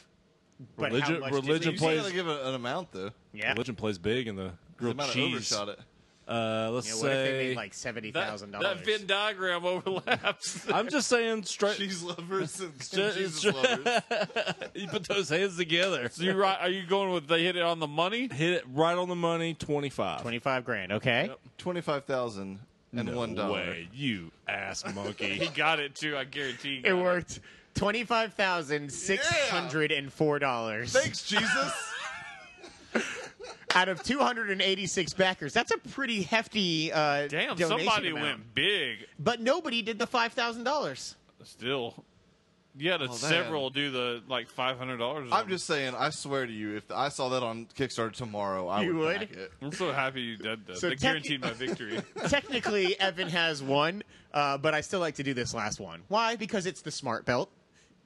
[SPEAKER 2] But how
[SPEAKER 5] Religion-
[SPEAKER 2] much did
[SPEAKER 5] religion
[SPEAKER 2] they-
[SPEAKER 4] You
[SPEAKER 5] plays-
[SPEAKER 4] gotta give a, an amount though.
[SPEAKER 2] Yeah.
[SPEAKER 5] Religion plays big in the grilled
[SPEAKER 4] might have
[SPEAKER 5] cheese.
[SPEAKER 4] overshot it.
[SPEAKER 5] Uh, let's
[SPEAKER 2] Yeah, what if they
[SPEAKER 5] say.
[SPEAKER 2] made like seventy
[SPEAKER 1] That-
[SPEAKER 2] thousand
[SPEAKER 1] That
[SPEAKER 2] dollars?
[SPEAKER 1] Venn diagram overlaps.
[SPEAKER 5] I'm just saying straight.
[SPEAKER 4] Cheese lovers and
[SPEAKER 5] Ju-
[SPEAKER 4] Jesus
[SPEAKER 5] ju-
[SPEAKER 4] lovers.
[SPEAKER 5] you put those hands together.
[SPEAKER 1] you right? Are you going with they hit it on the money?
[SPEAKER 5] Hit it right on the money. Twenty five.
[SPEAKER 2] Twenty five grand. Okay.
[SPEAKER 4] Twenty five thousand and one dollar.
[SPEAKER 5] Way, you ass monkey.
[SPEAKER 1] He got it too. I guarantee. he
[SPEAKER 2] It
[SPEAKER 1] got
[SPEAKER 2] worked. Twenty five thousand six hundred and four dollars
[SPEAKER 4] Thanks, Jesus.
[SPEAKER 2] out of two hundred and eighty six backers. That's a pretty hefty. Uh,
[SPEAKER 1] Damn,
[SPEAKER 2] donation
[SPEAKER 1] somebody
[SPEAKER 2] amount.
[SPEAKER 1] went big.
[SPEAKER 2] but nobody did the five thousand dollars.
[SPEAKER 1] Still, you had a several do the like five hundred dollars.
[SPEAKER 4] I'm just saying. I swear to you, if I saw that on Kickstarter tomorrow, I
[SPEAKER 2] You
[SPEAKER 4] would.
[SPEAKER 2] would?
[SPEAKER 4] back it.
[SPEAKER 1] I'm so happy you did that.
[SPEAKER 2] So
[SPEAKER 1] they
[SPEAKER 2] techni-
[SPEAKER 1] guaranteed my victory.
[SPEAKER 2] Technically, Evan has one, uh, but I still like to do this last one. Why? Because it's the smart belt,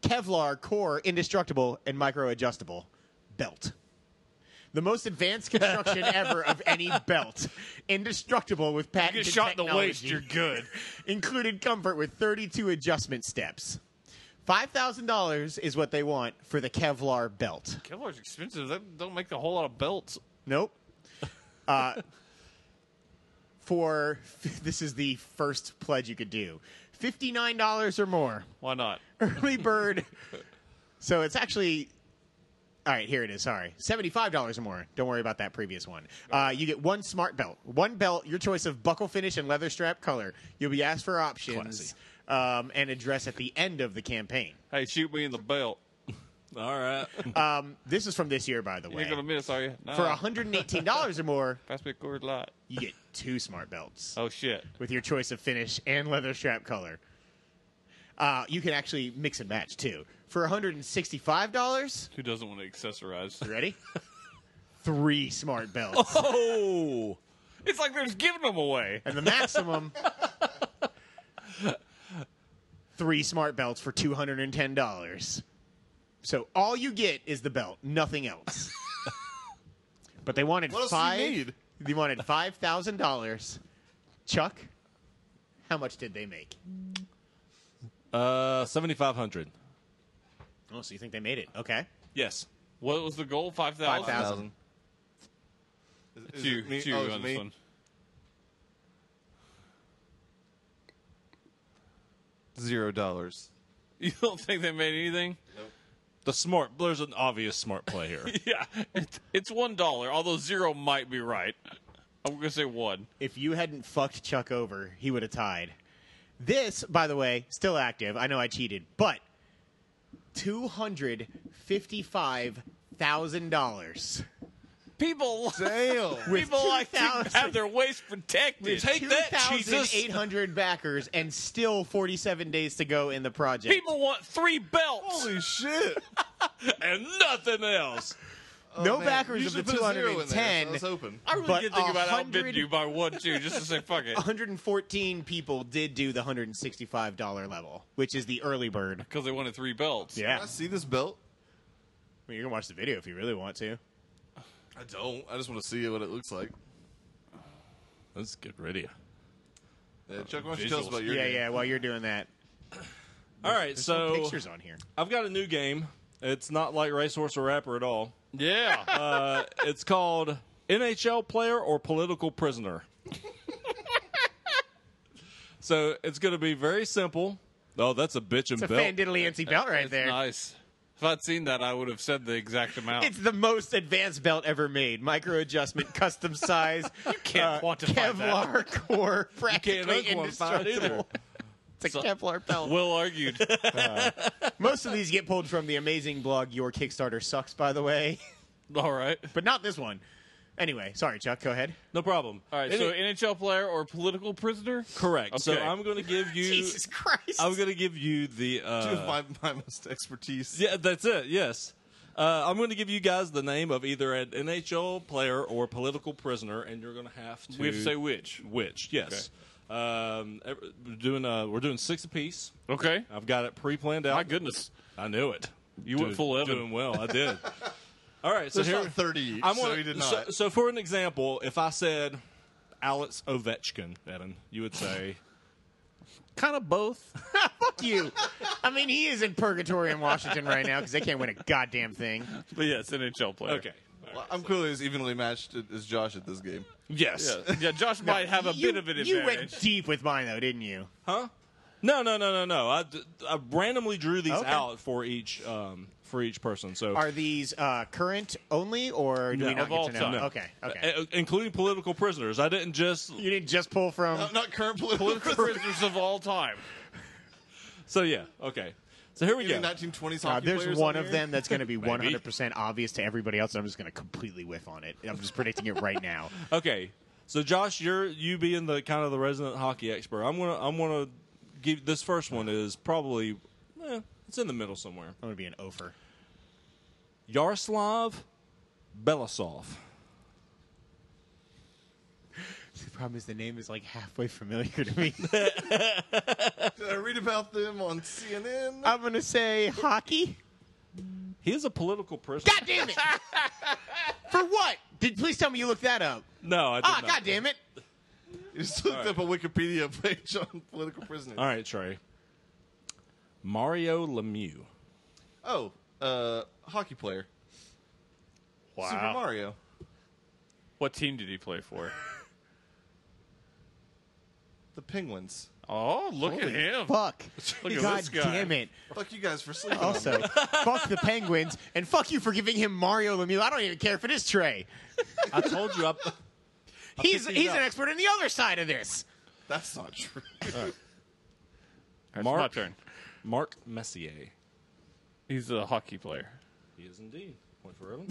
[SPEAKER 2] Kevlar core, indestructible, and micro adjustable belt. The most advanced construction ever of any belt, indestructible with
[SPEAKER 1] you
[SPEAKER 2] patented
[SPEAKER 1] get shot in the
[SPEAKER 2] technology.
[SPEAKER 1] waist, you're good.
[SPEAKER 2] included comfort with 32 adjustment steps. $5,000 is what they want for the Kevlar belt.
[SPEAKER 1] Kevlar's expensive. That don't make a whole lot of belts.
[SPEAKER 2] Nope. Uh, for this is the first pledge you could do $59 or more.
[SPEAKER 1] Why not?
[SPEAKER 2] Early bird. so it's actually. All right, here it is. Sorry. $75 or more. Don't worry about that previous one. Uh, you get one smart belt, one belt, your choice of buckle finish and leather strap color. You'll be asked for options um, and address at the end of the campaign.
[SPEAKER 1] Hey, shoot me in the belt.
[SPEAKER 5] All right.
[SPEAKER 2] Um, this is from this year, by the way.
[SPEAKER 1] You're gonna miss, are you? No.
[SPEAKER 2] For $118 or more,
[SPEAKER 1] pass me a cord light.
[SPEAKER 2] you get two smart belts.
[SPEAKER 1] Oh shit.
[SPEAKER 2] with your choice of finish and leather strap color. Uh, you can actually mix and match too. For $165,
[SPEAKER 1] Who doesn't want to accessorize?
[SPEAKER 2] you ready? Three smart belts.
[SPEAKER 5] Oh.
[SPEAKER 1] It's like they're just giving them away.
[SPEAKER 2] And the maximum, three smart belts for $210. So all you get is the belt, nothing else. but they wanted
[SPEAKER 4] What else
[SPEAKER 2] five.
[SPEAKER 4] do you need?
[SPEAKER 2] They wanted $5,000. Chuck, how much did they make?
[SPEAKER 5] Uh, seventy five hundred.
[SPEAKER 2] Oh, so you think they made it? Okay.
[SPEAKER 5] Yes.
[SPEAKER 1] What was the goal? Five thousand.
[SPEAKER 2] 5,000.
[SPEAKER 4] Is- is
[SPEAKER 1] Chew,
[SPEAKER 4] it me?
[SPEAKER 1] chew
[SPEAKER 4] Oh, is it
[SPEAKER 1] on
[SPEAKER 4] me?
[SPEAKER 1] this one.
[SPEAKER 4] Zero dollars.
[SPEAKER 1] You don't think they made anything?
[SPEAKER 5] The smart. There's an obvious smart play here.
[SPEAKER 1] Yeah, it's, it's one dollar. Although zero might be right. I'm gonna say one.
[SPEAKER 2] if you hadn't fucked Chuck over, he would have tied. This, by the way, still active. I know I cheated, but two hundred fifty-five thousand dollars.
[SPEAKER 1] People,
[SPEAKER 4] Damn.
[SPEAKER 1] people like to have their waist protected.
[SPEAKER 5] Take that, Jesus.
[SPEAKER 2] Eight hundred backers, and still forty-seven days to go in the project.
[SPEAKER 1] People want three belts
[SPEAKER 4] Holy shit.
[SPEAKER 5] and nothing else.
[SPEAKER 2] no
[SPEAKER 4] Oh, Man,
[SPEAKER 2] backers of
[SPEAKER 4] usually
[SPEAKER 2] the
[SPEAKER 4] put
[SPEAKER 2] two
[SPEAKER 4] a zero
[SPEAKER 2] hundred
[SPEAKER 4] in
[SPEAKER 2] and
[SPEAKER 4] there, so I
[SPEAKER 2] ten.
[SPEAKER 4] was hoping.
[SPEAKER 1] I really
[SPEAKER 2] but
[SPEAKER 1] did think about
[SPEAKER 2] 100
[SPEAKER 1] outbidding you by one too, just to say fuck it,
[SPEAKER 2] 114 people did do the $165 level, which is the early bird.
[SPEAKER 1] because they wanted three belts.
[SPEAKER 4] Can I see this belt?
[SPEAKER 2] I mean, you can watch the video if you really want to.
[SPEAKER 4] I don't. I just want to see what it looks like.
[SPEAKER 5] That's good radio.
[SPEAKER 4] Yeah, Chuck, why don't you tell us
[SPEAKER 1] visuals.
[SPEAKER 4] about your
[SPEAKER 2] Yeah,
[SPEAKER 4] game?
[SPEAKER 2] yeah, while you're doing that.
[SPEAKER 5] All right.
[SPEAKER 2] no
[SPEAKER 5] So
[SPEAKER 2] pictures on here.
[SPEAKER 5] I've got a new game. It's not like racehorse or rapper at all.
[SPEAKER 1] Yeah.
[SPEAKER 5] Uh, it's called NHL player or political prisoner. so it's going to be very simple. Oh, that's a bitch
[SPEAKER 2] It's
[SPEAKER 5] and
[SPEAKER 2] a
[SPEAKER 5] belt.
[SPEAKER 2] fan diddly antsy belt right
[SPEAKER 1] That's
[SPEAKER 2] there.
[SPEAKER 1] Nice. If I'd seen that, I would have said the exact amount.
[SPEAKER 2] It's the most advanced belt ever made. Micro adjustment, custom size. You
[SPEAKER 1] can't quantify that.
[SPEAKER 2] Kevlar core, practically
[SPEAKER 5] unquantify it
[SPEAKER 2] indestructible. It's a Kevlar belt.
[SPEAKER 1] well argued.
[SPEAKER 2] Most of these get pulled from the amazing blog Your Kickstarter Sucks, by the way,
[SPEAKER 1] All right.
[SPEAKER 2] but not this one. Anyway, sorry, Chuck. Go ahead.
[SPEAKER 5] no problem.
[SPEAKER 1] All right.
[SPEAKER 5] Any-
[SPEAKER 1] So NHL player or political prisoner?
[SPEAKER 5] correct. So
[SPEAKER 1] Okay.
[SPEAKER 5] I'm going to give you.
[SPEAKER 2] Jesus Christ!
[SPEAKER 5] I'm going to give you the. Uh,
[SPEAKER 4] Two of my, my most expertise.
[SPEAKER 5] yeah, that's it. Yes. Uh, I'm going to give you guys the name of either an NHL player or political prisoner, and you're going to have to
[SPEAKER 1] We have to say which.
[SPEAKER 5] which. Yes. Um, ev- we're doing uh, we're doing six apiece.
[SPEAKER 1] Okay.
[SPEAKER 5] I've got it pre-planned out.
[SPEAKER 1] My goodness.
[SPEAKER 5] I knew it.
[SPEAKER 1] You went full Evan.
[SPEAKER 5] Doing well, I did. All right, so
[SPEAKER 4] There's
[SPEAKER 5] here
[SPEAKER 4] not 30 each,
[SPEAKER 5] I'm
[SPEAKER 4] so
[SPEAKER 5] gonna-
[SPEAKER 4] he did
[SPEAKER 5] so-
[SPEAKER 4] not.
[SPEAKER 5] so for an example, if I said Alex Ovechkin, Evan? You would say.
[SPEAKER 1] Kind of both.
[SPEAKER 2] Fuck you. I mean, he is in purgatory in Washington right now because they can't win a goddamn thing.
[SPEAKER 1] But yes, NHL player.
[SPEAKER 5] Okay.
[SPEAKER 4] Well, I'm clearly as evenly matched as Josh at this game.
[SPEAKER 5] Yes.
[SPEAKER 1] Yeah, yeah Josh might have a
[SPEAKER 2] You-
[SPEAKER 1] bit of an
[SPEAKER 2] You
[SPEAKER 1] advantage.
[SPEAKER 2] went deep with mine though, didn't you?
[SPEAKER 5] Huh? No, no, no, no, no. I, d- I randomly drew these
[SPEAKER 2] Okay.
[SPEAKER 5] out for each um, for each person. So
[SPEAKER 2] Are these uh, current only, or do we
[SPEAKER 5] No,
[SPEAKER 2] not
[SPEAKER 5] of
[SPEAKER 2] get
[SPEAKER 1] all
[SPEAKER 2] to know?
[SPEAKER 1] time. No.
[SPEAKER 2] Okay, okay.
[SPEAKER 5] Uh, including political prisoners. I didn't just
[SPEAKER 2] you didn't just pull from.
[SPEAKER 4] No, not current political prisoners.
[SPEAKER 1] Prisoners of all time.
[SPEAKER 5] So yeah, okay. So here we
[SPEAKER 4] Any
[SPEAKER 5] go.
[SPEAKER 4] 1920s
[SPEAKER 2] Uh,
[SPEAKER 4] hockey
[SPEAKER 2] there's
[SPEAKER 4] players
[SPEAKER 2] one
[SPEAKER 4] on
[SPEAKER 2] of
[SPEAKER 4] here?
[SPEAKER 2] them that's going to be 100% obvious to everybody else, and I'm just going to completely whiff on it. I'm just predicting it right now.
[SPEAKER 5] Okay. So Josh, you're you being the kind of the resident hockey expert. I'm gonna I'm gonna give this first one is probably eh, it's in the middle somewhere.
[SPEAKER 2] I'm going to be an ofer.
[SPEAKER 5] Yaroslav Belasov.
[SPEAKER 2] The problem is the name is like halfway familiar to me.
[SPEAKER 4] Did I read about them on CNN?
[SPEAKER 2] I'm going to say hockey.
[SPEAKER 5] He is a political prisoner.
[SPEAKER 2] God damn it! For what? Did please tell me you looked that up?
[SPEAKER 5] No, I did
[SPEAKER 2] Ah,
[SPEAKER 5] not.
[SPEAKER 2] god damn it!
[SPEAKER 4] you just looked up a Wikipedia page on political prisoners.
[SPEAKER 5] All right, Trey. Mario Lemieux.
[SPEAKER 4] Oh, uh, hockey player. Super Mario.
[SPEAKER 1] What team did he play for?
[SPEAKER 4] The Penguins.
[SPEAKER 1] Oh, look at him.
[SPEAKER 2] Fuck!
[SPEAKER 1] Look at
[SPEAKER 2] god
[SPEAKER 1] this guy.
[SPEAKER 2] damn it!
[SPEAKER 4] Fuck you guys for sleeping. on
[SPEAKER 2] Also, fuck the Penguins and fuck you for giving him Mario Lemieux. I don't even care if it is Trey.
[SPEAKER 5] I told you.
[SPEAKER 2] He's
[SPEAKER 5] I, picked
[SPEAKER 2] he's
[SPEAKER 5] these
[SPEAKER 2] an
[SPEAKER 5] up.
[SPEAKER 2] expert in the other side of this.
[SPEAKER 4] That's not true.
[SPEAKER 1] That's
[SPEAKER 5] Mark.
[SPEAKER 1] my turn.
[SPEAKER 5] Mark Messier.
[SPEAKER 1] He's a hockey player.
[SPEAKER 5] He is indeed. Point for Evan.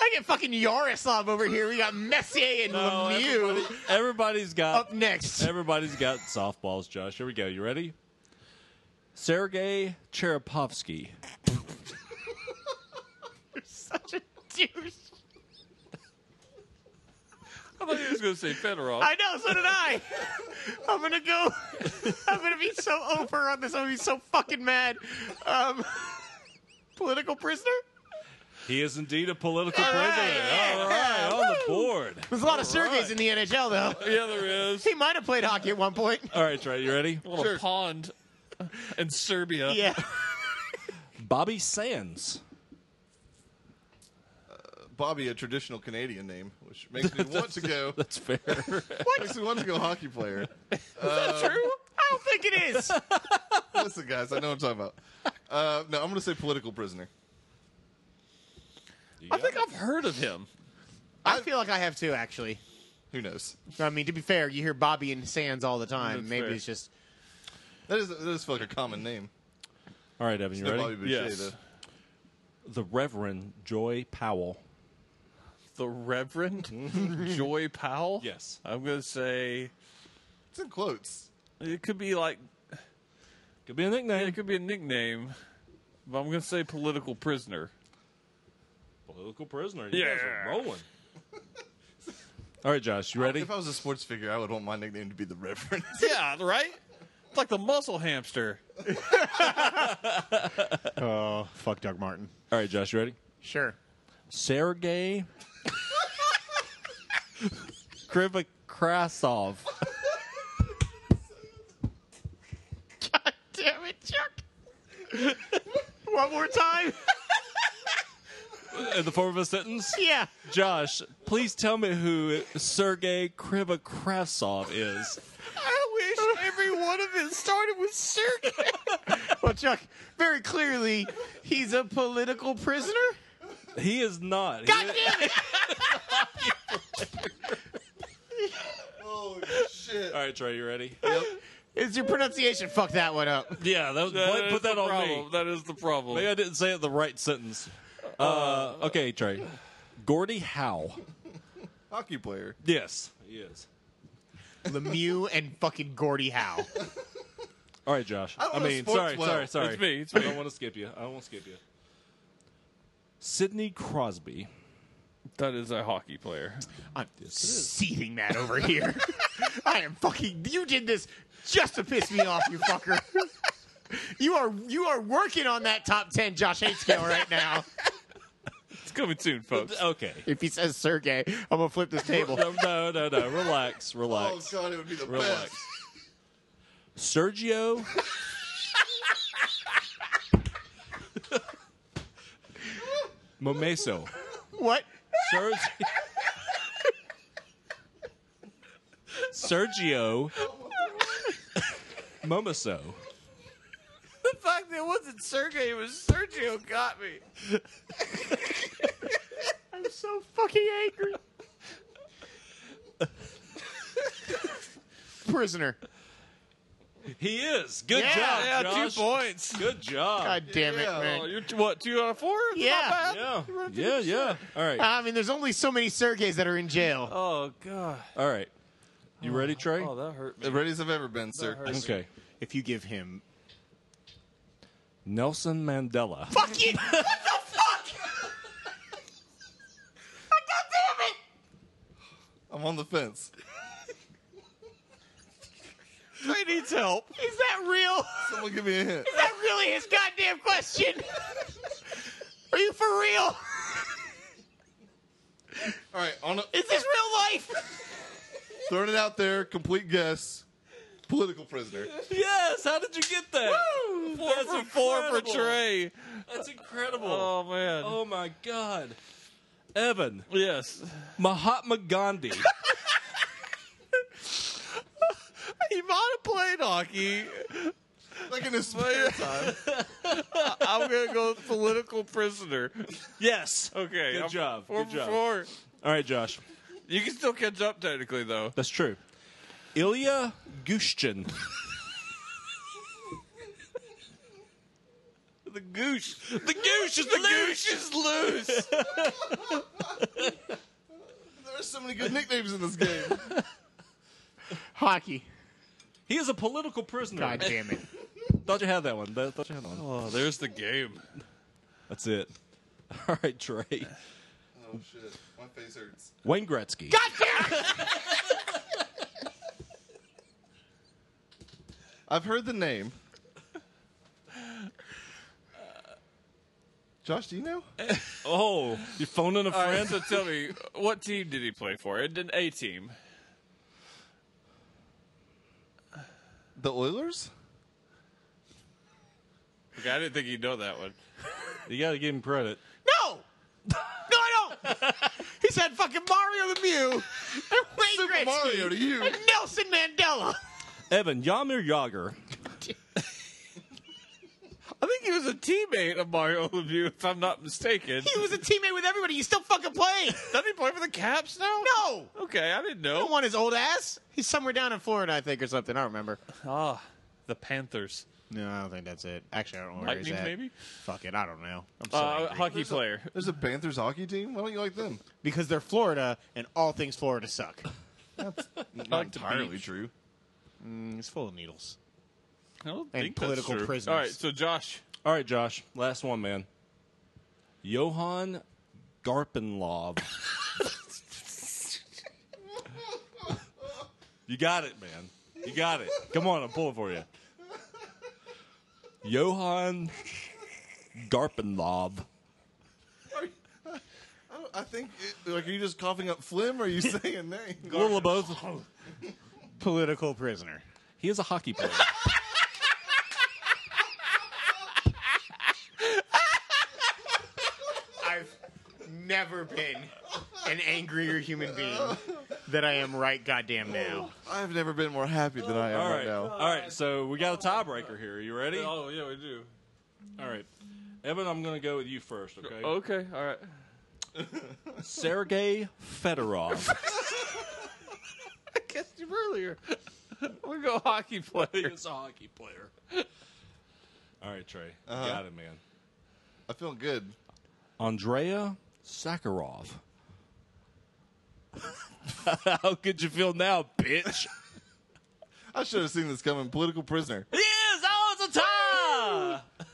[SPEAKER 2] I get fucking Yaroslav over here. We got Messier and
[SPEAKER 1] Oh,
[SPEAKER 2] Lemieux
[SPEAKER 5] Everybody's got
[SPEAKER 2] up next.
[SPEAKER 5] Everybody's got softballs, Josh. Here we go. You ready? Sergei Cheripovsky.
[SPEAKER 2] Such a douche.
[SPEAKER 1] I thought he was going to say Fedorov.
[SPEAKER 2] I know. So did I. I'm gonna go. I'm gonna be so over on this. I'm gonna be so fucking mad. Um, political prisoner.
[SPEAKER 5] He is indeed a political prisoner. All right, on the board.
[SPEAKER 2] There's a lot of Sergeys in the NHL though.
[SPEAKER 1] yeah, there is.
[SPEAKER 2] He might have played hockey at one point.
[SPEAKER 5] All right, Trey, you ready?
[SPEAKER 1] A little pond in Serbia.
[SPEAKER 2] Yeah.
[SPEAKER 5] Bobby Sands.
[SPEAKER 4] Bobby, a traditional Canadian name, which makes me want to go.
[SPEAKER 5] That's fair.
[SPEAKER 4] Makes me want to go hockey player.
[SPEAKER 1] Uh,
[SPEAKER 2] True. I don't think it is.
[SPEAKER 4] Listen, guys, I know what I'm talking about. Uh, no, I'm going to say political prisoner.
[SPEAKER 1] I think I've heard of him.
[SPEAKER 2] I feel like I have two actually.
[SPEAKER 4] Who knows?
[SPEAKER 2] I mean, to be fair, you hear Bobby and Sands all the time.
[SPEAKER 1] That's
[SPEAKER 2] Maybe
[SPEAKER 1] fair.
[SPEAKER 2] it's just
[SPEAKER 4] That is that is like a common name.
[SPEAKER 5] All right, Evan, you
[SPEAKER 4] No Bobby
[SPEAKER 5] ready?
[SPEAKER 4] Boucher,
[SPEAKER 1] Yes.
[SPEAKER 4] though.
[SPEAKER 5] The Reverend Joy Powell.
[SPEAKER 1] The Reverend Joy Powell.
[SPEAKER 5] Yes.
[SPEAKER 1] I'm going to say
[SPEAKER 4] It's in quotes.
[SPEAKER 1] it could be like,
[SPEAKER 5] Could be a nickname.
[SPEAKER 1] it could be a nickname, but I'm going to say political prisoner.
[SPEAKER 5] Political prisoner. You guys are
[SPEAKER 1] Yeah.
[SPEAKER 5] rolling. All right, Josh, you ready?
[SPEAKER 4] If I was a sports figure, I would want my nickname to be the Reverend.
[SPEAKER 1] Yeah, right? It's like the muscle hamster.
[SPEAKER 2] oh fuck Doug Martin.
[SPEAKER 5] All right, Josh, you ready?
[SPEAKER 2] Sure.
[SPEAKER 5] Sergei Krivakrasov.
[SPEAKER 2] God damn it, Chuck. one more time.
[SPEAKER 5] In the form of a sentence?
[SPEAKER 2] yeah.
[SPEAKER 5] Josh, please tell me who Sergei Krivakrasov is.
[SPEAKER 2] I wish every one of it started with Sergey. well, Chuck, very clearly, he's a political prisoner.
[SPEAKER 5] He is not.
[SPEAKER 2] God damn it!
[SPEAKER 4] oh shit!
[SPEAKER 5] All right, Trey, you ready?
[SPEAKER 2] It's your pronunciation. Fuck that one up.
[SPEAKER 5] Yeah, that was,
[SPEAKER 1] is
[SPEAKER 5] put that
[SPEAKER 1] the
[SPEAKER 5] on
[SPEAKER 1] problem.
[SPEAKER 5] me.
[SPEAKER 1] That is the problem.
[SPEAKER 5] Maybe I didn't say it the right sentence. Uh, okay, Trey. Gordy Howe.
[SPEAKER 4] Hockey player.
[SPEAKER 5] Yes. He is.
[SPEAKER 2] Lemieux and fucking Gordy Howe.
[SPEAKER 5] All right, Josh. I,
[SPEAKER 4] don't know
[SPEAKER 5] mean,
[SPEAKER 4] sports
[SPEAKER 5] sorry,
[SPEAKER 4] well.
[SPEAKER 5] sorry, sorry.
[SPEAKER 1] It's me, it's
[SPEAKER 5] I
[SPEAKER 1] me.
[SPEAKER 5] don't want to skip you. I don't want to skip you. Sidney Crosby.
[SPEAKER 1] that is a hockey player.
[SPEAKER 2] I'm seething that over here. I am fucking. You did this just to piss me off, you fucker. You are you are working on that top ten Josh Haight scale right now.
[SPEAKER 1] coming soon, folks.
[SPEAKER 5] Okay.
[SPEAKER 2] If he says Sergey, I'm gonna flip this table.
[SPEAKER 5] No, no, no, no. Relax,
[SPEAKER 4] Oh
[SPEAKER 5] relax,
[SPEAKER 4] god, it would be the
[SPEAKER 5] relax.
[SPEAKER 4] best.
[SPEAKER 5] Sergio. Momeso.
[SPEAKER 2] what?
[SPEAKER 5] Sergio. Sergio. Momoso.
[SPEAKER 3] The fact that it wasn't Sergey, it was Sergio got me.
[SPEAKER 2] I'm so fucking angry. Prisoner.
[SPEAKER 5] He is. Good
[SPEAKER 2] Yeah,
[SPEAKER 5] job,
[SPEAKER 1] yeah,
[SPEAKER 5] Josh.
[SPEAKER 1] two points.
[SPEAKER 5] Good job.
[SPEAKER 2] God damn it,
[SPEAKER 4] Yeah.
[SPEAKER 1] Oh,
[SPEAKER 2] man.
[SPEAKER 1] you're t- what two out of four? That's
[SPEAKER 2] Yeah. Uh,
[SPEAKER 1] not bad.
[SPEAKER 5] Yeah. Yeah, yeah. All right.
[SPEAKER 2] I mean, there's only so many Sergeys that are in jail.
[SPEAKER 1] Oh god.
[SPEAKER 5] All right. You ready, Trey?
[SPEAKER 1] Oh, that hurt me.
[SPEAKER 4] The readiest I've ever been, sir.
[SPEAKER 5] Okay.
[SPEAKER 2] If you give him.
[SPEAKER 5] Nelson Mandela.
[SPEAKER 2] Fuck you! what the fuck? God damn it!
[SPEAKER 4] I'm on the fence.
[SPEAKER 1] Trey needs help.
[SPEAKER 2] Is that real? Is
[SPEAKER 4] Someone give me a hint.
[SPEAKER 2] that really his goddamn question? Are you for real?
[SPEAKER 4] All right, on a,
[SPEAKER 2] Is this real life?
[SPEAKER 4] throwing it out there. Complete guess. Political prisoner.
[SPEAKER 5] Yes. How did you get that?
[SPEAKER 1] Four
[SPEAKER 5] That's
[SPEAKER 1] for four for
[SPEAKER 5] incredible.
[SPEAKER 1] Trey.
[SPEAKER 5] That's incredible.
[SPEAKER 1] Oh man.
[SPEAKER 5] Oh my God. Evan,
[SPEAKER 1] Yes.
[SPEAKER 5] Mahatma Gandhi.
[SPEAKER 1] He might have played hockey.
[SPEAKER 4] Like in his spare time.
[SPEAKER 1] I'm gonna go with political prisoner.
[SPEAKER 5] yes.
[SPEAKER 1] Okay.
[SPEAKER 5] Good
[SPEAKER 1] I'm
[SPEAKER 5] job,
[SPEAKER 1] Four
[SPEAKER 5] good
[SPEAKER 1] for
[SPEAKER 5] job.
[SPEAKER 1] four.
[SPEAKER 5] All right, Josh.
[SPEAKER 1] You can still catch up technically though.
[SPEAKER 5] That's true. Ilya Gushchin.
[SPEAKER 1] The goosh. The goosh is the goosh is loose.
[SPEAKER 4] There are so many good nicknames in this game.
[SPEAKER 2] Hockey.
[SPEAKER 5] He is a political prisoner.
[SPEAKER 2] God damn it.
[SPEAKER 5] Thought you had that one. Th- Thought you had that one.
[SPEAKER 1] oh, there's the game.
[SPEAKER 5] That's it. All right, Trey.
[SPEAKER 4] Oh shit, my face hurts.
[SPEAKER 5] Wayne Gretzky.
[SPEAKER 4] I've heard the name.
[SPEAKER 1] Uh,
[SPEAKER 4] Josh, do you know?
[SPEAKER 1] uh,
[SPEAKER 5] Oh, you phoning a
[SPEAKER 1] All
[SPEAKER 5] friend?
[SPEAKER 1] right, so tell me, what team did he play for? It did A team.
[SPEAKER 4] The Oilers?
[SPEAKER 1] Okay, I didn't think you'd know that one.
[SPEAKER 5] You got to give him credit.
[SPEAKER 2] No! No, I don't! He said fucking Mario Lemieux and Wayne Gretzky
[SPEAKER 4] Mario to you.
[SPEAKER 2] and Nelson Mandela.
[SPEAKER 5] Evan, Yamir Yager.
[SPEAKER 1] I think he was a teammate of Mario Lemieux, if I'm not mistaken.
[SPEAKER 2] He was a teammate with everybody. He's still fucking playing.
[SPEAKER 1] Doesn't he play for the Caps now?
[SPEAKER 2] No!
[SPEAKER 1] Okay, I didn't
[SPEAKER 2] I don't
[SPEAKER 1] know.
[SPEAKER 2] want his old ass. He's somewhere down in Florida, I think, or something. I don't remember.
[SPEAKER 1] Ah, the Panthers.
[SPEAKER 2] No, I don't think that's it. Actually, I don't know where he's
[SPEAKER 1] Lightning,
[SPEAKER 2] at.
[SPEAKER 1] maybe?
[SPEAKER 2] Fuck it, I don't know. I'm so
[SPEAKER 1] Uh,
[SPEAKER 2] angry.
[SPEAKER 1] hockey player.
[SPEAKER 4] There's a Panthers hockey team. Why don't you like them?
[SPEAKER 2] because they're Florida, and all things Florida suck.
[SPEAKER 4] Not entirely true.
[SPEAKER 2] Mm, It's full of needles.
[SPEAKER 1] I don't
[SPEAKER 2] And
[SPEAKER 1] think that's
[SPEAKER 2] political
[SPEAKER 1] true.
[SPEAKER 2] prisoners.
[SPEAKER 1] All right, so Josh.
[SPEAKER 5] All right, Josh. Last one, man. Johan Garpenlov. you got it, man. You got it. Come on, I'm pulling for you. Johan Garpenlov.
[SPEAKER 4] I think, it, like, are you just coughing up phlegm or are you saying
[SPEAKER 5] A
[SPEAKER 4] names?
[SPEAKER 5] little of both.
[SPEAKER 2] Political prisoner.
[SPEAKER 5] He is a hockey player.
[SPEAKER 2] I've never been an angrier human being than I am right goddamn now.
[SPEAKER 4] I've never been more happy than I am
[SPEAKER 5] All
[SPEAKER 4] right,
[SPEAKER 5] right.
[SPEAKER 4] now.
[SPEAKER 5] All right, so we got a tiebreaker here. Are you ready? All
[SPEAKER 1] Oh, yeah, we do.
[SPEAKER 5] right. Evan, I'm going to go with you first, okay?
[SPEAKER 1] Okay, all right.
[SPEAKER 5] Sergey Fedorov.
[SPEAKER 1] I guessed you earlier. we go hockey player.
[SPEAKER 5] is a hockey player. All right, Trey. You
[SPEAKER 4] Uh-huh.
[SPEAKER 5] Got it, man.
[SPEAKER 4] I feel good.
[SPEAKER 5] Andrea Sakharov. How could you feel now, bitch?
[SPEAKER 4] I should have seen this coming. Political prisoner.
[SPEAKER 5] yes, oh, it's a tie!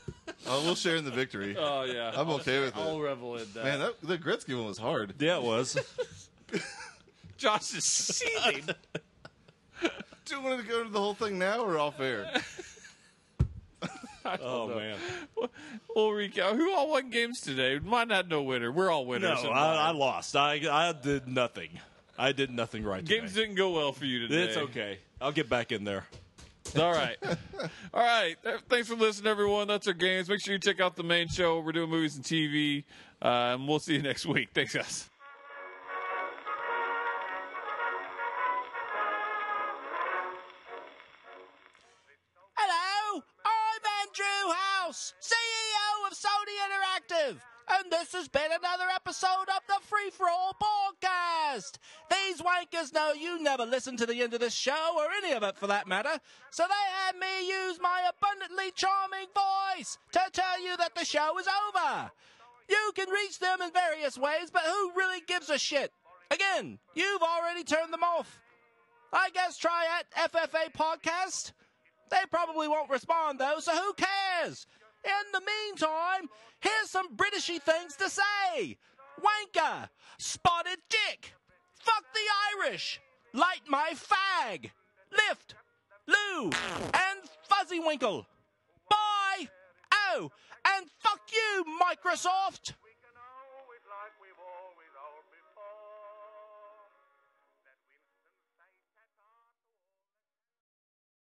[SPEAKER 4] Oh, we'll share in the victory.
[SPEAKER 1] Oh, yeah.
[SPEAKER 4] I'm okay with
[SPEAKER 1] I'll
[SPEAKER 4] it.
[SPEAKER 1] revel in that.
[SPEAKER 4] Man, that, the Gretzky one was hard.
[SPEAKER 5] Yeah, it was.
[SPEAKER 1] Josh is seething.
[SPEAKER 4] Do you want to go into the whole thing now or off air?
[SPEAKER 6] Oh man,
[SPEAKER 1] We'll recap. Who all won games today? Mine had no winner. We're all
[SPEAKER 6] no,
[SPEAKER 1] winners. in mine.
[SPEAKER 6] I, I lost. I I did nothing. I did nothing right.
[SPEAKER 1] Games
[SPEAKER 6] today.
[SPEAKER 1] didn't go well for you today.
[SPEAKER 6] It's okay. I'll get back in there.
[SPEAKER 1] All right. All right. Uh, Thanks for listening, everyone. That's our games. Make sure you check out the main show. We're doing movies and TV. Uh, and we'll see you next week. Thanks, guys.
[SPEAKER 5] Hello, I'm Andrew House, CEO of Sony Interactive, and this has been another episode of the Free For All podcast. These wankers know you never listen to the end of this show, or any of it for that matter, so they had me use my abundantly charming voice to tell you that the show is over. You can reach them in various ways, but who really gives a shit? Again, you've already turned them off. I guess try at FFA Podcast. They probably won't respond though, so who cares? In the meantime, here's some Britishy things to say. Wanker, spotted dick, fuck the Irish, light my fag, lift, loo, and fuzzy winkle. Bye. Oh, and fuck you, Microsoft.